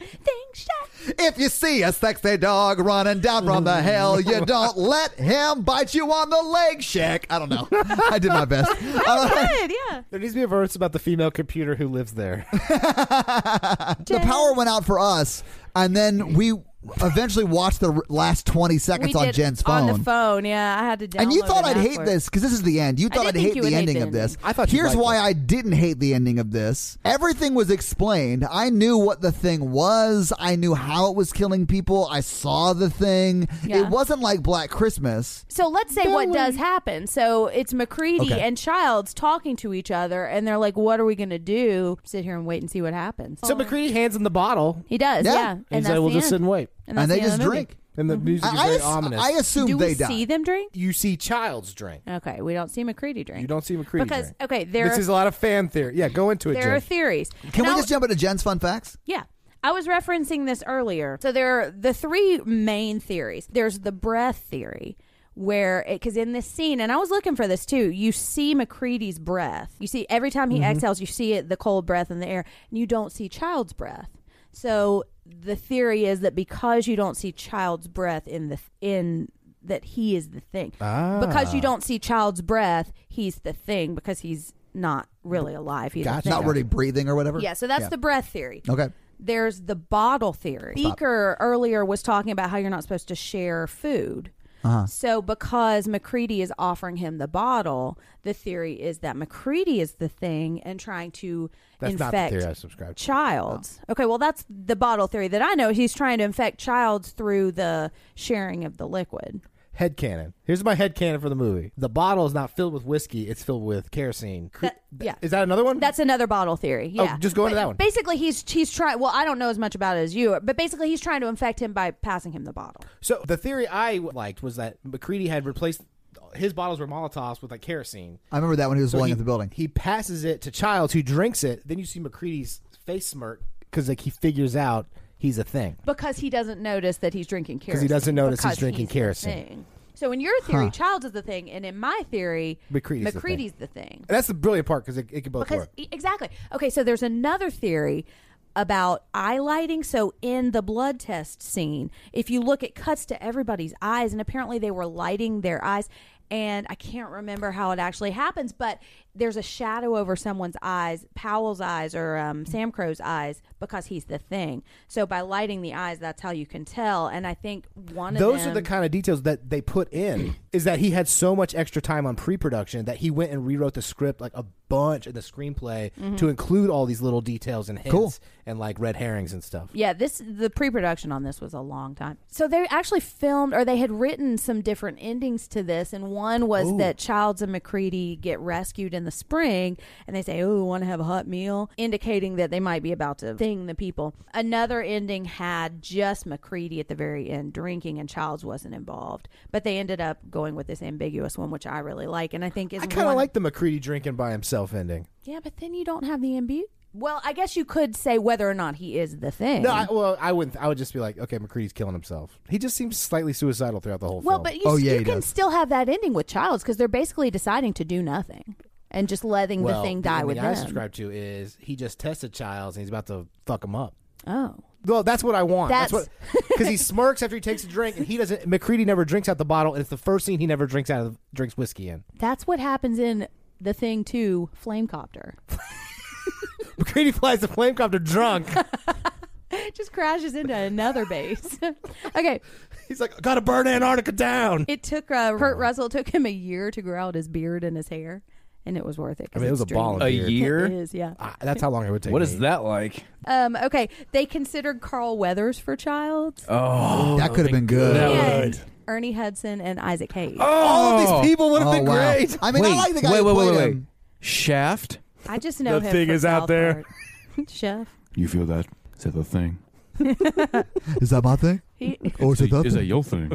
Speaker 2: Thing shot.
Speaker 4: If you see a sexy dog running down from the hill, you don't let him bite you on the leg, Shaq. I don't know. I did my best. Uh,
Speaker 2: Good, yeah.
Speaker 5: There needs to be a verse about the female computer who lives there.
Speaker 4: the power went out for us, and then we eventually watched the r- last 20 seconds
Speaker 2: we
Speaker 4: on
Speaker 2: did
Speaker 4: Jen's phone.
Speaker 2: On the phone, yeah. I had to download
Speaker 4: and you thought
Speaker 2: it
Speaker 4: I'd hate
Speaker 2: afterwards.
Speaker 4: this because this is the end. You thought
Speaker 2: did
Speaker 4: I'd
Speaker 2: think
Speaker 4: hate
Speaker 2: you
Speaker 4: the
Speaker 2: would hate
Speaker 4: ending
Speaker 2: the
Speaker 4: of this.
Speaker 2: ending.
Speaker 5: I thought you'd
Speaker 4: Here's
Speaker 5: like
Speaker 4: why
Speaker 5: it.
Speaker 4: I didn't hate the ending of this. Everything was explained. I knew what the thing was. I knew how it was killing people. I saw the thing.
Speaker 2: Yeah.
Speaker 4: It wasn't like Black Christmas.
Speaker 2: So let's say what does happen. So it's McCready
Speaker 4: Okay.
Speaker 2: and Childs talking to each other, and they're like, "What are we gonna do? Sit here and wait and see what happens."
Speaker 5: so McCready hands him the bottle.
Speaker 2: he does,
Speaker 4: Yeah.
Speaker 2: yeah.
Speaker 4: And
Speaker 5: And
Speaker 2: And
Speaker 5: he's
Speaker 2: that's
Speaker 5: like, "We'll
Speaker 2: the
Speaker 5: just sit
Speaker 2: end.
Speaker 5: and wait."
Speaker 2: And that's
Speaker 4: and they
Speaker 2: the end
Speaker 4: just
Speaker 2: of the movie.
Speaker 4: drink.
Speaker 5: And the music is
Speaker 4: I,
Speaker 5: very
Speaker 4: ass-
Speaker 5: ominous.
Speaker 4: I assume
Speaker 2: Do
Speaker 4: they
Speaker 2: we
Speaker 4: die.
Speaker 2: see them drink?
Speaker 5: Mm-hmm. you see Child's drink.
Speaker 2: Okay, we don't see McCready drink.
Speaker 5: You don't see McCready
Speaker 2: because
Speaker 5: drink.
Speaker 2: okay, there
Speaker 5: this is a lot of fan theory. Yeah, go into it,
Speaker 2: there are
Speaker 5: Jen.
Speaker 2: theories.
Speaker 4: Can
Speaker 2: And
Speaker 4: we
Speaker 2: I'll-
Speaker 4: just jump into Jen's fun facts?
Speaker 2: Yeah. I was referencing this earlier. So there are the three main theories. There's the breath theory, where because in this scene, and I was looking for this too, you see McCready's breath. You see every time he exhales, you see it, the cold breath in the air, and you don't see Child's breath. So the theory is that because you don't see Child's breath in the in that he is the thing. Because you don't see Child's breath, he's the thing because he's not really alive. He's a
Speaker 5: Gotcha.
Speaker 2: thing.
Speaker 4: Not really breathing or whatever.
Speaker 2: Yeah, so that's the breath theory.
Speaker 4: Okay.
Speaker 2: There's the bottle theory. Beaker earlier was talking about how you're not supposed to share food.
Speaker 5: Uh-huh.
Speaker 2: So because McCready is offering him the bottle, the theory is that McCready is the thing and trying to
Speaker 5: That's not
Speaker 2: infect
Speaker 5: the theory I subscribe to.
Speaker 2: Childs. Okay, well that's the bottle theory that I know. He's trying to infect Childs through the sharing of the liquid.
Speaker 5: Head cannon. Here's my head cannon for the movie. The bottle is not filled with whiskey; it's filled with kerosene. Cre-
Speaker 2: That- yeah.
Speaker 5: Is that another one?
Speaker 2: That's another bottle theory.
Speaker 5: Oh,
Speaker 2: Yeah.
Speaker 5: just go into
Speaker 2: But
Speaker 5: that one.
Speaker 2: Basically, he's he's trying. Well, I don't know as much about it as you, but basically, he's trying to infect him by passing him the bottle.
Speaker 5: So the theory I liked was that McCready had replaced his bottles were Molotovs with like kerosene.
Speaker 4: I remember that when he was
Speaker 5: So
Speaker 4: flying
Speaker 5: he-
Speaker 4: at the building.
Speaker 5: He passes it to Childs, who drinks it. Then you see McCready's face smirk because like he figures out he's a thing.
Speaker 2: because he doesn't notice that he's drinking kerosene.
Speaker 5: 'Cause he doesn't notice he's
Speaker 2: Because
Speaker 5: drinking
Speaker 2: the
Speaker 5: kerosene.
Speaker 2: thing. So in your theory, Childs is the thing, and in my theory,
Speaker 5: McCready's the thing.
Speaker 2: McCready's the thing.
Speaker 5: And that's the brilliant part because it, it can both
Speaker 2: Because
Speaker 5: work.
Speaker 2: e- exactly. Okay, so there's another theory about eye lighting. So in the blood test scene, if you look, it cuts to everybody's eyes, and apparently they were lighting their eyes. And I can't remember how it actually happens, but there's a shadow over someone's eyes, Powell's eyes or um, Sam Crow's eyes, because he's the thing. So by lighting the eyes, that's how you can tell. And I think one of
Speaker 5: Those
Speaker 2: them,
Speaker 5: are the kind of details that they put in. is that he had so much extra time on pre-production that he went and rewrote the script like a bunch of the screenplay
Speaker 2: Mm-hmm.
Speaker 5: to include all these little details and hints and like red herrings and stuff.
Speaker 2: Yeah, this the pre-production on this was a long time. So they actually filmed, or they had written some different endings to this, and one was that Childs and McCready get rescued in the spring, and they say, "Oh, want to have a hot meal," indicating that they might be about to thing the people. Another ending had just McCready at the very end drinking, and Childs wasn't involved, but they ended up going with this ambiguous one, which I really like, and I think is
Speaker 5: I kind of
Speaker 2: one-
Speaker 5: like the McCready drinking by himself ending.
Speaker 2: Yeah, but then you don't have the ambu. Well, I guess you could say whether or not he is the thing.
Speaker 5: No, I, well, I wouldn't. I would just be like, okay, McCready's killing himself. He just seems slightly suicidal throughout the whole
Speaker 2: Well,
Speaker 5: film.
Speaker 2: but you,
Speaker 4: Oh,
Speaker 2: s-
Speaker 4: yeah,
Speaker 2: you
Speaker 4: he
Speaker 2: can
Speaker 4: does.
Speaker 2: still have that ending with Childs because they're basically deciding to do nothing and just letting the thing die with
Speaker 5: ending I
Speaker 2: them.
Speaker 5: subscribe to is he just tested Childs and he's about to fuck him up.
Speaker 2: Oh,
Speaker 5: Well, that's what I want. That's,
Speaker 2: That's-
Speaker 5: what because he smirks after he takes a drink and he doesn't. McCready never drinks out the bottle, and it's the first scene he never drinks out of drinks whiskey in.
Speaker 2: that's what happens in the thing too. Flamecopter
Speaker 5: McCready flies the flame copter drunk.
Speaker 2: it just crashes into another base. okay,
Speaker 5: he's like, gotta burn Antarctica down.
Speaker 2: it took uh, Kurt Russell. It took him a year to grow out his beard and his hair, and it was worth it. 'cause
Speaker 5: I mean, it
Speaker 2: it's
Speaker 5: was a ball.
Speaker 2: dreamy.
Speaker 5: of
Speaker 3: A
Speaker 5: beard.
Speaker 2: It
Speaker 3: year?
Speaker 2: is, yeah.
Speaker 5: Ah, that's how long it would take.
Speaker 3: What
Speaker 5: me.
Speaker 3: is that like?
Speaker 2: Um, okay, they considered Carl Weathers for Childs.
Speaker 3: Oh,
Speaker 4: that could have been good.
Speaker 3: That
Speaker 2: and
Speaker 3: would-
Speaker 2: Ernie Hudson and Isaac Hayes.
Speaker 5: All of these people would have
Speaker 4: Oh,
Speaker 5: been
Speaker 4: wow.
Speaker 5: great.
Speaker 4: I mean,
Speaker 3: Oh. wait,
Speaker 4: I like the guy
Speaker 3: wait,
Speaker 4: who
Speaker 3: wait,
Speaker 4: played
Speaker 3: wait, wait.
Speaker 4: him.
Speaker 3: Shaft.
Speaker 2: I just know
Speaker 8: The
Speaker 2: him
Speaker 8: thing
Speaker 2: from
Speaker 8: is out there.
Speaker 2: Southport. Chef.
Speaker 8: You feel that? Is that the thing?
Speaker 4: Is that my thing?
Speaker 2: He-
Speaker 4: Or Oh, is it that
Speaker 8: Is that
Speaker 4: thing?
Speaker 8: your thing?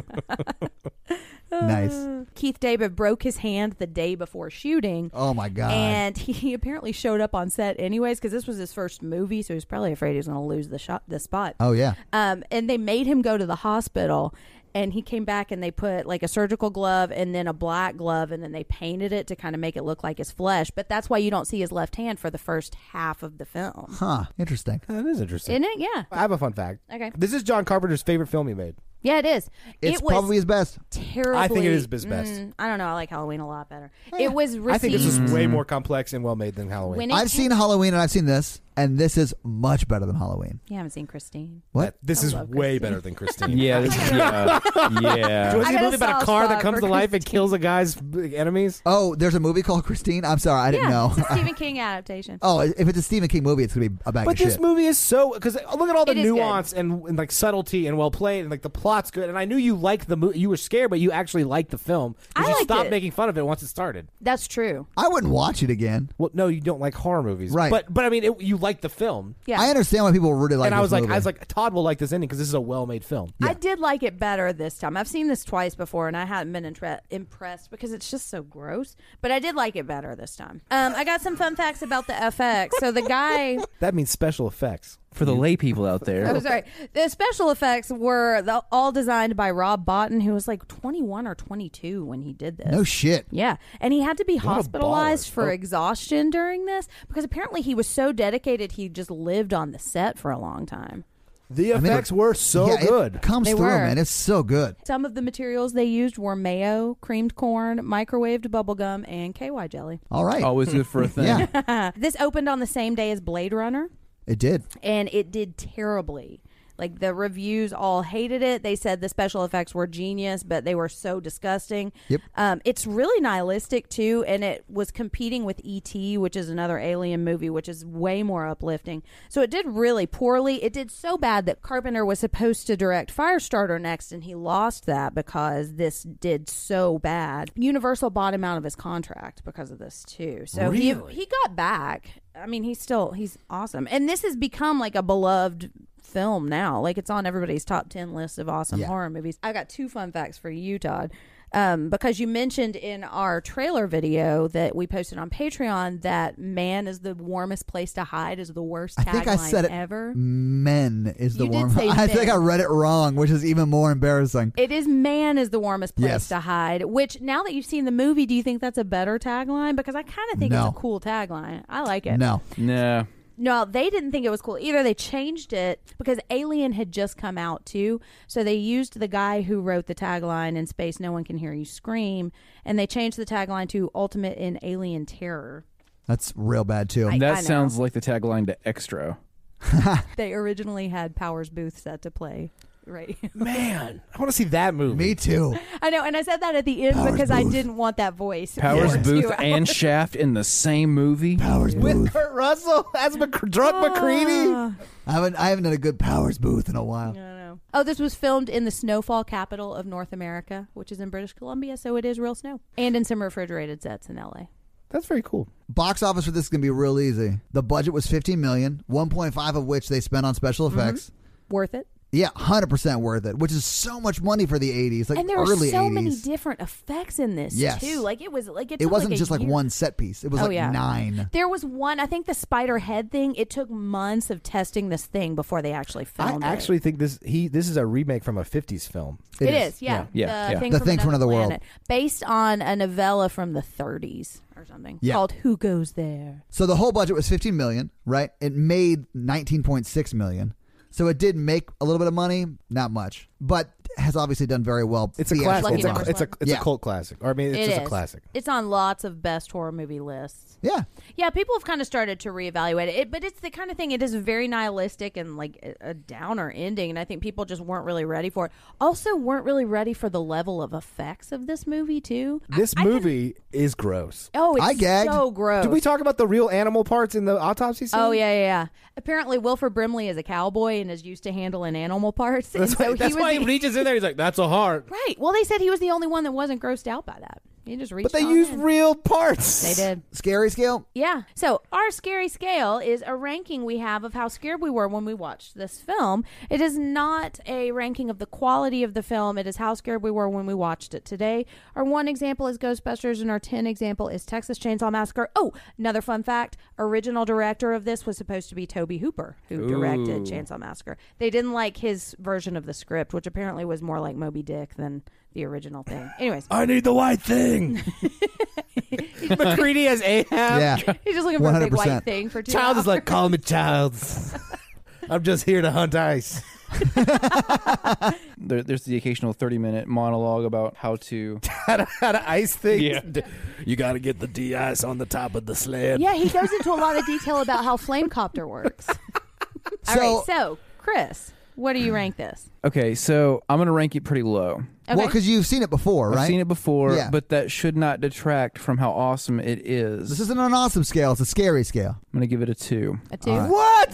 Speaker 4: Nice.
Speaker 2: Keith David broke his hand the day before shooting.
Speaker 4: Oh my god.
Speaker 2: And he, apparently showed up on set anyways because this was his first movie, so he was probably afraid he was going to lose the shot, the spot.
Speaker 4: oh yeah.
Speaker 2: Um, and they made him go to the hospital, and he came back and they put like a surgical glove and then a black glove, and then they painted it to kind of make it look like his flesh. But that's why you don't see his left hand for the first half of the film,
Speaker 4: Huh. Interesting.
Speaker 5: That is interesting.
Speaker 2: isn't it? Yeah,
Speaker 5: I have a fun fact.
Speaker 2: Okay.
Speaker 5: This is John Carpenter's favorite film he made.
Speaker 2: yeah, it is.
Speaker 4: It's
Speaker 2: it was
Speaker 4: probably his best.
Speaker 2: terribly.
Speaker 5: I think it is his best. Oh,
Speaker 2: Mm, I don't know. I like Halloween a lot better. It was received.
Speaker 5: I think this is
Speaker 3: Mm.
Speaker 5: way more complex and well made than Halloween.
Speaker 2: when it
Speaker 4: I've
Speaker 2: came-
Speaker 4: seen Halloween and I've seen this, and this is much better than Halloween.
Speaker 2: You haven't seen Christine.
Speaker 4: What?
Speaker 5: this
Speaker 2: I
Speaker 5: is
Speaker 2: love
Speaker 5: way
Speaker 2: Christine.
Speaker 5: better than Christine.
Speaker 3: Yeah, this is, yeah, yeah.
Speaker 5: Was
Speaker 2: I
Speaker 5: he
Speaker 2: got a
Speaker 5: movie about
Speaker 2: soft
Speaker 5: a car that
Speaker 2: spot
Speaker 5: comes
Speaker 2: for
Speaker 5: to life and kills a guy's b- enemies?
Speaker 4: Oh, there's a movie called Christine. I'm sorry, I didn't
Speaker 2: yeah,
Speaker 4: know.
Speaker 2: it's a Stephen King adaptation.
Speaker 4: oh, if it's a Stephen King movie, it's gonna be a bag
Speaker 5: But
Speaker 4: of
Speaker 5: this
Speaker 4: shit.
Speaker 5: movie is so because look at all the
Speaker 2: It is good.
Speaker 5: nuance and, and like subtlety and well played and like the plot's good. And I knew you liked the movie. You were scared, but you actually liked the film. 'cause
Speaker 2: I
Speaker 5: you
Speaker 2: liked
Speaker 5: stopped
Speaker 2: it.
Speaker 5: making fun of it once it started.
Speaker 2: That's true.
Speaker 4: I wouldn't watch it again.
Speaker 5: Well, no, you don't like horror movies,
Speaker 4: Right.
Speaker 5: But but I mean, it, you liked the film,
Speaker 2: Yeah.
Speaker 4: I understand why people really like.
Speaker 5: and I
Speaker 4: this
Speaker 5: was like,
Speaker 4: movie.
Speaker 5: I was like, Todd will like this ending because this is a well made film.
Speaker 2: I did like it better this time. I've seen this twice before, and I hadn't been intre- impressed because it's just so gross. But I did like it better this time. Um, I got some fun facts about the FX. So the guy,
Speaker 5: That means special effects.
Speaker 3: For the lay people out there,
Speaker 2: oh sorry, the special effects were the, all designed by Rob Botton, who was like 21 or 22 when he did this.
Speaker 4: no shit.
Speaker 2: Yeah, and he had to be
Speaker 5: a
Speaker 2: hospitalized
Speaker 5: baller.
Speaker 2: for
Speaker 5: Oh.
Speaker 2: exhaustion during this because apparently he was so dedicated he just lived on the set for a long time.
Speaker 9: The
Speaker 4: mean,
Speaker 9: effects were so
Speaker 4: yeah,
Speaker 9: good.
Speaker 4: It comes
Speaker 2: They
Speaker 4: through,
Speaker 2: were.
Speaker 4: man. It's so good.
Speaker 2: Some of the materials they used were mayo, creamed corn, microwaved bubblegum, and KY jelly. Uh,
Speaker 4: All right.
Speaker 9: Oh,
Speaker 3: Always good for a thing.
Speaker 4: yeah,
Speaker 2: this opened on the same day as Blade Runner,
Speaker 4: it did.
Speaker 2: and it did terribly. Like the reviews all hated it. They said the special effects were genius, but they were so disgusting.
Speaker 4: Yep.
Speaker 2: Um, it's really nihilistic too, and it was competing with E.T., which is another alien movie, which is way more uplifting. So it did really poorly. It did so bad that Carpenter was supposed to direct Firestarter next, and he lost that because this did so bad. Universal bought him out of his contract because of this too. So he he got back. I mean, he's still he's awesome, and this has become like a beloved film now. Like it's on everybody's top ten list of awesome
Speaker 4: Yeah.
Speaker 2: horror movies. I got two fun facts for you, Todd. Um, because you mentioned in our trailer video that we posted on Patreon that man is the warmest place to hide is the worst
Speaker 4: I
Speaker 2: tagline
Speaker 4: think I said it.
Speaker 2: ever.
Speaker 4: Men is the
Speaker 2: You did
Speaker 4: warm.
Speaker 2: say
Speaker 4: I think
Speaker 2: men.
Speaker 4: I read it wrong, which is even more embarrassing.
Speaker 2: It is man is the warmest place
Speaker 4: Yes.
Speaker 2: to hide. Which now that you've seen the movie, do you think that's a better tagline? Because I kind of think
Speaker 4: No.
Speaker 2: it's a cool tagline. I like it.
Speaker 4: No,
Speaker 3: Nah.
Speaker 2: No, they didn't think it was cool either. They changed it because Alien had just come out too. So they used the guy who wrote the tagline in space, no one can hear you scream, and they changed the tagline to ultimate in alien terror.
Speaker 4: that's real bad too.
Speaker 2: I-
Speaker 3: That
Speaker 2: know.
Speaker 3: sounds like the tagline to Extra.
Speaker 2: They originally had Powers Booth set to play. Right.
Speaker 5: Man, I want to see that movie.
Speaker 4: Me too.
Speaker 2: I know, and I said that at the end because I didn't want that voice.
Speaker 3: Powers
Speaker 2: Yeah.
Speaker 3: Booth
Speaker 2: Two hours.
Speaker 3: and Shaft in the same movie.
Speaker 4: Powers
Speaker 5: With
Speaker 4: booth.
Speaker 5: Kurt Russell as Mc- drunk
Speaker 2: Ah.
Speaker 5: McCready.
Speaker 4: I haven't. I haven't had a good powers booth in a while.
Speaker 2: Oh, this was filmed in the snowfall capital of North America, which is in British Columbia, so it is real snow. And in some refrigerated sets in LA.
Speaker 5: That's very cool.
Speaker 4: Box office for this is gonna be real easy. The budget was 15 million, 1.5 of which they spent on special
Speaker 2: Mm-hmm.
Speaker 4: effects.
Speaker 2: Worth it.
Speaker 4: Yeah, hundred percent worth it, which is so much money for the '80s, like
Speaker 2: and there are
Speaker 4: early
Speaker 2: so
Speaker 4: '80s.
Speaker 2: many different effects in this
Speaker 4: Yes.
Speaker 2: too. Like it was like it,
Speaker 4: it
Speaker 2: took,
Speaker 4: wasn't
Speaker 2: like, a
Speaker 4: just like
Speaker 2: year.
Speaker 4: one set piece; it was
Speaker 2: Oh,
Speaker 4: like
Speaker 2: yeah.
Speaker 4: nine.
Speaker 2: There was one. I think the spider head thing. It took months of testing this thing before they actually
Speaker 5: I
Speaker 2: filmed
Speaker 5: actually think this he this is a remake from a '50s film.
Speaker 2: it.
Speaker 4: It
Speaker 2: it is. Yeah.
Speaker 3: Yeah.
Speaker 2: The
Speaker 3: Yeah.
Speaker 2: thing,
Speaker 4: The
Speaker 2: from,
Speaker 4: Thing
Speaker 2: another
Speaker 4: from Another World.
Speaker 2: Planet, based on a novella from the 30s or something
Speaker 4: Yeah.
Speaker 2: called "Who Goes There."
Speaker 4: So the whole budget was 15 million, right? It made 19.6 million, so it did make a little bit of money, not much, but has obviously done very well.
Speaker 5: It's a
Speaker 4: theatrically.
Speaker 5: classic.
Speaker 2: Lucky
Speaker 5: It's a,
Speaker 2: number
Speaker 5: it's a
Speaker 2: one.
Speaker 5: it's
Speaker 4: Yeah.
Speaker 5: a cult classic. Or I mean, it's
Speaker 2: It
Speaker 5: just a
Speaker 2: is.
Speaker 5: classic.
Speaker 2: It's on lots of best horror movie lists.
Speaker 4: Yeah,
Speaker 2: Yeah, people have kind of started to reevaluate it. it, but it's the kind of thing. It is very nihilistic and like a- a downer ending, and I think people just weren't really ready for it. Also, weren't really ready for the level of effects of this movie too. I-
Speaker 5: This
Speaker 2: I didn't-
Speaker 5: movie is gross.
Speaker 2: oh, it's
Speaker 4: I gagged.
Speaker 2: so gross.
Speaker 5: Did we talk about the real animal parts in the autopsy scene?
Speaker 2: Oh yeah, yeah, yeah. Apparently, Wilford Brimley is a cowboy and is used to handling animal parts. and
Speaker 5: That's why,
Speaker 2: so
Speaker 5: that's
Speaker 2: he was
Speaker 5: why he
Speaker 2: the-
Speaker 5: reaches in there. He's like, "That's a heart."
Speaker 2: right. Well, they said he was the only one that wasn't grossed out by that. He just reached.
Speaker 5: But they
Speaker 2: on
Speaker 5: use
Speaker 2: in.
Speaker 5: real parts.
Speaker 2: Oh, They did.
Speaker 4: scary scale.
Speaker 2: Yeah. So our scary scale is a ranking we have of how scared we were when we watched this film. It is not a ranking of the quality of the film. It is how scared we were when we watched it today. Our one example is Ghostbusters, and our 10 example is Texas Chainsaw Massacre. Oh, another fun fact original director of this was supposed to be Toby Hooper, who directed Chainsaw Massacre. They didn't like his version of the script, which apparently was more like Moby Dick than the original thing. Anyways,
Speaker 5: I need the white thing. McCready as Ahab.
Speaker 4: Yeah,
Speaker 2: he's just looking for a big
Speaker 4: 100%.
Speaker 2: white thing for two
Speaker 5: Child
Speaker 2: hours.
Speaker 5: is like, call me Childs. I'm just here to hunt ice.
Speaker 3: There, there's the occasional 30 minute monologue about how to.
Speaker 5: how, to, how to ice things.
Speaker 3: Yeah.
Speaker 5: D- You got to get the de ice on the top of the sled.
Speaker 2: Yeah, he goes into a lot of detail about how flamecopter works. All
Speaker 4: So-
Speaker 2: right, so Chris, what do you rank this?
Speaker 3: Okay, so I'm going to rank it pretty low.
Speaker 2: Okay.
Speaker 4: well, because you've seen it before, right?
Speaker 3: I've seen it before,
Speaker 4: Yeah.
Speaker 3: but that should not detract from how awesome it is.
Speaker 4: This isn't an awesome scale; it's a scary scale.
Speaker 3: I'm going to give it a two.
Speaker 2: a two.
Speaker 5: What?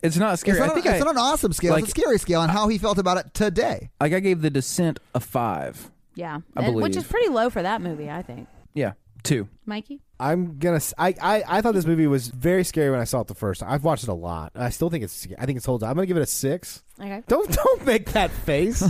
Speaker 3: It's not
Speaker 4: It's,
Speaker 3: scary.
Speaker 4: not,
Speaker 3: I
Speaker 4: an-
Speaker 3: think
Speaker 4: it's
Speaker 3: I,
Speaker 4: not an awesome scale;
Speaker 3: like-
Speaker 4: it's a scary scale, and how he felt about it today.
Speaker 3: like I gave The Descent a five.
Speaker 2: Yeah,
Speaker 3: I
Speaker 2: And- which is
Speaker 3: believe.
Speaker 2: pretty low for that movie, I think.
Speaker 3: Yeah, two.
Speaker 2: Mikey,
Speaker 5: I'm gonna. s- I, I I thought this movie was very scary when I saw it the first time. I've watched it a lot. I still think it's. sc- I think it's holds. up. I'm gonna give it a six.
Speaker 2: okay,
Speaker 5: Don't don't make that face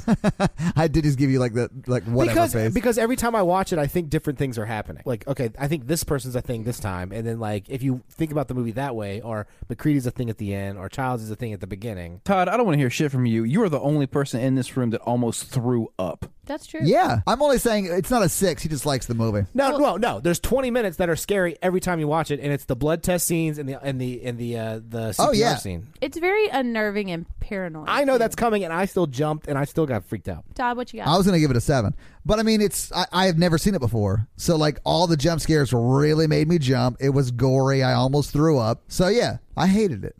Speaker 4: I did just give you like the like whatever
Speaker 5: because
Speaker 4: face.
Speaker 5: because every time I watch it, I think different things are happening. Like okay, I think this person's a thing this time, and then like if you think about the movie that way, or McCready's a thing at the end, or Childs is a thing at the beginning.
Speaker 3: Todd, I don't want to hear shit from you. You are the only person in this room that almost threw up.
Speaker 2: that's true.
Speaker 4: yeah, I'm only saying it's not a six. He just likes the movie.
Speaker 5: No, no, no. There's 20 minutes that are scary every time you watch it, and it's the blood test scenes and the and the and the uh, the CPR
Speaker 4: Oh, yeah.
Speaker 5: scene.
Speaker 2: It's very unnerving and paranoid.
Speaker 5: I know that's coming, and I still jumped, and I still got freaked out.
Speaker 2: Todd, what you got?
Speaker 5: Uh,
Speaker 4: I was gonna give it a seven, but I mean, it's I, I have never seen it before, so like all the jump scares really made me jump. It was gory. I almost threw up. So yeah, I hated it,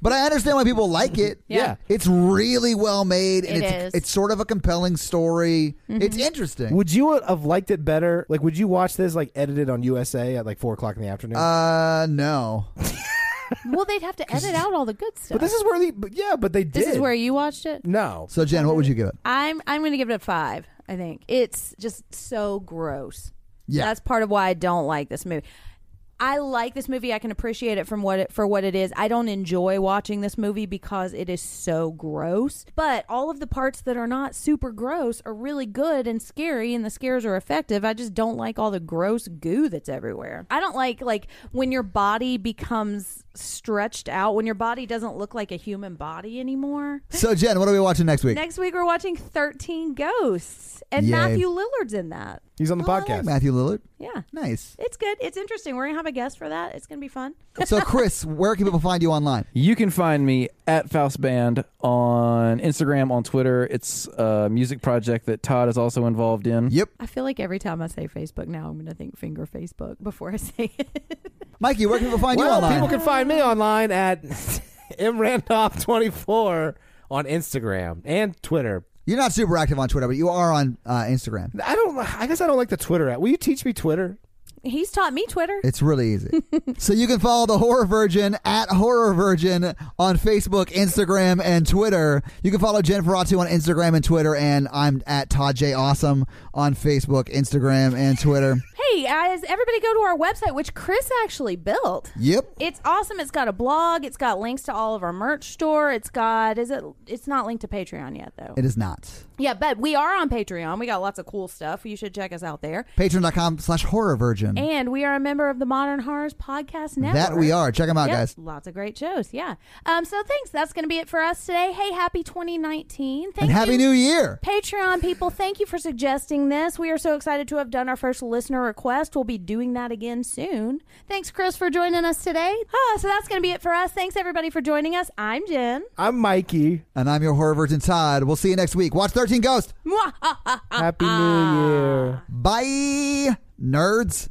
Speaker 4: but I understand why people like it.
Speaker 5: Yeah.
Speaker 4: it's really well made, and
Speaker 2: It
Speaker 4: it's
Speaker 2: is.
Speaker 4: it's sort of a compelling story. It's interesting.
Speaker 5: Would you have liked it better? Like, would you watch this like edited on USA at like four o'clock in the afternoon?
Speaker 4: uh, no,
Speaker 2: well, they'd have to edit out all the good stuff.
Speaker 5: but this is where the but yeah, but they did.
Speaker 2: This is where you watched it.
Speaker 5: no.
Speaker 4: so Jen, what would you give it?
Speaker 2: I'm I'm going to give it a five. I think it's just so gross.
Speaker 4: Yeah.
Speaker 2: that's part of why I don't like this movie. I like this movie. I can appreciate it from what it, for what it is. I don't enjoy watching this movie because it is so gross. But all of the parts that are not super gross are really good and scary, and the scares are effective. I just don't like all the gross goo that's everywhere. I don't like like when your body becomes stretched out, when your body doesn't look like a human body anymore.
Speaker 4: So Jen, what are we watching next week?
Speaker 2: Next week we're watching 13 Ghosts and
Speaker 4: Yay.
Speaker 2: Matthew Lillard's in that.
Speaker 5: He's on the
Speaker 4: Oh, I like
Speaker 5: podcast.
Speaker 4: Matthew Lillard.
Speaker 2: Yeah.
Speaker 4: Nice.
Speaker 2: It's good. It's interesting. We're going to have a guest for that. It's going to be fun.
Speaker 4: So Chris, where can people find you online?
Speaker 3: You can find me at Faust Band on Instagram, on Twitter. It's a music project that Todd is also involved in.
Speaker 4: Yep,
Speaker 2: I feel like every time I say Facebook now I'm going to think finger Facebook before I say it.
Speaker 4: Mikey, where can people find you
Speaker 5: well,
Speaker 4: online?
Speaker 5: people can find me online at mrandolph24 on Instagram and Twitter.
Speaker 4: You're not super active on Twitter, but you are on uh, Instagram.
Speaker 5: I don't. I guess I don't like the Twitter app. Will you teach me Twitter?
Speaker 2: He's taught me Twitter.
Speaker 4: It's really easy. so you can follow the Horror Virgin at Horror Virgin on Facebook, Instagram, and Twitter. You can follow Jen Ferrazzi on Instagram and Twitter, and I'm at Todd J Awesome on Facebook, Instagram, and Twitter.
Speaker 2: Hey, guys, everybody go to our website which Chris actually built.
Speaker 4: yep.
Speaker 2: It's awesome. It's got a blog. It's got links to all of our merch store. It's got is it it's not linked to Patreon yet though.
Speaker 4: It is not.
Speaker 2: Yeah, but we are on Patreon. We got lots of cool stuff. You should check us out there.
Speaker 4: Patreon.com slash horror virgin.
Speaker 2: And we are a member of the Modern Horrors Podcast Network.
Speaker 4: That we are. Check them out,
Speaker 2: Yep.
Speaker 4: guys.
Speaker 2: Lots of great shows. Yeah. Um, so thanks. That's going to be it for us today. Hey, happy 2019. Thank
Speaker 4: And Happy
Speaker 2: you.
Speaker 4: New Year.
Speaker 2: Patreon people, thank you for suggesting this. We are so excited to have done our first listener request. We'll be doing that again soon. Thanks, Chris, for joining us today. Ah, so that's going to be it for us. Thanks, everybody, for joining us. I'm Jen.
Speaker 5: I'm Mikey.
Speaker 4: And I'm your horror virgin, Todd. We'll see you next week. Watch 13 Ghosts.
Speaker 5: Happy New Year.
Speaker 4: Bye, nerds.